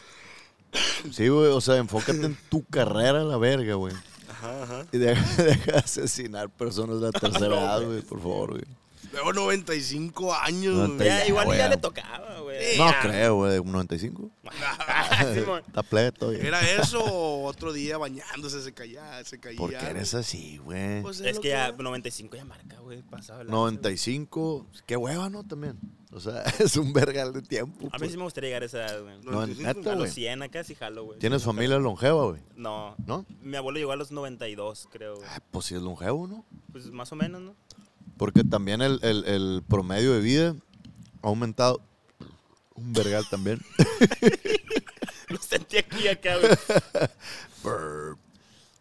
[SPEAKER 2] Sí, güey, o sea, enfócate en tu carrera a la verga, güey.
[SPEAKER 3] Ajá, ajá.
[SPEAKER 2] Y deja, deja de asesinar personas de la tercera edad, güey, por favor, güey.
[SPEAKER 3] Luego 95 años,
[SPEAKER 2] Noventa y-
[SPEAKER 3] güey.
[SPEAKER 4] Ya, igual
[SPEAKER 2] güey.
[SPEAKER 4] ya le tocaba, güey.
[SPEAKER 2] No
[SPEAKER 4] Ah,
[SPEAKER 2] creo, güey, de un 95.
[SPEAKER 4] Simón.
[SPEAKER 2] Está pleto, güey.
[SPEAKER 3] ¿Era eso o otro día bañándose se caía, se caía?
[SPEAKER 2] ¿Por qué eres así, güey?
[SPEAKER 3] Pues
[SPEAKER 4] Es
[SPEAKER 3] lo
[SPEAKER 4] que ya 95 ya marca, güey, pasado. el año, güey.
[SPEAKER 2] 95, qué hueva, ¿no? También. O sea, es un vergal de tiempo.
[SPEAKER 4] A mí
[SPEAKER 2] pues.
[SPEAKER 4] sí me gustaría llegar a esa edad, güey.
[SPEAKER 2] No,
[SPEAKER 3] 95,
[SPEAKER 2] neta,
[SPEAKER 4] A
[SPEAKER 2] güey.
[SPEAKER 4] los 100 acá sí jalo, güey.
[SPEAKER 2] Tienes familia longeva, güey,
[SPEAKER 4] No.
[SPEAKER 2] ¿no?
[SPEAKER 4] Mi abuelo llegó a los 92, creo. güey.
[SPEAKER 2] Ah, pues sí es longevo, ¿no?
[SPEAKER 4] Pues más o menos, ¿no?
[SPEAKER 2] Porque también el, el- el promedio de vida ha aumentado un vergal también.
[SPEAKER 4] Lo sentí aquí acá, güey.
[SPEAKER 2] Burp.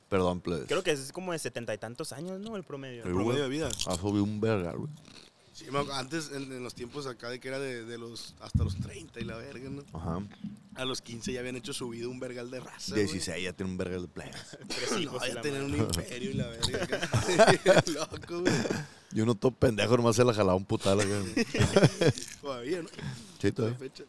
[SPEAKER 2] Perdón, plebes.
[SPEAKER 4] Creo que es como de setenta y tantos años, ¿no? El promedio.
[SPEAKER 2] Sí.
[SPEAKER 3] Promedio de vida.
[SPEAKER 2] Ha subido un vergal, güey.
[SPEAKER 3] Sí, me acu- antes, en, en los tiempos acá de que era de, de los hasta los 30 y la verga, ¿no?
[SPEAKER 2] Ajá.
[SPEAKER 3] A los 15 ya habían hecho subido un vergal de raza. güey.
[SPEAKER 2] 16 ya tiene un vergal de plebes.
[SPEAKER 4] Tres
[SPEAKER 3] No,
[SPEAKER 4] hijos y
[SPEAKER 3] ya
[SPEAKER 4] la
[SPEAKER 3] tener
[SPEAKER 4] madre.
[SPEAKER 3] un imperio y la verga. Loco, güey.
[SPEAKER 2] Y uno todo pendejo nomás se la jalaba un putal acá.
[SPEAKER 3] Todavía, ¿no?
[SPEAKER 2] Sí,
[SPEAKER 3] Todavía
[SPEAKER 2] todavía.
[SPEAKER 3] fecha.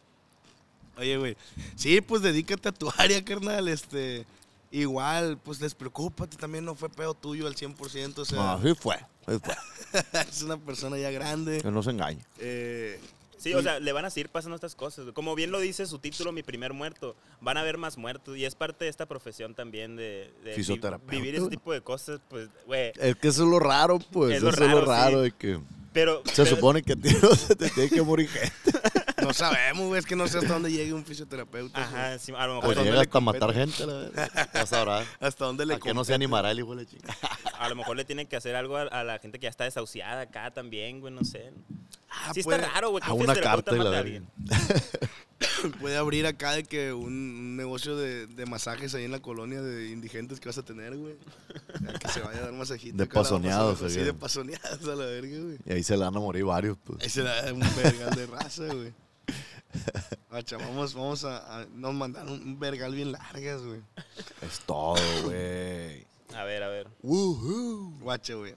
[SPEAKER 3] Oye, güey. Sí, pues dedícate a tu área, carnal. Este. Igual, pues despreocúpate. También no fue pedo tuyo al 100%. O sea,
[SPEAKER 2] No, sí fue. Sí fue.
[SPEAKER 3] es una persona ya grande.
[SPEAKER 2] Que no se engañe.
[SPEAKER 3] Eh,
[SPEAKER 4] Sí, o sea, le van a seguir pasando estas cosas. güey. Como bien lo dice su título, Mi primer muerto, van a haber más muertos. Y es parte de esta profesión también de, de vi-
[SPEAKER 2] Fisioterapeuta, Eh,
[SPEAKER 4] vivir ese
[SPEAKER 2] güey.
[SPEAKER 4] tipo de cosas, pues, güey.
[SPEAKER 2] Es que eso es lo raro, pues.
[SPEAKER 4] Es lo
[SPEAKER 2] eso es lo
[SPEAKER 4] raro, sí.
[SPEAKER 2] raro de que
[SPEAKER 4] Pero,
[SPEAKER 2] se
[SPEAKER 4] pero-
[SPEAKER 2] supone que a ti no se te tiene que morir gente.
[SPEAKER 3] no sabemos, güey. Es que no sé hasta dónde llegue un fisioterapeuta. güey.
[SPEAKER 4] Ajá, sí, a lo
[SPEAKER 2] Pues
[SPEAKER 4] mejor,
[SPEAKER 3] Pero no
[SPEAKER 2] llega
[SPEAKER 3] le
[SPEAKER 2] hasta a
[SPEAKER 3] compete.
[SPEAKER 2] matar gente, la verdad. Ya sabrás.
[SPEAKER 3] Hasta dónde le
[SPEAKER 2] A que no se
[SPEAKER 3] compete.
[SPEAKER 2] animará el hijo de la chica.
[SPEAKER 4] a lo mejor le tienen que hacer algo a, a la gente que ya está desahuciada acá también, güey, no sé.
[SPEAKER 3] Ah, pues,
[SPEAKER 4] sí
[SPEAKER 3] puede-
[SPEAKER 4] está raro, güey.
[SPEAKER 2] este
[SPEAKER 4] que
[SPEAKER 2] A
[SPEAKER 4] un
[SPEAKER 2] una
[SPEAKER 4] fisioterapeuta
[SPEAKER 2] carta y la
[SPEAKER 4] mate a
[SPEAKER 2] verga.
[SPEAKER 4] alguien.
[SPEAKER 3] Puede abrir acá de que un, un negocio de, de masajes ahí en la colonia de indigentes que vas a tener, güey. O sea, que se vaya a dar masajito.
[SPEAKER 2] De
[SPEAKER 3] acá a la
[SPEAKER 2] pasoneados,
[SPEAKER 3] persona, Sí,
[SPEAKER 2] acá.
[SPEAKER 3] de pasoneados a la verga, güey.
[SPEAKER 2] Y ahí se la van a morir varios, pues.
[SPEAKER 3] Ese era un vergal de raza, güey. Guacha, vamos, vamos a, a- Nos mandaron un vergal bien largas, güey.
[SPEAKER 2] Es todo, güey.
[SPEAKER 4] A ver, a ver.
[SPEAKER 3] Guacha, güey.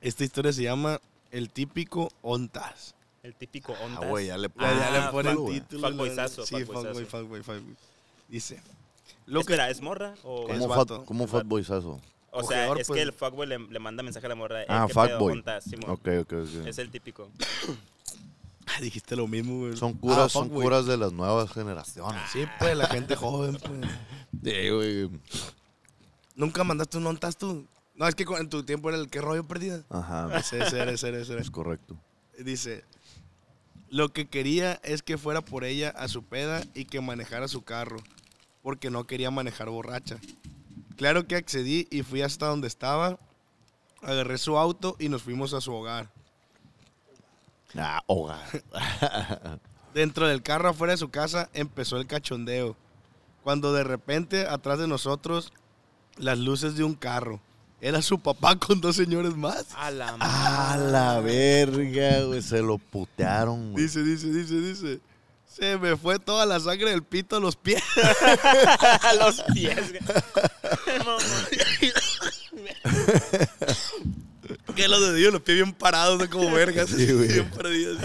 [SPEAKER 3] Esta historia se llama El típico Ontas.
[SPEAKER 4] El típico
[SPEAKER 2] Ah,
[SPEAKER 4] ondas.
[SPEAKER 2] güey, ya le
[SPEAKER 3] Ya, ya
[SPEAKER 4] Ah,
[SPEAKER 3] le ponen
[SPEAKER 4] fuck,
[SPEAKER 2] güey.
[SPEAKER 3] título. la
[SPEAKER 4] Fuckboyzazo,
[SPEAKER 3] verdad. Sí,
[SPEAKER 4] fuckboyzazo.
[SPEAKER 3] fuckboy, fuckboy, fuckboy. Dice. Lo que,
[SPEAKER 4] Espera, ¿es morra? O,
[SPEAKER 3] Es
[SPEAKER 2] ¿Cómo,
[SPEAKER 3] vato.
[SPEAKER 2] fat, ¿cómo fatboyzazo?
[SPEAKER 4] o sea,
[SPEAKER 3] Ojeador,
[SPEAKER 4] es
[SPEAKER 3] pues.
[SPEAKER 4] que el fuckboy le, le manda mensaje a la morra. eh,
[SPEAKER 2] Ah,
[SPEAKER 4] ¿qué pedo?
[SPEAKER 2] fuckboy.
[SPEAKER 4] Ontas, Simón.
[SPEAKER 2] Ok, ok, ok.
[SPEAKER 4] Es el típico.
[SPEAKER 3] Ah, dijiste lo mismo, güey.
[SPEAKER 2] Son curas,
[SPEAKER 3] Ah,
[SPEAKER 2] son
[SPEAKER 3] fuckboy.
[SPEAKER 2] curas de las nuevas generaciones.
[SPEAKER 3] Sí, pues, la gente joven, pues.
[SPEAKER 2] Sí, güey.
[SPEAKER 3] Nunca mandaste un ontas tú. No, es que cu- en tu tiempo era el que rollo perdida.
[SPEAKER 2] Ajá,
[SPEAKER 3] Ese, ese, era, ese, era, ese. era.
[SPEAKER 2] es correcto.
[SPEAKER 3] Dice, lo que quería es que fuera por ella a su peda y que manejara su carro, porque no quería manejar borracha. Claro que accedí y fui hasta donde estaba, agarré su auto y nos fuimos a su hogar.
[SPEAKER 2] Ah, hogar.
[SPEAKER 3] Dentro del carro afuera de su casa empezó el cachondeo, cuando de repente atrás de nosotros las luces de un carro. Era su papá con dos señores más.
[SPEAKER 4] A
[SPEAKER 2] Ah.
[SPEAKER 4] la
[SPEAKER 2] A la verga, güey. Se lo putearon, güey.
[SPEAKER 3] Dice, dice, dice, dice. Se me fue toda la sangre del pito a los pies.
[SPEAKER 4] A los pies. güey. Mamá.
[SPEAKER 3] Que los dedillos, los pies bien parados, ¿no? como vergas.
[SPEAKER 2] Sí, güey.
[SPEAKER 3] Bien perdidos.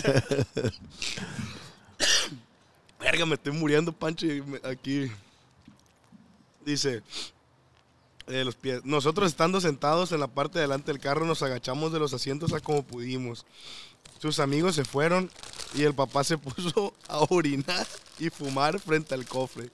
[SPEAKER 3] Verga, me estoy muriendo, Pancho, y me- aquí. Dice, eh, los pies. Nosotros estando sentados en la parte de delante del carro, nos agachamos de los asientos a como pudimos. Sus amigos se fueron y el papá se puso a orinar y fumar frente al cofre.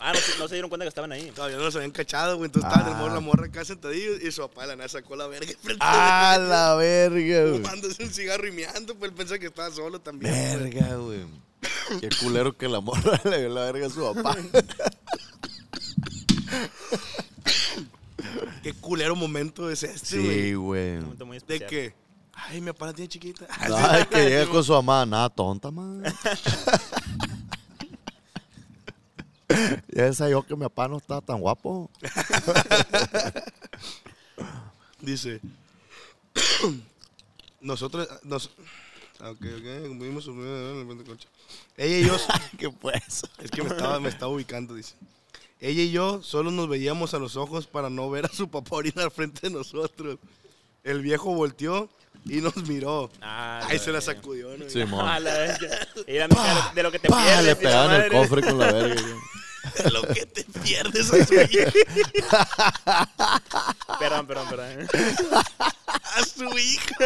[SPEAKER 4] Ah, no, se- no se dieron cuenta que estaban ahí.
[SPEAKER 2] Ah.
[SPEAKER 3] Todavía no los habían cachado, güey. Entonces estaban el morro, la morra acá sentadillos y su papá de la nada sacó la verga frente a
[SPEAKER 2] A la verga, güey.
[SPEAKER 3] fumándose un cigarro y meando, pues él pensaba que estaba solo también. güey.
[SPEAKER 2] Verga, güey. Qué culero que la morra le dio la verga a su papá.
[SPEAKER 3] Pues, Qué culero momento es este, güey.
[SPEAKER 2] Sí, güey.
[SPEAKER 4] Un momento muy
[SPEAKER 3] De
[SPEAKER 4] especial.
[SPEAKER 3] que, ay, mi papá la tiene chiquita.
[SPEAKER 2] Ay, que llega con su mamá. Nada, tonta, madre. Ya esa yo que mi papá no está tan guapo.
[SPEAKER 3] Dice, nosotros, nos... Ah, Ok, ok, cumplimos su Ella y yo,
[SPEAKER 2] ¿Qué pues?
[SPEAKER 3] es que me estaba, me estaba ubicando, dice. Ella y yo solo nos veíamos a los ojos para no ver a su papá orinar frente de nosotros. El viejo volteó y nos miró.
[SPEAKER 4] Ah,
[SPEAKER 3] Ay, se la
[SPEAKER 4] verga.
[SPEAKER 3] sacudió, ¿no?
[SPEAKER 4] A
[SPEAKER 2] Simón.
[SPEAKER 4] la verga. Mira, mija, Ah, de lo que te
[SPEAKER 2] Le
[SPEAKER 4] pierdes. y la
[SPEAKER 2] pegaban el
[SPEAKER 4] madre.
[SPEAKER 2] cofre con la verga. güey.
[SPEAKER 3] Lo que te pierdes, güey.
[SPEAKER 4] Perdón, perdón, perdón.
[SPEAKER 3] a su hija.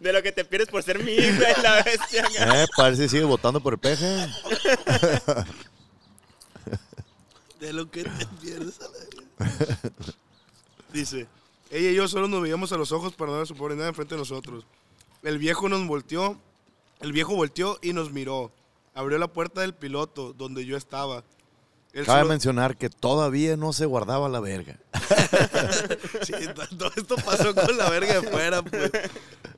[SPEAKER 4] De lo que te pierdes por ser mi hija es la bestia. güey.
[SPEAKER 2] Eh, parece que sigue votando por el peje.
[SPEAKER 3] De lo que te pierdes a la verga. Dice, ella y yo solo nos veíamos a los ojos para no ver su pobre nada enfrente de nosotros. El viejo nos volteó, el viejo volteó y nos miró. Abrió la puerta del piloto donde yo estaba. Él
[SPEAKER 2] Cabe
[SPEAKER 3] solo-
[SPEAKER 2] mencionar que todavía no se guardaba la verga.
[SPEAKER 3] Sí, to- todo esto pasó con la verga de fuera, pues.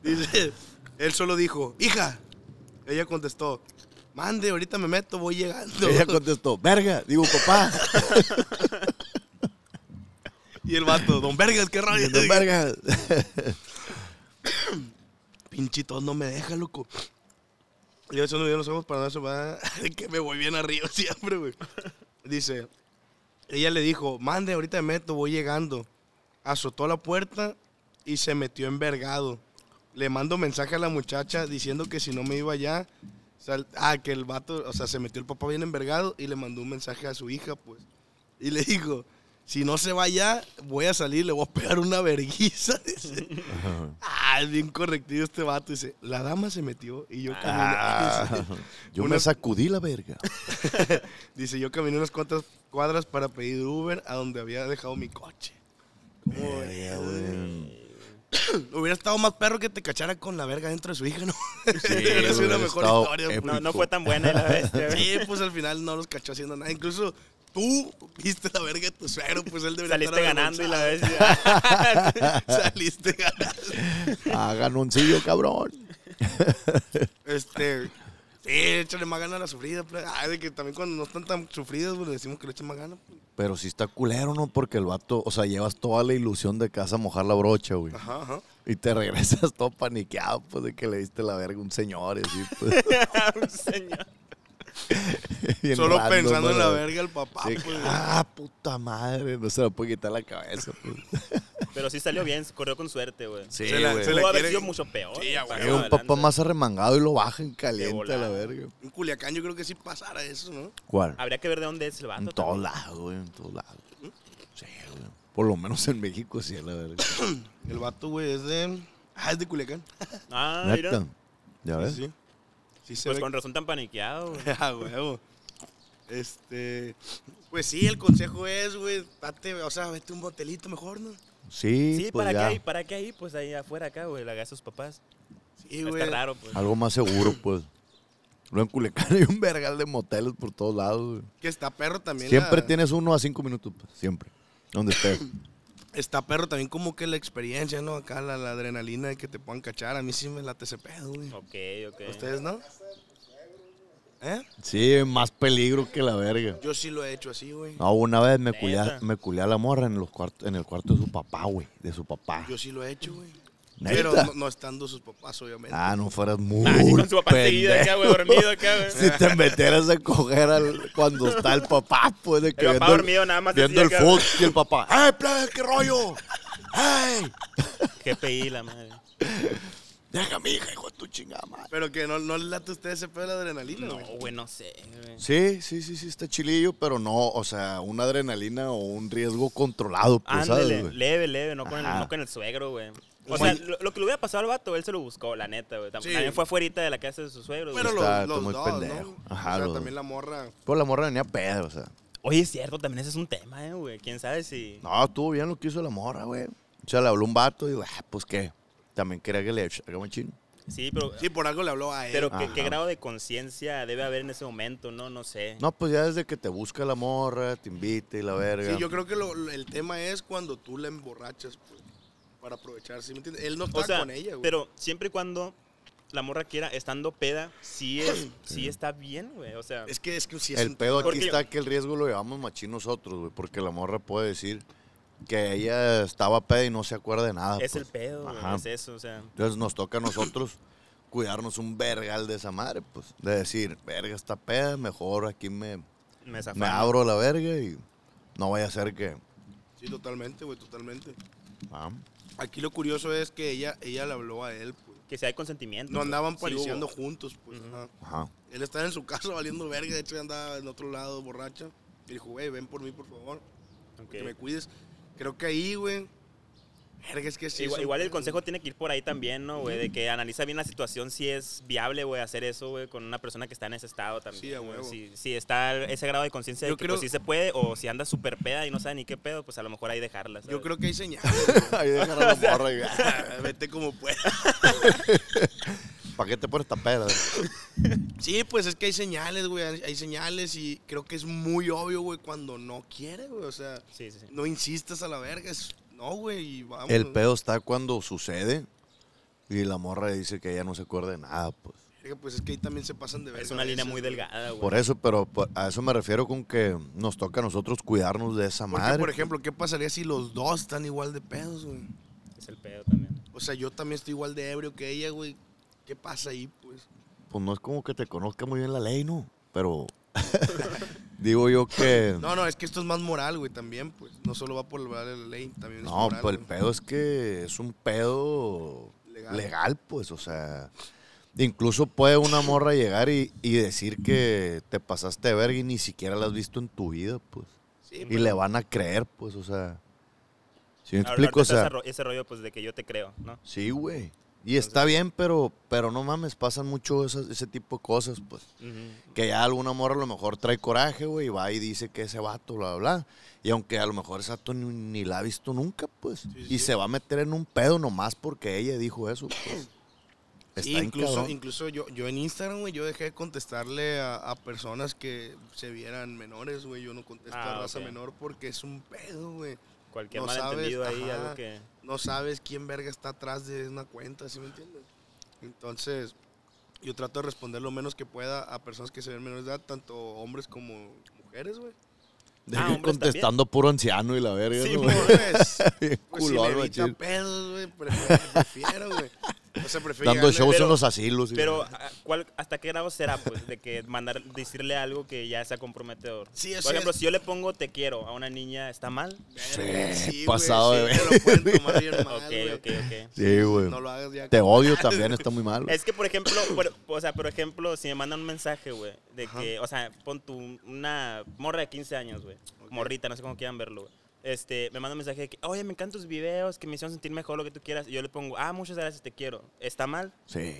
[SPEAKER 3] Dice, él solo dijo, hija. Ella contestó, mande, ahorita me meto, voy llegando.
[SPEAKER 2] Ella contestó, verga. Digo, papá.
[SPEAKER 3] Y el vato, don Vergas, qué rabia.
[SPEAKER 2] Don verga.
[SPEAKER 3] Pinchito, no me deja, loco. Y eso no me dio los ojos para no va que me voy bien arriba siempre, güey. Dice, ella le dijo, mande, ahorita me meto, voy llegando. Azotó la puerta y se metió envergado. Le mando mensaje a la muchacha diciendo que si no me iba allá, sal- ah, que el vato, o sea, se metió el papá bien envergado y le mandó un mensaje a su hija, pues. Y le dijo, si no se va allá, voy a salir, le voy a pegar una verguiza. dice. Ah, es bien correctivo este vato. Dice, la dama se metió y yo caminé.
[SPEAKER 2] Ah,
[SPEAKER 3] Dice,
[SPEAKER 2] yo
[SPEAKER 3] Una-
[SPEAKER 2] me sacudí la verga.
[SPEAKER 3] dice, yo caminé unas cuantas cuadras para pedir Uber a donde había dejado mi coche. ¿Cómo ves? Hubiera estado más perro que te cachara con la verga dentro de su hija, ¿no?
[SPEAKER 2] Sí,
[SPEAKER 3] Hubiera sido
[SPEAKER 2] hubiera
[SPEAKER 3] la mejor
[SPEAKER 2] estado
[SPEAKER 3] historia. pues.
[SPEAKER 4] No, no
[SPEAKER 2] épico.
[SPEAKER 4] fue tan buena la bestia. güey.
[SPEAKER 3] Sí, pues al final no los cachó haciendo nada. Incluso tú viste la verga de tu suegro, pues él debería
[SPEAKER 4] Saliste
[SPEAKER 3] estar
[SPEAKER 4] ganando y la
[SPEAKER 3] avergonzado.
[SPEAKER 4] bestia.
[SPEAKER 3] Saliste ganando.
[SPEAKER 2] Ah, Hagan un sillo, cabrón.
[SPEAKER 3] Este. Sí, échale más gana a la sufrida, pues. Ay, de que también cuando no están tan sufridas, güey, le decimos que le echen más gana. pues.
[SPEAKER 2] Pero sí está culero, ¿no? Porque el vato, o sea, llevas toda la ilusión de casa a mojar la brocha, güey.
[SPEAKER 3] Ajá, ajá.
[SPEAKER 2] Y te regresas todo paniqueado, pues, de que le diste la verga a un señor y así, pues.
[SPEAKER 4] Un señor.
[SPEAKER 2] bien
[SPEAKER 3] Solo
[SPEAKER 2] random,
[SPEAKER 3] pensando en
[SPEAKER 2] ¿no?
[SPEAKER 3] la verga el papá,
[SPEAKER 2] Sí,
[SPEAKER 3] pues.
[SPEAKER 2] ah, puta madre, no se la puede quitar la cabeza, pues.
[SPEAKER 4] Pero sí salió bien, corrió con suerte, güey.
[SPEAKER 2] Sí,
[SPEAKER 3] Se la-
[SPEAKER 2] güey.
[SPEAKER 3] se la-
[SPEAKER 4] Pudo haber
[SPEAKER 3] quiere-
[SPEAKER 4] sido mucho peor.
[SPEAKER 3] Sí, a
[SPEAKER 4] güey,
[SPEAKER 2] Sí, un
[SPEAKER 4] adelante.
[SPEAKER 2] papá más arremangado y lo bajan caliente a la
[SPEAKER 4] volada.
[SPEAKER 2] verga.
[SPEAKER 3] En Culiacán yo creo que sí pasara eso, ¿no?
[SPEAKER 2] ¿Cuál?
[SPEAKER 4] Habría que ver de dónde es el vato.
[SPEAKER 2] En todos lados, güey, en todos lados.
[SPEAKER 3] ¿Mm?
[SPEAKER 2] Sí, güey. Por lo menos en México sí, a la verga.
[SPEAKER 3] El vato, güey, es de... Ah, es de Culiacán.
[SPEAKER 4] también. Ah, mira.
[SPEAKER 2] Neta. ¿Ya ves?
[SPEAKER 3] Sí. Sí se
[SPEAKER 4] Pues
[SPEAKER 3] ve.
[SPEAKER 4] con razón tan paniqueado, güey.
[SPEAKER 3] Ah, huevo. Este... Pues sí, el consejo es, güey, date, o sea, vete a un botelito mejor, ¿no?
[SPEAKER 2] Sí,
[SPEAKER 4] Sí,
[SPEAKER 2] pues
[SPEAKER 4] ¿para qué
[SPEAKER 2] ya.
[SPEAKER 4] ahí? ¿Para qué ahí? Pues ahí afuera acá, güey, la haga a sus papás.
[SPEAKER 3] Sí,
[SPEAKER 4] Está
[SPEAKER 3] güey.
[SPEAKER 4] raro, pues.
[SPEAKER 2] Algo más seguro, pues. Luego en Culiacán hay un vergal de moteles por todos lados. güey.
[SPEAKER 3] Que está perro también.
[SPEAKER 2] Siempre
[SPEAKER 3] la-
[SPEAKER 2] tienes uno a cinco minutos, pues, siempre. Donde estés.
[SPEAKER 3] Está perro también como que la experiencia, ¿no? Acá la, la adrenalina de que te puedan cachar. A mí sí me late ese pedo, güey.
[SPEAKER 4] Ok, ok.
[SPEAKER 3] ¿Ustedes no? ¿Eh?
[SPEAKER 2] Sí, más peligro que la verga.
[SPEAKER 3] Yo sí lo he hecho así, güey.
[SPEAKER 2] No, una vez me culé, a-
[SPEAKER 4] Neta.
[SPEAKER 2] me culé a la morra en, los cuartos, en el cuarto de su papá, güey. De su papá.
[SPEAKER 3] Yo sí lo he hecho, güey.
[SPEAKER 2] ¿Neta?
[SPEAKER 3] Pero no, no estando sus papás, obviamente.
[SPEAKER 2] Ah, no fueras muy
[SPEAKER 4] Ah, sí, con su papá seguido acá,
[SPEAKER 2] pendejo.
[SPEAKER 4] güey, dormido acá, güey.
[SPEAKER 2] Si te metieras a coger al- cuando está el papá, pues de que
[SPEAKER 4] El
[SPEAKER 2] viendo
[SPEAKER 4] papá
[SPEAKER 2] el-
[SPEAKER 4] dormido nada más
[SPEAKER 2] Viendo el
[SPEAKER 4] así acá.
[SPEAKER 2] foot y el papá. ¡Ey, plebe, qué rollo! ¡Ey!
[SPEAKER 4] GPI, la madre.
[SPEAKER 2] Déjame, hija, hijo de tu chingada madre.
[SPEAKER 3] Pero que no, no le late a ustedes ese pedo de la adrenalina,
[SPEAKER 4] No,
[SPEAKER 3] güey.
[SPEAKER 4] Oh, güey, no sé, güey.
[SPEAKER 2] Sí, sí, sí, sí, está chilillo, pero no, o sea, una adrenalina o un riesgo controlado, pues, ¿sabes,
[SPEAKER 4] Ándale,
[SPEAKER 2] güey?
[SPEAKER 4] leve, leve, no con, el,
[SPEAKER 2] Ajá.
[SPEAKER 4] no con el suegro, güey. O sea, lo, lo que le hubiera pasado al vato, él se lo buscó, la neta, güey. Tam-
[SPEAKER 3] Sí.
[SPEAKER 4] También fue afuerita de la casa de su suegro. güey.
[SPEAKER 3] Pero los,
[SPEAKER 2] Está- está
[SPEAKER 3] los
[SPEAKER 2] muy
[SPEAKER 3] dos,
[SPEAKER 2] pendejo.
[SPEAKER 3] ¿no?
[SPEAKER 2] Ajá,
[SPEAKER 3] o sea,
[SPEAKER 2] los-
[SPEAKER 3] también la morra.
[SPEAKER 2] Pues la morra venía pedo, o sea.
[SPEAKER 4] Oye, es cierto, también ese es un tema, eh, güey. ¿Quién sabe si...?
[SPEAKER 2] No, estuvo bien lo que hizo la morra, güey. O sea, le habló un vato y digo, ah, pues, ¿qué? También quería que le hagamos chino.
[SPEAKER 4] Sí, pero,
[SPEAKER 3] Sí, por algo le habló a él.
[SPEAKER 4] pero ¿qué,
[SPEAKER 2] Ajá.
[SPEAKER 4] qué grado de conciencia debe haber en ese momento? No, no sé.
[SPEAKER 2] No, pues ya desde que te busca la morra, te invita y la verga.
[SPEAKER 3] sí, yo creo que lo- lo- el tema es cuando tú la emborrachas, pues, para aprovechar, ¿sí me entiendes? Él no estaba
[SPEAKER 4] o sea,
[SPEAKER 3] con ella, güey.
[SPEAKER 4] pero siempre y cuando la morra quiera, estando peda, sí, es, sí está bien, güey. O sea,
[SPEAKER 3] Es que, es que sí es
[SPEAKER 2] El
[SPEAKER 3] un
[SPEAKER 2] pedo
[SPEAKER 3] tema.
[SPEAKER 2] aquí
[SPEAKER 4] Porque-
[SPEAKER 2] está que el riesgo lo llevamos machín nosotros, güey, porque la morra puede decir que ella estaba peda y no se acuerda de nada.
[SPEAKER 4] es el
[SPEAKER 2] pues.
[SPEAKER 4] pedo, güey,
[SPEAKER 2] Ajá.
[SPEAKER 4] es eso, o sea...
[SPEAKER 2] Entonces nos toca a nosotros cuidarnos un vergal de esa madre, pues. De decir, verga, está peda, mejor aquí me,
[SPEAKER 4] Me, zafé.
[SPEAKER 2] me abro la verga y no vaya a ser que...
[SPEAKER 3] Sí, totalmente, güey, totalmente.
[SPEAKER 2] ah,
[SPEAKER 3] Aquí lo curioso es que ella, ella le habló a él, pues.
[SPEAKER 4] Que si hay consentimiento.
[SPEAKER 3] No
[SPEAKER 4] güey.
[SPEAKER 3] andaban
[SPEAKER 4] Sí
[SPEAKER 3] pariciando
[SPEAKER 4] hubo.
[SPEAKER 3] juntos, pues. ajá.
[SPEAKER 2] ajá.
[SPEAKER 3] Él estaba en su casa valiendo verga, de hecho ya andaba en otro lado borracha. Y dijo, güey, ven por mí, por favor,
[SPEAKER 4] Ok.
[SPEAKER 3] que me cuides. Creo que ahí, güey. Verga, es que sí.
[SPEAKER 4] igual,
[SPEAKER 3] son-
[SPEAKER 4] igual el consejo tiene que ir por ahí también, ¿no, güey? De que analiza bien la situación, si es viable, güey, hacer eso, güey, con una persona que está en ese estado también.
[SPEAKER 3] Sí, a
[SPEAKER 4] güey.
[SPEAKER 3] huevo.
[SPEAKER 4] Si, si está ese grado de conciencia de
[SPEAKER 3] Yo
[SPEAKER 4] que
[SPEAKER 3] creo-
[SPEAKER 4] pues, sí se puede, o si anda súper peda y no sabe ni qué pedo, pues a lo mejor ahí dejarla.
[SPEAKER 3] Yo
[SPEAKER 4] ¿sabes?
[SPEAKER 3] creo que hay señales.
[SPEAKER 2] Ahí dejar a la morra y...
[SPEAKER 3] Ah, Vete como puedas.
[SPEAKER 2] ¿Para qué te pones esta peda?
[SPEAKER 3] Sí, pues es que hay señales, güey. Hay hay señales y creo que es muy obvio, güey, cuando no quiere, güey. O sea,
[SPEAKER 4] Sí, sí, sí.
[SPEAKER 3] no insistas a la verga. es- no, güey, y vamos.
[SPEAKER 2] El pedo está cuando sucede y la morra dice que ella no se acuerda de nada, pues.
[SPEAKER 3] Verga, Pues es que ahí también se pasan de verga.
[SPEAKER 4] Es una
[SPEAKER 3] a
[SPEAKER 4] línea
[SPEAKER 3] veces,
[SPEAKER 4] muy
[SPEAKER 3] güey.
[SPEAKER 4] delgada, güey.
[SPEAKER 2] Por eso, pero por- a eso me refiero con que nos toca a nosotros cuidarnos de esa
[SPEAKER 3] Porque,
[SPEAKER 2] madre.
[SPEAKER 3] por ejemplo, ¿qué pasaría si los dos están igual de pedos, güey?
[SPEAKER 4] Es el pedo también.
[SPEAKER 3] O sea, yo también estoy igual de ebrio que ella, güey. ¿Qué pasa ahí, pues?
[SPEAKER 2] Pues no es como que te conozca muy bien la ley, ¿no? Pero digo yo que... No,
[SPEAKER 3] No, no, es que esto es más moral, güey, también, pues. No solo va por la ley, también es moral.
[SPEAKER 2] pues el
[SPEAKER 3] güey.
[SPEAKER 2] pedo es que es un pedo legal,
[SPEAKER 3] Legal.
[SPEAKER 2] pues, o sea... Incluso puede una morra llegar y, y decir que te pasaste de verga y ni siquiera la has visto en tu vida, pues.
[SPEAKER 3] Sí,
[SPEAKER 2] Y
[SPEAKER 3] pero-
[SPEAKER 2] le van a creer, pues, o sea... Si me
[SPEAKER 4] Ahora,
[SPEAKER 2] explico, o
[SPEAKER 4] ahorita
[SPEAKER 2] sea...
[SPEAKER 4] está ese ro- ese rollo, pues, de que yo te creo, ¿no?
[SPEAKER 2] Sí, güey. Y está bien, pero, pero no mames, pasan mucho esas- ese tipo de cosas, pues.
[SPEAKER 4] Ujú.
[SPEAKER 2] Que ya alguna morra a lo mejor trae coraje, güey, y va y dice que ese vato, bla, bla, bla. Y aunque a lo mejor ese vato ni, ni la ha visto nunca, pues.
[SPEAKER 3] sí,
[SPEAKER 2] y
[SPEAKER 3] sí.
[SPEAKER 2] se va a meter en un pedo nomás porque ella dijo eso, pues.
[SPEAKER 3] Sí,
[SPEAKER 2] Está
[SPEAKER 3] incluso,
[SPEAKER 2] incluso.
[SPEAKER 3] incluso yo, yo en Instagram, güey, yo dejé de contestarle a, a personas que se vieran menores, güey. Yo no contesto
[SPEAKER 4] Ah,
[SPEAKER 3] a raza
[SPEAKER 4] ok.
[SPEAKER 3] menor porque es un pedo, güey.
[SPEAKER 4] Cualquier
[SPEAKER 3] No
[SPEAKER 4] malentendido
[SPEAKER 3] sabes,
[SPEAKER 4] ahí,
[SPEAKER 3] ajá.
[SPEAKER 4] algo que...
[SPEAKER 3] No sabes quién verga está atrás de una cuenta, ¿sí me entiendes? Entonces, yo trato de responder lo menos que pueda a personas que se ven menores de edad, tanto hombres como mujeres, güey.
[SPEAKER 2] De
[SPEAKER 4] Ah,
[SPEAKER 2] que
[SPEAKER 4] hombres
[SPEAKER 2] contestando puro anciano y la verga.
[SPEAKER 3] Sí,
[SPEAKER 2] ¿no,
[SPEAKER 3] pues,
[SPEAKER 2] güey?
[SPEAKER 3] pues,
[SPEAKER 2] Bien
[SPEAKER 3] si
[SPEAKER 2] culón,
[SPEAKER 3] me
[SPEAKER 2] güey,
[SPEAKER 3] evita
[SPEAKER 2] chile.
[SPEAKER 3] pedos, güey, prefiero, prefiero, güey. O sea, prefiero
[SPEAKER 2] Dando
[SPEAKER 3] llegarle-
[SPEAKER 2] shows
[SPEAKER 4] pero-
[SPEAKER 2] en los asilos. y la-
[SPEAKER 4] Pero, ¿a- ¿cuál, ¿hasta qué grado será, pues, de que mandar, decirle algo que ya sea comprometedor?
[SPEAKER 3] Sí, o
[SPEAKER 4] Por
[SPEAKER 3] sea-
[SPEAKER 4] ejemplo, si yo le pongo te quiero a una niña, ¿está mal?
[SPEAKER 3] Verga,
[SPEAKER 2] Sí,
[SPEAKER 3] güey,
[SPEAKER 2] pasado de
[SPEAKER 3] sí, te lo pueden tomar bien mal,
[SPEAKER 4] Ok,
[SPEAKER 3] güey.
[SPEAKER 4] ok, ok.
[SPEAKER 2] Sí, güey.
[SPEAKER 3] No lo hagas ya.
[SPEAKER 2] Te odio también, está muy mal. güey.
[SPEAKER 4] Es que, por ejemplo, por- o sea, por ejemplo, si me mandan un mensaje, güey, de
[SPEAKER 3] Ajá.
[SPEAKER 4] que, o sea, pon tu, una morra de 15 años, güey, morrita, no sé cómo quieran verlo, güey. Este, me manda un mensaje de que, oye, me encantan tus videos, que me hicieron sentir mejor, lo que tú quieras. Y yo le pongo, ah, muchas gracias, te quiero. ¿Está mal?
[SPEAKER 2] Sí.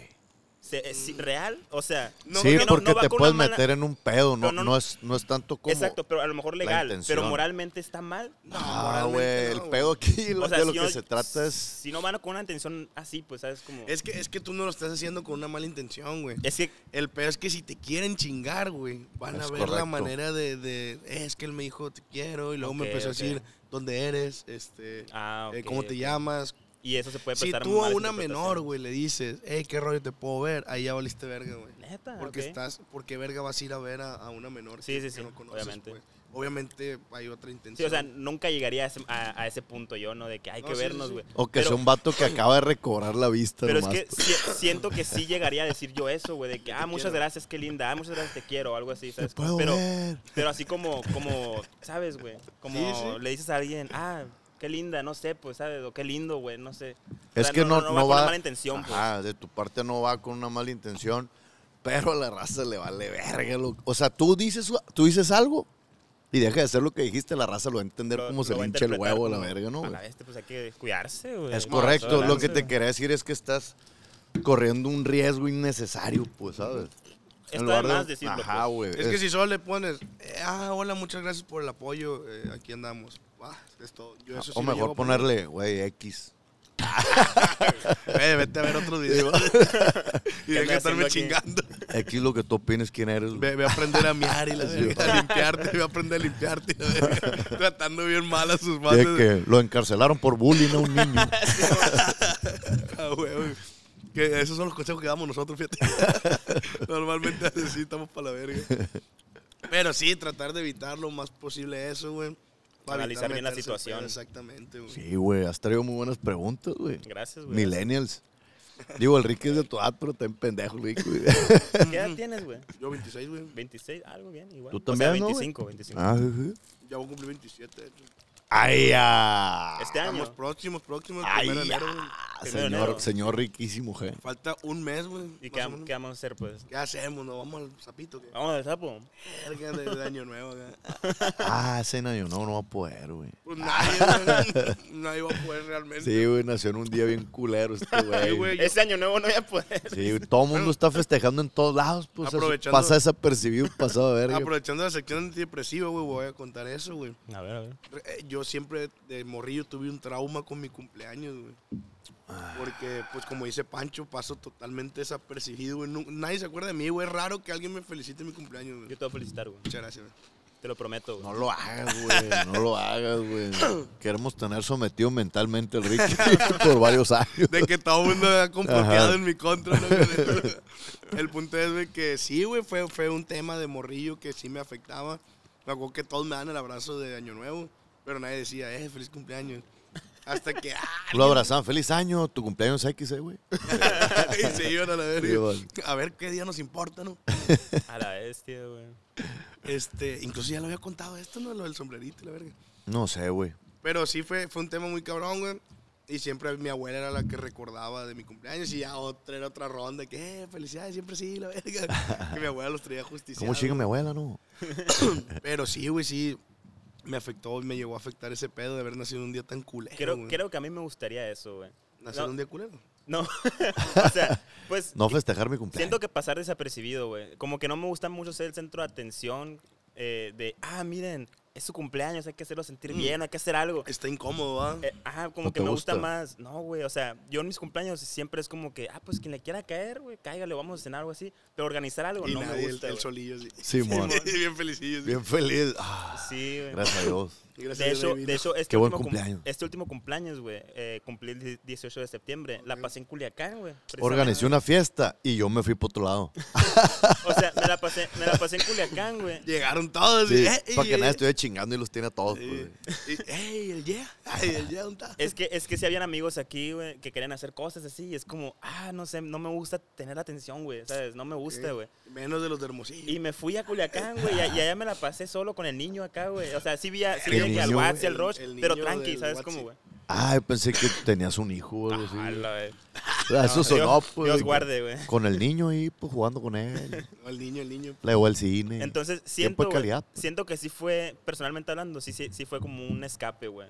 [SPEAKER 4] ¿Se- ¿Es real? O sea,
[SPEAKER 3] Mm. No,
[SPEAKER 2] sí,
[SPEAKER 3] no, no,
[SPEAKER 2] porque
[SPEAKER 4] va
[SPEAKER 2] te
[SPEAKER 4] con
[SPEAKER 2] puedes
[SPEAKER 4] una mala-
[SPEAKER 2] meter en un pedo, no,
[SPEAKER 4] Pero no-
[SPEAKER 2] no es, no es tanto como...
[SPEAKER 4] Exacto, pero a lo mejor legal, pero
[SPEAKER 2] intención.
[SPEAKER 4] moralmente está mal.
[SPEAKER 3] No,
[SPEAKER 2] Ah,
[SPEAKER 3] moralmente
[SPEAKER 2] güey,
[SPEAKER 3] no,
[SPEAKER 2] el pedo aquí, lo-
[SPEAKER 4] O sea,
[SPEAKER 2] de lo
[SPEAKER 4] si
[SPEAKER 2] que
[SPEAKER 4] no-
[SPEAKER 2] se trata es...
[SPEAKER 4] Si no van con una intención así, pues sabes como
[SPEAKER 3] Es que, es que tú no lo estás haciendo con una mala intención, güey.
[SPEAKER 4] es que
[SPEAKER 3] El peor es que si te quieren chingar, güey, van a
[SPEAKER 2] Es
[SPEAKER 3] ver la
[SPEAKER 2] correcto.
[SPEAKER 3] manera de, de, "Eh, es que él me dijo te quiero y luego me
[SPEAKER 4] Ok,
[SPEAKER 3] empezó
[SPEAKER 4] ok.
[SPEAKER 3] a decir dónde eres, este,
[SPEAKER 4] Ah,
[SPEAKER 3] eh,
[SPEAKER 4] ok,
[SPEAKER 3] cómo
[SPEAKER 4] ok.
[SPEAKER 3] te llamas.
[SPEAKER 4] Y eso se puede
[SPEAKER 3] Si
[SPEAKER 4] prestar
[SPEAKER 3] tú a
[SPEAKER 4] mala
[SPEAKER 3] una
[SPEAKER 4] interpretación.
[SPEAKER 3] menor, güey, le dices, hey, qué rollo te puedo ver, ahí ya valiste verga, güey.
[SPEAKER 4] Neta,
[SPEAKER 3] Porque
[SPEAKER 4] Ah, ok.
[SPEAKER 3] estás, porque verga vas a ir a ver a, a una menor
[SPEAKER 4] Sí,
[SPEAKER 3] que,
[SPEAKER 4] sí,
[SPEAKER 3] que
[SPEAKER 4] sí,
[SPEAKER 3] no conoces,
[SPEAKER 4] obviamente.
[SPEAKER 3] güey. Obviamente hay otra intención.
[SPEAKER 4] Sí, o sea, nunca llegaría a ese, a- a ese punto yo, ¿no? De que hay
[SPEAKER 3] No,
[SPEAKER 4] que
[SPEAKER 3] sí, sí,
[SPEAKER 4] vernos,
[SPEAKER 3] sí.
[SPEAKER 4] güey.
[SPEAKER 2] O que
[SPEAKER 4] Pero-
[SPEAKER 2] sea un vato que acaba de recobrar la vista
[SPEAKER 4] Pero es
[SPEAKER 2] nomás.
[SPEAKER 4] que si- siento que sí llegaría a decir yo eso, güey, de que, ah, muchas
[SPEAKER 3] quiero.
[SPEAKER 4] gracias, qué linda, ah, muchas gracias, te quiero, o algo así,
[SPEAKER 2] Te
[SPEAKER 4] ¿sabes?
[SPEAKER 2] puedo
[SPEAKER 4] pero,
[SPEAKER 2] ver.
[SPEAKER 4] pero así como, como, ¿sabes, güey? Como
[SPEAKER 3] Sí, sí.
[SPEAKER 4] le dices a alguien, ah, qué linda, no sé, pues, ¿sabes? O qué lindo, güey, no sé. O
[SPEAKER 2] Es
[SPEAKER 4] sea,
[SPEAKER 2] que no,
[SPEAKER 4] va
[SPEAKER 2] no
[SPEAKER 4] con una
[SPEAKER 2] va...
[SPEAKER 4] mala intención, pues.
[SPEAKER 2] Ajá, de tu parte no va con una mala intención, pero a la raza le vale verga. lo- O sea, tú dices, tú dices algo y deja de hacer lo que dijiste, la raza lo va a entender
[SPEAKER 4] Lo-
[SPEAKER 2] como se
[SPEAKER 4] lo va
[SPEAKER 2] le
[SPEAKER 4] a
[SPEAKER 2] hincha el
[SPEAKER 4] interpretar
[SPEAKER 2] huevo a la
[SPEAKER 4] como,
[SPEAKER 2] verga, ¿no?
[SPEAKER 4] A
[SPEAKER 2] güey?
[SPEAKER 4] la bestia, pues hay que cuidarse, güey.
[SPEAKER 2] Es
[SPEAKER 4] No,
[SPEAKER 2] correcto,
[SPEAKER 4] adelante,
[SPEAKER 2] lo que te
[SPEAKER 4] güey.
[SPEAKER 2] quería decir es que estás corriendo un riesgo innecesario, pues, ¿sabes?
[SPEAKER 4] Está de más decirlo,
[SPEAKER 2] Ajá,
[SPEAKER 4] pues.
[SPEAKER 2] güey.
[SPEAKER 3] es que si solo le pones, "Eh, ah, hola, muchas gracias por el apoyo, eh, aquí andamos. Ah, es todo. Yo eso sí
[SPEAKER 2] o
[SPEAKER 3] lo llego
[SPEAKER 2] mejor
[SPEAKER 3] a poner.
[SPEAKER 2] ponerle, güey, X.
[SPEAKER 3] Eh, vete a ver otro video. y deja
[SPEAKER 4] anda
[SPEAKER 3] de estarme
[SPEAKER 4] haciendo aquí?
[SPEAKER 3] chingando.
[SPEAKER 2] X lo que tú opines quién eres. güey.
[SPEAKER 3] Ve, ve a aprender a miar y la verga, a limpiarte, ve a aprender a limpiarte y la verga. Tratando bien mal a sus
[SPEAKER 2] De
[SPEAKER 3] madres.
[SPEAKER 2] que lo encarcelaron por bullying a un niño.
[SPEAKER 3] Ah, güey, güey. Que esos son los consejos que damos nosotros, fíjate. Normalmente así estamos para la verga. Pero sí, tratar de evitar lo más posible eso, güey. para
[SPEAKER 4] Analizar
[SPEAKER 3] evitar
[SPEAKER 4] bien la
[SPEAKER 3] meterse en pedo,
[SPEAKER 4] situación.
[SPEAKER 3] Exactamente, güey.
[SPEAKER 2] Sí, güey, has traído muy buenas preguntas, güey.
[SPEAKER 4] Gracias, güey.
[SPEAKER 2] Millennials. Digo, el Ricky es de tu edad, pero está en pendejo, Ricky. güey.
[SPEAKER 4] ¿Qué edad tienes, güey?
[SPEAKER 3] Yo 26, güey.
[SPEAKER 4] 26, algo bien, igual.
[SPEAKER 2] ¿Tú
[SPEAKER 4] o
[SPEAKER 2] también,
[SPEAKER 4] sea,
[SPEAKER 2] no, güey?
[SPEAKER 4] 25, 25.
[SPEAKER 2] Ah, ujú.
[SPEAKER 3] Ya voy a cumplir 27. de hecho.
[SPEAKER 2] Ay, ya.
[SPEAKER 4] Este año. ah,
[SPEAKER 3] Estamos próximos, próximos. el
[SPEAKER 2] Ay,
[SPEAKER 3] primero de
[SPEAKER 2] ya.
[SPEAKER 3] enero, güey.
[SPEAKER 4] Primero de
[SPEAKER 2] Señor,
[SPEAKER 4] enero.
[SPEAKER 2] señor riquísimo, güey.
[SPEAKER 3] Falta un mes, güey.
[SPEAKER 4] ¿Y
[SPEAKER 3] más
[SPEAKER 4] qué,
[SPEAKER 3] o
[SPEAKER 4] vam-
[SPEAKER 3] menos.
[SPEAKER 4] qué vamos a hacer, pues?
[SPEAKER 3] ¿Qué hacemos? ¿Nos vamos al zapito? ¿Qué?
[SPEAKER 4] Vamos al sapo.
[SPEAKER 3] Verga de, de año nuevo, güey.
[SPEAKER 2] Ah, ese año no, no va a poder, güey.
[SPEAKER 3] Pues nadie, güey. Nadie va a poder realmente.
[SPEAKER 2] Sí, güey, nació en un día bien culero este
[SPEAKER 3] Ay,
[SPEAKER 2] güey.
[SPEAKER 3] güey, yo-
[SPEAKER 4] Ese año nuevo no voy a poder.
[SPEAKER 2] Sí, güey, todo el mundo está festejando en todos lados, pues eso
[SPEAKER 3] Aprovechando-
[SPEAKER 2] pasa desapercibido, pasado de verga.
[SPEAKER 3] Aprovechando la sección antidepresiva, güey, voy a contar eso, güey.
[SPEAKER 4] A ver, a ver.
[SPEAKER 3] Eh, Yo siempre de morrillo tuve un trauma con mi cumpleaños, güey. Porque, pues como dice Pancho, paso totalmente desapercibido, güey. Nu- Nadie se acuerda de mí, güey. Es raro que alguien me felicite en mi cumpleaños,
[SPEAKER 4] Yo
[SPEAKER 3] güey.
[SPEAKER 4] te voy a felicitar, güey.
[SPEAKER 3] Muchas gracias, güey.
[SPEAKER 4] Te lo prometo, güey.
[SPEAKER 2] No lo hagas, güey, no lo hagas, güey. Queremos tener sometido mentalmente al Ricky por varios años.
[SPEAKER 3] De que todo el mundo ha
[SPEAKER 2] Ajá.
[SPEAKER 3] comploteado en mi contra. ¿no? el punto es de que sí, güey, fue, fue un tema de morrillo que sí me afectaba. Me acuerdo que todos me dan el abrazo de Año Nuevo, pero nadie decía, eh, feliz cumpleaños. Hasta que, ah,
[SPEAKER 2] Lo abrazan, feliz año, tu cumpleaños X, eh, güey.
[SPEAKER 3] y se iban a la
[SPEAKER 2] Sí,
[SPEAKER 3] verga.
[SPEAKER 2] vale.
[SPEAKER 3] A ver qué día nos importa, ¿no?
[SPEAKER 4] A la bestia, güey.
[SPEAKER 3] Este, incluso ya lo había contado esto, ¿no? Lo del sombrerito y la verga.
[SPEAKER 2] No sé, güey.
[SPEAKER 3] Pero sí fue, fue un tema muy cabrón, güey. Y siempre mi abuela era la que recordaba de mi cumpleaños y ya otra era otra ronda que, eh, felicidades, siempre sí, la verga. que mi abuela los traía justicia.
[SPEAKER 2] ¿Cómo chinga mi abuela, no?
[SPEAKER 3] Pero sí, güey, sí. Me afectó, me llegó a afectar ese pedo de haber nacido un día tan culero.
[SPEAKER 4] Creo,
[SPEAKER 3] Eh, güey.
[SPEAKER 4] creo que a mí me gustaría eso, güey.
[SPEAKER 3] Nacer
[SPEAKER 4] no.
[SPEAKER 3] un día culero.
[SPEAKER 4] No. o sea, pues.
[SPEAKER 2] No festejar mi
[SPEAKER 4] Siento
[SPEAKER 2] cumpleaños.
[SPEAKER 4] que pasar desapercibido, güey. Como que no me gusta mucho ser el centro de atención eh, de, ah, miren, es su cumpleaños, hay que hacerlo sentir bien, hay que hacer algo.
[SPEAKER 3] Está incómodo, ¿ah?
[SPEAKER 4] Eh, ajá, como
[SPEAKER 2] ¿No
[SPEAKER 4] que
[SPEAKER 2] te
[SPEAKER 4] me gusta?
[SPEAKER 2] gusta?
[SPEAKER 4] más. No, güey, o sea, yo en mis cumpleaños siempre es como que, ah, pues quien le quiera caer, güey, cáigale, vamos a cenar o así. Pero organizar algo
[SPEAKER 3] y
[SPEAKER 4] no
[SPEAKER 3] nadie,
[SPEAKER 4] me gusta.
[SPEAKER 3] el, el
[SPEAKER 4] güey.
[SPEAKER 3] solillo, sí.
[SPEAKER 2] Simón.
[SPEAKER 3] bien felicillo, sí.
[SPEAKER 2] Bien feliz. Ah,
[SPEAKER 4] Sí, güey.
[SPEAKER 2] gracias a Dios.
[SPEAKER 3] Gracias
[SPEAKER 4] De
[SPEAKER 3] Dios,
[SPEAKER 4] hecho,
[SPEAKER 3] divino.
[SPEAKER 4] de hecho este,
[SPEAKER 2] Qué buen
[SPEAKER 4] último cum-
[SPEAKER 2] cumpleaños.
[SPEAKER 4] este último cumpleaños, güey, eh, cumplí el die- 18 de septiembre. La pasé en Culiacán, güey.
[SPEAKER 2] Organizé
[SPEAKER 4] precisamente.
[SPEAKER 2] una fiesta y yo me fui por otro lado.
[SPEAKER 4] O sea, me la pasé, me la pasé en Culiacán, güey.
[SPEAKER 3] Llegaron todos.
[SPEAKER 2] Sí,
[SPEAKER 3] y, eh,
[SPEAKER 2] para
[SPEAKER 3] y,
[SPEAKER 2] que
[SPEAKER 3] eh,
[SPEAKER 2] nadie estuviera chingando y los tiene a todos.
[SPEAKER 3] eh,
[SPEAKER 2] pues.
[SPEAKER 3] y, ¡Ey, el yeah! ¡Ay, el yeah! ¿Dónde está?
[SPEAKER 4] Es que, es que si habían amigos aquí, güey, que querían hacer cosas así. y es como, ah, no sé, no me gusta tener atención, güey. ¿Sabes? No me gusta, güey.
[SPEAKER 3] Menos de los de Hermosillo.
[SPEAKER 4] Y me fui a Culiacán, güey, y, a- y allá me la pasé solo con el niño acá, güey. O sea, sí vi, a- sí
[SPEAKER 2] ¿Qué
[SPEAKER 4] vi que al
[SPEAKER 2] niño,
[SPEAKER 4] Watts
[SPEAKER 2] güey?
[SPEAKER 4] y al Roche,
[SPEAKER 3] El- el
[SPEAKER 4] pero
[SPEAKER 3] niño
[SPEAKER 4] tranqui,
[SPEAKER 3] del
[SPEAKER 4] ¿sabes
[SPEAKER 3] Watsi.
[SPEAKER 4] cómo, güey?
[SPEAKER 2] Ah, yo pensé que tenías un hijo o algo así.
[SPEAKER 4] Ala, güey.
[SPEAKER 2] Eso sonó, pues.
[SPEAKER 4] Ah, Dios guarde, güey.
[SPEAKER 2] Con el niño ahí, pues jugando con él.
[SPEAKER 3] El niño, el niño.
[SPEAKER 2] Le llevó al cine.
[SPEAKER 4] Entonces,
[SPEAKER 2] Tiempo
[SPEAKER 4] siento,
[SPEAKER 2] de
[SPEAKER 4] güey,
[SPEAKER 2] calidad, pues.
[SPEAKER 4] siento que sí fue, personalmente hablando, sí, sí, sí fue como un escape, güey.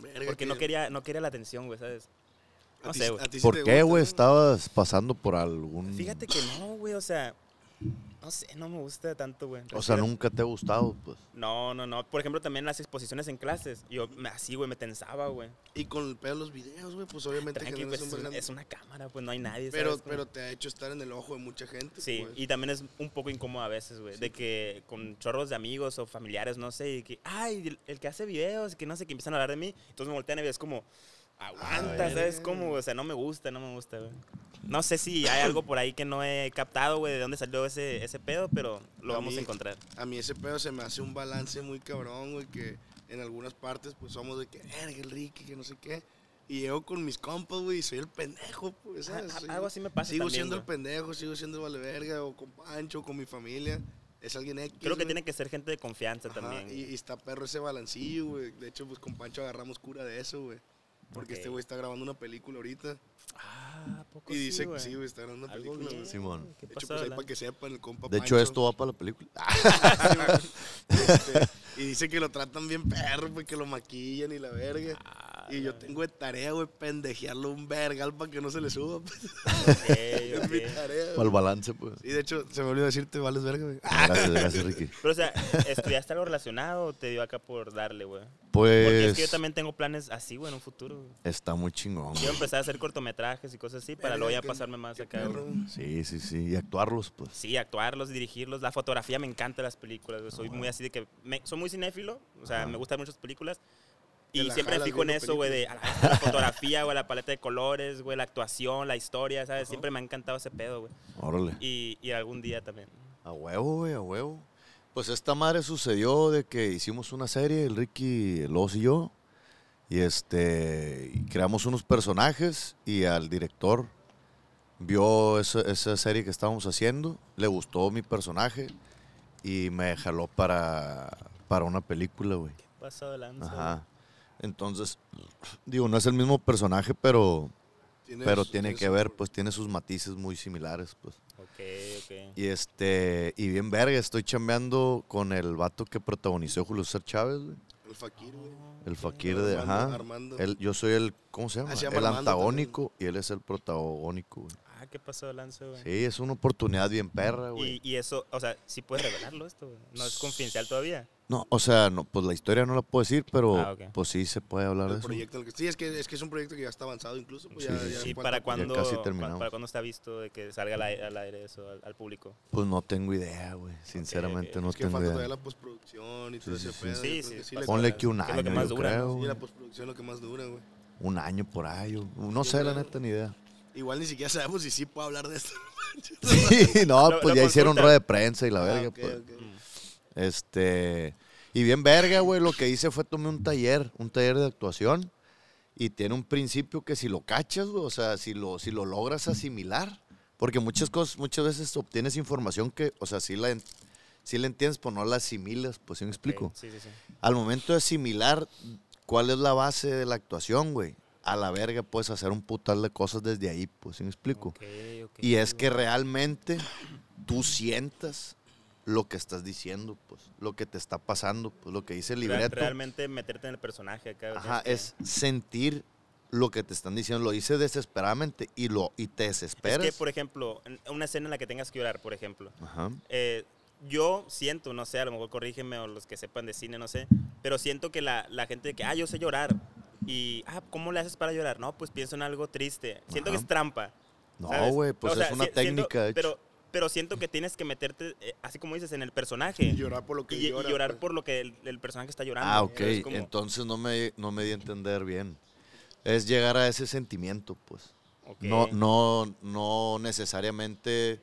[SPEAKER 3] Verga,
[SPEAKER 4] Porque no
[SPEAKER 3] que-
[SPEAKER 4] quería, no quería la atención, güey, ¿sabes?
[SPEAKER 3] a
[SPEAKER 4] no
[SPEAKER 3] ti-
[SPEAKER 4] sé, güey.
[SPEAKER 3] a ti sí
[SPEAKER 2] ¿Por
[SPEAKER 3] te
[SPEAKER 2] qué,
[SPEAKER 3] gusta,
[SPEAKER 2] güey?
[SPEAKER 3] ¿no?
[SPEAKER 2] Estabas pasando por algún.
[SPEAKER 4] Fíjate que no, güey, o sea, no sé, no me gusta tanto, güey.
[SPEAKER 2] O sea,
[SPEAKER 4] Prefiero-
[SPEAKER 2] nunca te ha gustado, pues.
[SPEAKER 4] No, no, no. Por ejemplo, también las exposiciones en clases. Yo me- así, güey, me tensaba, güey.
[SPEAKER 3] Y con el pedo de los videos, güey, pues obviamente
[SPEAKER 4] Tranqui,
[SPEAKER 3] generas
[SPEAKER 4] pues,
[SPEAKER 3] un
[SPEAKER 4] es, una,
[SPEAKER 3] vergan-
[SPEAKER 4] es una cámara, pues no hay nadie.
[SPEAKER 3] pero,
[SPEAKER 4] ¿sabes? Como-
[SPEAKER 3] pero te ha hecho estar en el ojo de mucha gente.
[SPEAKER 4] Sí,
[SPEAKER 3] pues.
[SPEAKER 4] y también es un poco incómodo a veces, güey, de que con chorros de amigos o familiares, no sé, y que, ay, el, el que hace videos, que no sé, que empiezan a hablar de mí, entonces me voltean y es como, aguanta,
[SPEAKER 3] verga.
[SPEAKER 4] ¿sabes cómo? O sea, no me gusta, no me gusta, güey. No sé si hay algo por ahí que no he captado, güey, de dónde salió ese, ese pedo, pero lo
[SPEAKER 3] A
[SPEAKER 4] vamos
[SPEAKER 3] mí-
[SPEAKER 4] a encontrar.
[SPEAKER 3] A mí ese pedo se me hace un balance muy cabrón, güey, que en algunas partes pues somos de que, verga, el Ricky, que no sé qué. Y llego con mis compas, güey, y soy el pendejo, pues, ¿sabes?
[SPEAKER 4] Ah,
[SPEAKER 3] Soy-
[SPEAKER 4] algo así me pasa
[SPEAKER 3] Sigo
[SPEAKER 4] también,
[SPEAKER 3] siendo el
[SPEAKER 4] güey.
[SPEAKER 3] pendejo, sigo siendo el vale verga, o con Pancho, o con mi familia. Es alguien X,
[SPEAKER 4] Creo que
[SPEAKER 3] güey.
[SPEAKER 4] tiene que ser gente de confianza
[SPEAKER 3] Ajá,
[SPEAKER 4] también.
[SPEAKER 3] Y, y está perro ese balancillo, güey. De hecho, pues con Pancho agarramos cura de eso, güey. Porque
[SPEAKER 4] Ok.
[SPEAKER 3] este güey está grabando una película ahorita.
[SPEAKER 4] Ah, ¿a poco
[SPEAKER 3] Y dice que
[SPEAKER 4] güey?
[SPEAKER 3] sí, güey, está grabando una
[SPEAKER 4] Algo
[SPEAKER 3] película,
[SPEAKER 4] bien,
[SPEAKER 3] güey.
[SPEAKER 2] sí. Simón.
[SPEAKER 4] ¿Qué
[SPEAKER 3] De hecho,
[SPEAKER 4] pasó,
[SPEAKER 3] pues ahí
[SPEAKER 4] Alan?
[SPEAKER 3] para que sepan, el compa
[SPEAKER 2] De hecho,
[SPEAKER 3] Pancho.
[SPEAKER 2] esto va para la película. Ah,
[SPEAKER 3] Este, y dice que lo tratan bien perro, pues que lo maquillan y la verga.
[SPEAKER 4] Ah,
[SPEAKER 3] Y yo tengo de tarea, güey, pendejearlo un vergal para que no se le suba. pues.
[SPEAKER 4] ok,
[SPEAKER 3] Es mi tarea.
[SPEAKER 4] ok.
[SPEAKER 2] para
[SPEAKER 3] güey.
[SPEAKER 2] el balance, pues. Ah,
[SPEAKER 3] Y de hecho, se me olvidó decirte, vales verga, güey.
[SPEAKER 2] Gracias, gracias, Ricky.
[SPEAKER 4] Pero, o sea, ¿estudiaste algo relacionado o te dio acá por darle, güey? Porque
[SPEAKER 2] Pues.
[SPEAKER 4] es que yo también tengo planes así, güey, en un futuro. güey.
[SPEAKER 2] Está muy chingón.
[SPEAKER 4] Quiero empezar a hacer cortometrajes y cosas así para luego ya
[SPEAKER 3] Verga,
[SPEAKER 4] pasarme más
[SPEAKER 3] qué
[SPEAKER 4] acá. güey.
[SPEAKER 3] perro.
[SPEAKER 2] Sí, sí, sí. Y actuarlos, pues.
[SPEAKER 4] Sí, actuarlos, dirigirlos. La fotografía me encanta las películas. güey.
[SPEAKER 3] Ah,
[SPEAKER 4] Soy muy así de que. me- soy muy cinéfilo, o sea, me gustan muchas películas.
[SPEAKER 3] Te
[SPEAKER 4] Y
[SPEAKER 3] la
[SPEAKER 4] siempre me
[SPEAKER 3] jalas
[SPEAKER 4] fijo en
[SPEAKER 3] viendo
[SPEAKER 4] eso, güey, de a la, la fotografía, güey, la paleta de colores, güey, la actuación, la historia, ¿sabes? Siempre me ha encantado ese pedo, güey.
[SPEAKER 2] Órale.
[SPEAKER 4] Y, y algún día también.
[SPEAKER 2] A huevo, güey, a huevo. Pues esta madre sucedió de que hicimos una serie, el Ricky, el Oz y yo, y este, y creamos unos personajes y al director vio esa, esa serie que estábamos haciendo, le gustó mi personaje y me jaló para, para una película, güey.
[SPEAKER 4] Pasado de lanza.
[SPEAKER 2] Ajá. Entonces, digo, no es el mismo personaje, pero,
[SPEAKER 3] Tienes-
[SPEAKER 2] pero tiene
[SPEAKER 3] tienes
[SPEAKER 2] que
[SPEAKER 3] un-
[SPEAKER 2] ver, pues tiene sus matices muy similares, pues.
[SPEAKER 4] Ok, ok.
[SPEAKER 2] Y este, y bien verga, estoy chambeando con el vato que protagonizó Julio César Chávez, güey.
[SPEAKER 3] El Fakir, güey.
[SPEAKER 2] El fakir de,
[SPEAKER 3] Armando,
[SPEAKER 2] ajá.
[SPEAKER 3] Armando.
[SPEAKER 2] Él- yo soy el, ¿cómo se llama?
[SPEAKER 3] Ah, se llama
[SPEAKER 2] el
[SPEAKER 3] Armando
[SPEAKER 2] antagónico y él es el protagónico, güey.
[SPEAKER 4] Ah, qué pasado de lanza, güey.
[SPEAKER 2] Sí, es una oportunidad bien perra,
[SPEAKER 4] Y,
[SPEAKER 2] güey.
[SPEAKER 4] y eso, o sea, sí puedes revelarlo esto, güey? No es confidencial todavía.
[SPEAKER 2] No, o sea, no, pues la historia no la puedo decir, pero
[SPEAKER 4] Ah, ok.
[SPEAKER 2] pues sí se puede hablar de
[SPEAKER 3] El
[SPEAKER 2] eso.
[SPEAKER 3] proyecto en el que- sí, es que, es que es un proyecto que ya está avanzado incluso. Pues
[SPEAKER 2] Sí,
[SPEAKER 3] ya,
[SPEAKER 2] sí,
[SPEAKER 3] ya
[SPEAKER 4] ¿Y
[SPEAKER 3] falta
[SPEAKER 4] para
[SPEAKER 3] poco.
[SPEAKER 4] cuándo,
[SPEAKER 2] casi
[SPEAKER 4] cua-
[SPEAKER 2] terminamos.
[SPEAKER 4] para cuándo está visto de que salga al aire, al aire eso, al, al público?
[SPEAKER 2] Pues no tengo idea, güey. Sinceramente no
[SPEAKER 3] Es que
[SPEAKER 2] tengo
[SPEAKER 3] falta
[SPEAKER 2] idea.
[SPEAKER 3] todavía la postproducción y todo
[SPEAKER 2] sí,
[SPEAKER 3] ese
[SPEAKER 2] sí.
[SPEAKER 3] pedo.
[SPEAKER 4] Sí,
[SPEAKER 3] yo creo
[SPEAKER 4] sí,
[SPEAKER 3] que
[SPEAKER 4] pasa.
[SPEAKER 3] le-
[SPEAKER 2] Ponle que un
[SPEAKER 4] que es lo
[SPEAKER 2] año,
[SPEAKER 4] que más
[SPEAKER 2] yo
[SPEAKER 4] dura, ¿no?
[SPEAKER 2] creo,
[SPEAKER 3] sí,
[SPEAKER 2] güey.
[SPEAKER 3] la postproducción es lo que más dura, güey.
[SPEAKER 2] Un año por ahí. o- No
[SPEAKER 3] Yo
[SPEAKER 2] sé, la
[SPEAKER 3] creo-
[SPEAKER 2] neta, ni idea.
[SPEAKER 3] Igual ni siquiera sabemos si sí puedo hablar de esto.
[SPEAKER 2] Sí, no,
[SPEAKER 4] Lo-
[SPEAKER 2] pues
[SPEAKER 4] lo
[SPEAKER 2] ya hicieron
[SPEAKER 4] consultan.
[SPEAKER 2] rueda de prensa y la
[SPEAKER 3] Ah,
[SPEAKER 2] verga,
[SPEAKER 3] ok,
[SPEAKER 2] pues.
[SPEAKER 4] Mm,
[SPEAKER 3] ok.
[SPEAKER 2] Este. Y bien verga, güey. Lo que hice fue tomé un taller, un taller de actuación. Y tiene un principio que si lo cachas, güey, o sea, si lo, si lo logras asimilar. Porque muchas cosas, muchas veces obtienes información que, o sea, sí la, en- sí la entiendes, pero no la asimilas, pues sí me explico.
[SPEAKER 4] Ok, Sí, sí, sí.
[SPEAKER 2] Al momento de asimilar cuál es la base de la actuación, güey. A la verga puedes hacer un putal de cosas desde ahí, pues sí me explico.
[SPEAKER 4] Ok, ok.
[SPEAKER 2] Y es que realmente tú sientas lo que estás diciendo, pues, lo que te está pasando, pues, lo que dice el
[SPEAKER 4] Re-
[SPEAKER 2] libreto.
[SPEAKER 4] Realmente meterte en el personaje acá. güey,
[SPEAKER 2] Ajá,
[SPEAKER 4] tienes
[SPEAKER 2] es sentir lo que te están diciendo. Lo dice desesperadamente y, lo, y te
[SPEAKER 4] que- Es
[SPEAKER 2] desesperas.
[SPEAKER 4] que, por ejemplo, en- una escena en la que tengas que llorar, por ejemplo,
[SPEAKER 2] Ajá.
[SPEAKER 4] eh, yo siento, no sé, a lo mejor corrígeme o los que sepan de cine, no sé, pero siento que la, la gente de que, ah, yo sé llorar. Y, ah, ¿cómo le haces para llorar? No, pues pienso en algo triste. Siento
[SPEAKER 2] Ajá.
[SPEAKER 4] que es trampa.
[SPEAKER 2] No,
[SPEAKER 4] ¿sabes?
[SPEAKER 2] güey, pues
[SPEAKER 4] O sea,
[SPEAKER 2] es una
[SPEAKER 4] si- siento-
[SPEAKER 2] técnica. de hecho.
[SPEAKER 4] pero, pero siento que tienes que meterte, eh, así como dices, en el personaje.
[SPEAKER 3] Y llorar por lo que
[SPEAKER 4] Y, y
[SPEAKER 3] llora,
[SPEAKER 4] llorar
[SPEAKER 3] pues.
[SPEAKER 4] por lo que el, el personaje está llorando.
[SPEAKER 2] ah, ok.
[SPEAKER 4] Es como-
[SPEAKER 2] Entonces no me, no me di a entender bien. Es llegar a ese sentimiento, pues.
[SPEAKER 4] ok.
[SPEAKER 2] No, no, no necesariamente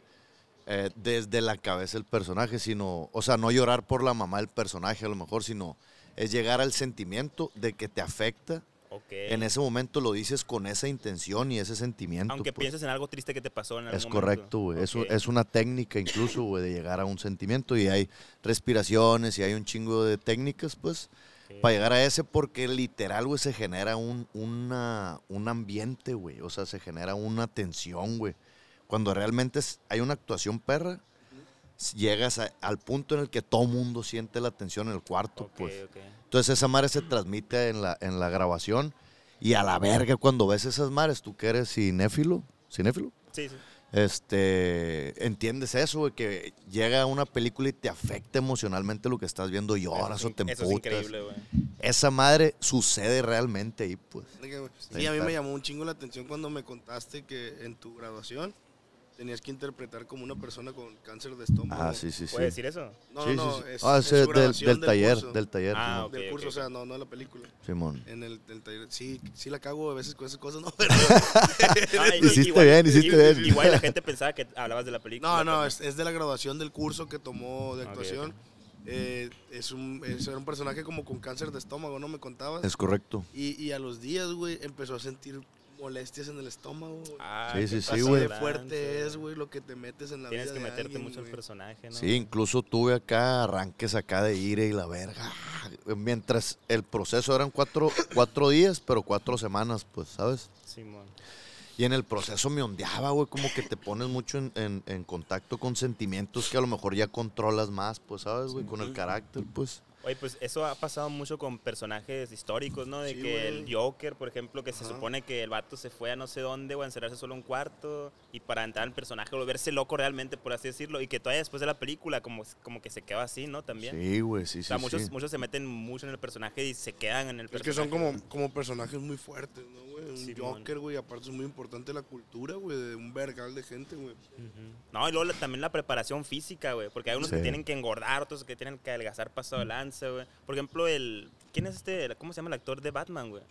[SPEAKER 2] eh, desde la cabeza del personaje, sino, o sea, no llorar por la mamá del personaje a lo mejor, sino es llegar al sentimiento de que te afecta.
[SPEAKER 4] Ok.
[SPEAKER 2] En ese momento lo dices con esa intención y ese sentimiento.
[SPEAKER 4] Aunque
[SPEAKER 2] pues.
[SPEAKER 4] pienses en algo triste que te pasó en algún
[SPEAKER 2] Es correcto, güey. Es, un-
[SPEAKER 4] eso
[SPEAKER 2] es una técnica incluso, güey, de llegar a un sentimiento. Y hay respiraciones y hay un chingo de técnicas, pues, para llegar a ese, porque literal, güey, se genera un, una, un ambiente, güey. O sea, se genera una tensión, güey. Cuando realmente es- hay una actuación perra, s- llegas a- al punto en el que todo mundo siente la tensión en el cuarto, pues. Entonces esa madre se transmite en la, en la grabación. Y a la verga, cuando ves esas mares, tú que eres cinéfilo, cinéfilo,
[SPEAKER 4] Sí, sí.
[SPEAKER 2] este, entiendes eso, güey, que llega una película y te afecta emocionalmente lo que estás viendo, lloras
[SPEAKER 4] Eso
[SPEAKER 2] o
[SPEAKER 4] es
[SPEAKER 2] te
[SPEAKER 4] in- Eso es
[SPEAKER 2] emputas.
[SPEAKER 4] increíble, güey.
[SPEAKER 2] Esa madre sucede realmente ahí, pues.
[SPEAKER 3] Y
[SPEAKER 2] Ahí
[SPEAKER 3] a mí
[SPEAKER 2] está.
[SPEAKER 3] me llamó un chingo la atención cuando me contaste que en tu graduación tenías que interpretar como una persona con cáncer de estómago.
[SPEAKER 2] Ah, sí, sí, sí.
[SPEAKER 4] ¿Puedes decir eso?
[SPEAKER 3] No,
[SPEAKER 2] Sí, sí,
[SPEAKER 3] no,
[SPEAKER 2] sí.
[SPEAKER 3] es,
[SPEAKER 2] ah,
[SPEAKER 3] es
[SPEAKER 2] ese
[SPEAKER 3] su
[SPEAKER 2] es del,
[SPEAKER 3] graduación
[SPEAKER 2] del taller,
[SPEAKER 3] curso.
[SPEAKER 2] del taller,
[SPEAKER 4] Ah,
[SPEAKER 2] Simón.
[SPEAKER 4] ok.
[SPEAKER 3] Del curso, o sea, no, no de la película.
[SPEAKER 2] Simón.
[SPEAKER 3] En el del taller. Sí, sí la cago a veces con esas cosas, no, pero...
[SPEAKER 4] Ah, y-
[SPEAKER 2] Hiciste bien, hiciste
[SPEAKER 4] y-
[SPEAKER 2] bien.
[SPEAKER 4] Igual la gente pensaba que hablabas de la película.
[SPEAKER 3] No, no,
[SPEAKER 4] también.
[SPEAKER 3] es, es de la graduación del curso que tomó de
[SPEAKER 4] Ok,
[SPEAKER 3] actuación. Eh, es un, es- era un personaje como con cáncer de estómago, ¿no? Me contabas.
[SPEAKER 2] Es correcto.
[SPEAKER 3] Y, y a los días, güey, empezó a sentir molestias en el estómago. güey.
[SPEAKER 4] Ah,
[SPEAKER 2] Sí,
[SPEAKER 4] qué
[SPEAKER 2] sí, sí,
[SPEAKER 4] pasado
[SPEAKER 2] güey.
[SPEAKER 4] de
[SPEAKER 3] Qué
[SPEAKER 4] lanza,
[SPEAKER 3] fuerte es, güey, lo que te metes en la
[SPEAKER 4] Tienes
[SPEAKER 3] vida
[SPEAKER 4] que
[SPEAKER 3] de
[SPEAKER 4] meterte
[SPEAKER 3] alguien,
[SPEAKER 4] mucho al
[SPEAKER 3] güey.
[SPEAKER 4] personaje, ¿no?
[SPEAKER 2] Sí, incluso tuve acá arranques acá de ira y la verga. Ah, Mientras el proceso eran cuatro, cuatro días, pero cuatro semanas, pues, ¿sabes?
[SPEAKER 4] Simón.
[SPEAKER 2] Y en el proceso me ondeaba, güey, como que te pones mucho en, en- en contacto con sentimientos que a lo mejor ya controlas más, pues, ¿sabes, güey? Con el carácter, pues.
[SPEAKER 4] Oye, pues eso ha pasado mucho con personajes históricos, ¿no? De
[SPEAKER 3] Sí,
[SPEAKER 4] que
[SPEAKER 3] güey.
[SPEAKER 4] el Joker, por ejemplo, que se
[SPEAKER 3] Ajá.
[SPEAKER 4] supone que el vato se fue a no sé dónde o a encerrarse solo en un cuarto y para entrar al personaje, volverse loco realmente, por así decirlo, y que todavía después de la película como, como que se quedó así, ¿no? También.
[SPEAKER 2] Sí, güey, sí,
[SPEAKER 4] o
[SPEAKER 2] sí.
[SPEAKER 4] sea, muchos,
[SPEAKER 2] sí.
[SPEAKER 4] muchos se meten mucho en el personaje y se quedan en el
[SPEAKER 3] Es que son
[SPEAKER 4] personaje.
[SPEAKER 3] como, como personajes muy fuertes, ¿no, güey? Un
[SPEAKER 4] Simón.
[SPEAKER 3] Joker, güey, aparte es muy importante la cultura, güey, de un vergal de gente, güey.
[SPEAKER 4] No, y luego la- también la preparación física, güey. Porque hay unos que
[SPEAKER 2] Sí.
[SPEAKER 4] tienen que engordar, otros que tienen que adelgazar pasado
[SPEAKER 3] Mm.
[SPEAKER 4] de lanza, güey. Por ejemplo, el... ¿Quién es este? ¿Cómo se llama el actor de Batman, güey?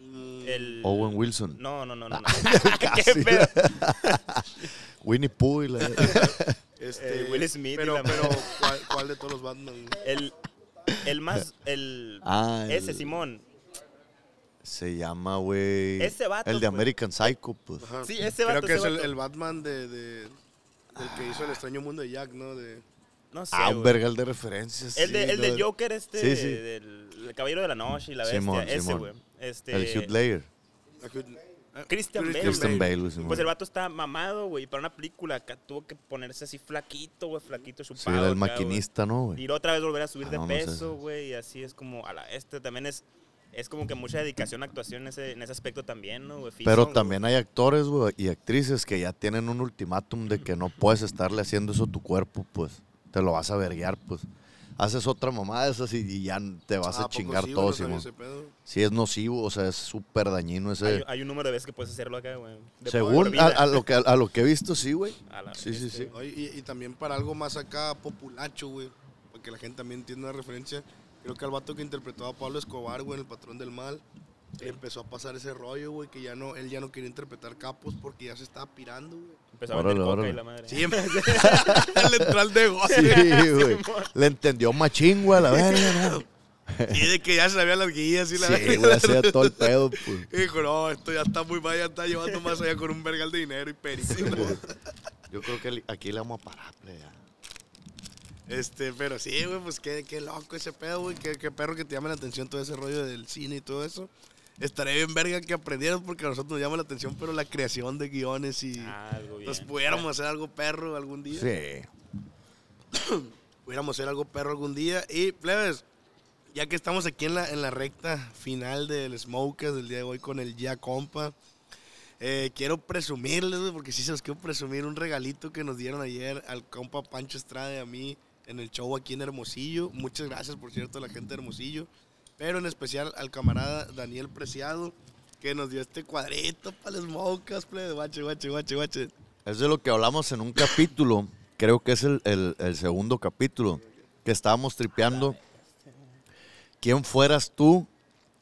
[SPEAKER 3] Mm,
[SPEAKER 4] El...
[SPEAKER 2] Owen Wilson.
[SPEAKER 4] No, no, no, no. no.
[SPEAKER 2] Casi.
[SPEAKER 4] ¿Qué pedo?
[SPEAKER 2] Winnie Pooh y la...
[SPEAKER 3] este,
[SPEAKER 4] eh, Will Smith y
[SPEAKER 3] Pero,
[SPEAKER 4] la-
[SPEAKER 3] pero ¿cuál, cuál de todos los Batman? güey?
[SPEAKER 4] El, el más... El,
[SPEAKER 2] Ah, el-
[SPEAKER 4] ese, Simón.
[SPEAKER 2] Se llama, güey...
[SPEAKER 4] Ese vato,
[SPEAKER 2] El de
[SPEAKER 4] pues.
[SPEAKER 2] American Psycho, pues.
[SPEAKER 3] Ajá.
[SPEAKER 4] Sí, ese vato,
[SPEAKER 3] Creo que
[SPEAKER 4] ese
[SPEAKER 3] es el,
[SPEAKER 4] vato.
[SPEAKER 3] el Batman de, de- del que hizo El extraño mundo de Jack, ¿no? De,
[SPEAKER 4] No sé,
[SPEAKER 2] ah, un
[SPEAKER 4] güey.
[SPEAKER 2] vergal de referencias.
[SPEAKER 4] El, de-
[SPEAKER 2] sí,
[SPEAKER 4] el
[SPEAKER 2] lo-
[SPEAKER 4] del Joker, este,
[SPEAKER 2] Sí, sí.
[SPEAKER 4] del el Caballero de la Noche y la Bestia.
[SPEAKER 2] Simón,
[SPEAKER 4] ese,
[SPEAKER 2] Simón.
[SPEAKER 4] güey. Este,
[SPEAKER 2] El Hugh Layer.
[SPEAKER 4] Christian Bale.
[SPEAKER 2] Kristen Bale, güey,
[SPEAKER 4] Pues
[SPEAKER 2] Simón.
[SPEAKER 4] el vato está mamado, güey. y Para una película acá tuvo que ponerse así flaquito, güey, flaquito, chupado.
[SPEAKER 2] Sí, era el
[SPEAKER 4] acá, güey.
[SPEAKER 2] maquinista, ¿no,
[SPEAKER 4] Y
[SPEAKER 2] güey?
[SPEAKER 4] luego otra vez volver a subir
[SPEAKER 2] Ah,
[SPEAKER 4] de
[SPEAKER 2] no, no sé
[SPEAKER 4] peso,
[SPEAKER 2] eso.
[SPEAKER 4] güey. Y así es como a la este también es es como que mucha dedicación a actuación en ese, en ese aspecto también, ¿no? güey? Físico,
[SPEAKER 2] Pero
[SPEAKER 4] güey.
[SPEAKER 2] también hay actores, güey, y actrices que ya tienen un ultimátum de que no puedes estarle haciendo eso a tu cuerpo, pues. Te lo vas a verguear, pues. Haces otra mamada de esas y, y ya te vas
[SPEAKER 3] Ah,
[SPEAKER 4] Ah,
[SPEAKER 2] a chingar todo, Simón. Sí, es nocivo, o sea, es súper dañino ese.
[SPEAKER 4] hay, hay un número de veces que puedes hacerlo acá, güey. de por
[SPEAKER 2] Según
[SPEAKER 4] vida.
[SPEAKER 2] a, a lo que, a lo que he visto, sí, güey.
[SPEAKER 4] A la este,
[SPEAKER 2] Sí, sí,
[SPEAKER 4] bestia,
[SPEAKER 2] sí.
[SPEAKER 4] güey.
[SPEAKER 3] Oye, Y, y también para algo más acá populacho, güey. Para que la gente también entienda una referencia. Creo que al vato que interpretó a Pablo Escobar, güey, en El Patrón del Mal, le empezó a pasar ese rollo, güey, que ya no, él ya no quería interpretar capos porque ya se estaba pirando, güey.
[SPEAKER 4] Empezó a vender
[SPEAKER 2] Órale,
[SPEAKER 4] coca
[SPEAKER 2] órale.
[SPEAKER 4] y la madre.
[SPEAKER 3] Sí, le entró al negocio.
[SPEAKER 2] Sí, güey. Le entendió machín, güey, a la verga, ¿no?
[SPEAKER 3] Y de que ya se sabía las guías y la
[SPEAKER 2] Sí, güey, hacía todo el pedo, pues.
[SPEAKER 3] Y dijo, no, esto ya está muy mal, ya está llevando más allá con un vergal de dinero y perico.
[SPEAKER 2] Yo creo que aquí le vamos a parar, plebe, ya.
[SPEAKER 3] Este, pero sí, güey, pues qué, qué loco ese pedo, güey. Qué, qué perro que te llama la atención todo ese rollo del cine y todo eso. Estaría bien verga que aprendieras porque a nosotros nos llama la atención, pero la creación de guiones y
[SPEAKER 4] Ah, algo bien.
[SPEAKER 3] nos pudiéramos hacer algo perro algún día.
[SPEAKER 2] Sí.
[SPEAKER 3] Pudiéramos hacer algo perro algún día. Y, plebes, ya que estamos aquí en la, en la recta final del Smokers del día de hoy con el Ya Compa, Eh, quiero presumirles, güey, porque sí se los quiero presumir, un regalito que nos dieron ayer al compa Pancho Estrada y a mí en el show aquí en Hermosillo. Muchas gracias, por cierto, a la gente de Hermosillo. Pero en especial al camarada Daniel Preciado, que nos dio este cuadrito para las mocas, plebe. Guache, guache, guache, guache.
[SPEAKER 2] Es de lo que hablamos en un capítulo, creo que es el, el- el segundo capítulo, que estábamos tripeando. ¿Quién fueras tú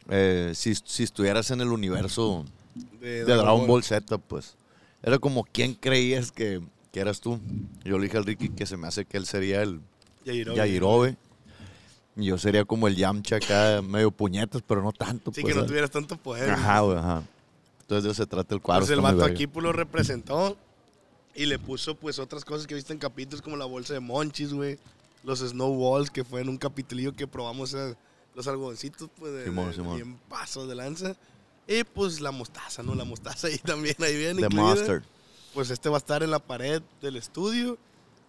[SPEAKER 2] eh, si, si estuvieras en el universo de Dragon Ball Z? Pues era como, ¿quién creías que, que eras tú? Yo le dije al Ricky que se me hace que él sería el
[SPEAKER 3] Yajirobe.
[SPEAKER 2] Yairobe. Y yo sería como el Yamcha acá, medio puñetas, pero no tanto.
[SPEAKER 3] Sí,
[SPEAKER 2] pues,
[SPEAKER 3] que no
[SPEAKER 2] ¿sabes?
[SPEAKER 3] tuvieras tanto poder. güey.
[SPEAKER 2] Ajá, güey, ajá. Entonces de eso se trata el cuadro.
[SPEAKER 3] Pues el
[SPEAKER 2] está muy
[SPEAKER 3] vato
[SPEAKER 2] verga.
[SPEAKER 3] aquí pues, lo representó y le puso pues otras cosas que viste en capítulos como la bolsa de monchis, güey. Los snowballs que fue en un capitulillo que probamos eh, los algodoncitos, pues de,
[SPEAKER 2] Simón,
[SPEAKER 3] de-
[SPEAKER 2] Simón.
[SPEAKER 3] bien pasos de lanza. Y pues la mostaza, ¿no? La mostaza ahí también, ahí viene
[SPEAKER 2] The
[SPEAKER 3] incluida.
[SPEAKER 2] Monster.
[SPEAKER 3] Pues este va a estar en la pared del estudio.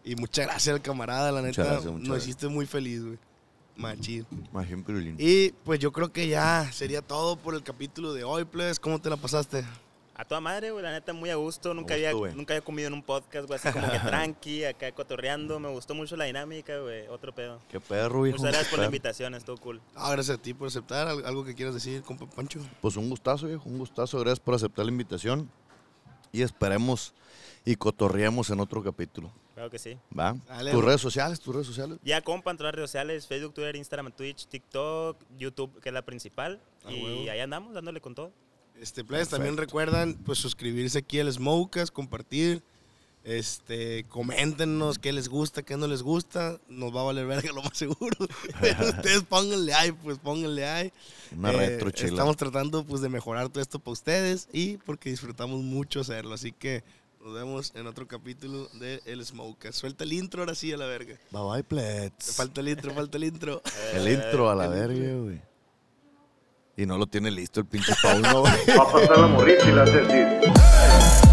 [SPEAKER 3] Y muchas gracias al camarada, la
[SPEAKER 2] Muchas
[SPEAKER 3] neta.
[SPEAKER 2] gracias, muchas
[SPEAKER 3] nos
[SPEAKER 2] gracias.
[SPEAKER 3] hiciste muy feliz, güey. Machín.
[SPEAKER 2] Machine Pirulín.
[SPEAKER 3] Y pues yo creo que ya sería todo por el capítulo de hoy, plebes. ¿Cómo te la pasaste?
[SPEAKER 4] A toda madre, güey, la neta, muy a gusto. Nunca,
[SPEAKER 2] A gusto,
[SPEAKER 4] había,
[SPEAKER 2] güey.
[SPEAKER 4] nunca había comido en un podcast, güey, así como que tranqui, acá cotorreando. Me gustó mucho la dinámica, güey, otro pedo.
[SPEAKER 2] Qué perro, hijo.
[SPEAKER 4] Muchas
[SPEAKER 3] Pues,
[SPEAKER 4] gracias por la
[SPEAKER 2] Qué perro.
[SPEAKER 4] invitación, estuvo cool.
[SPEAKER 3] Ah, gracias a ti por aceptar. Al- ¿Algo que quieras decir, compa Pancho?
[SPEAKER 2] Pues un gustazo, viejo, un gustazo. Gracias por aceptar la invitación. Y esperemos y cotorreemos en otro capítulo.
[SPEAKER 4] Claro que sí.
[SPEAKER 2] ¿Va?
[SPEAKER 3] Dale,
[SPEAKER 2] tus
[SPEAKER 3] güey.
[SPEAKER 2] redes sociales, tus redes sociales.
[SPEAKER 4] Ya compa en todas las redes sociales, Facebook, Twitter, Instagram, Twitch, TikTok, YouTube, que es la principal.
[SPEAKER 3] Ah,
[SPEAKER 4] y
[SPEAKER 3] huevo.
[SPEAKER 4] ahí andamos dándole con todo.
[SPEAKER 3] Este, plebes, también recuerdan, pues, suscribirse aquí al Smokas, compartir. Este, coméntenos qué les gusta, qué no les gusta. Nos va a valer verga lo más seguro. Pero ustedes pónganle ahí, pues, pónganle ahí.
[SPEAKER 2] Una
[SPEAKER 3] Eh,
[SPEAKER 2] retro chila.
[SPEAKER 3] Estamos tratando, pues, de mejorar todo esto para ustedes y porque disfrutamos mucho hacerlo. Así que nos vemos en otro capítulo de El Smokas. Suelta el intro ahora sí a la verga.
[SPEAKER 2] Bye bye, plets.
[SPEAKER 3] Falta el intro, falta el intro.
[SPEAKER 2] El intro a la verga, güey. Y no lo tiene listo el pinche Pauno, güey.
[SPEAKER 5] Va a pasar la morrita y la hace así.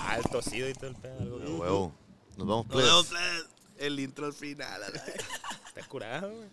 [SPEAKER 4] Ah, el tosido y todo el pedo, algo
[SPEAKER 2] é Huevo. Nos vamos,
[SPEAKER 3] Nos vemos,
[SPEAKER 2] plets.
[SPEAKER 3] plebes. El intro al final. a la verga.
[SPEAKER 4] Está curado, güey.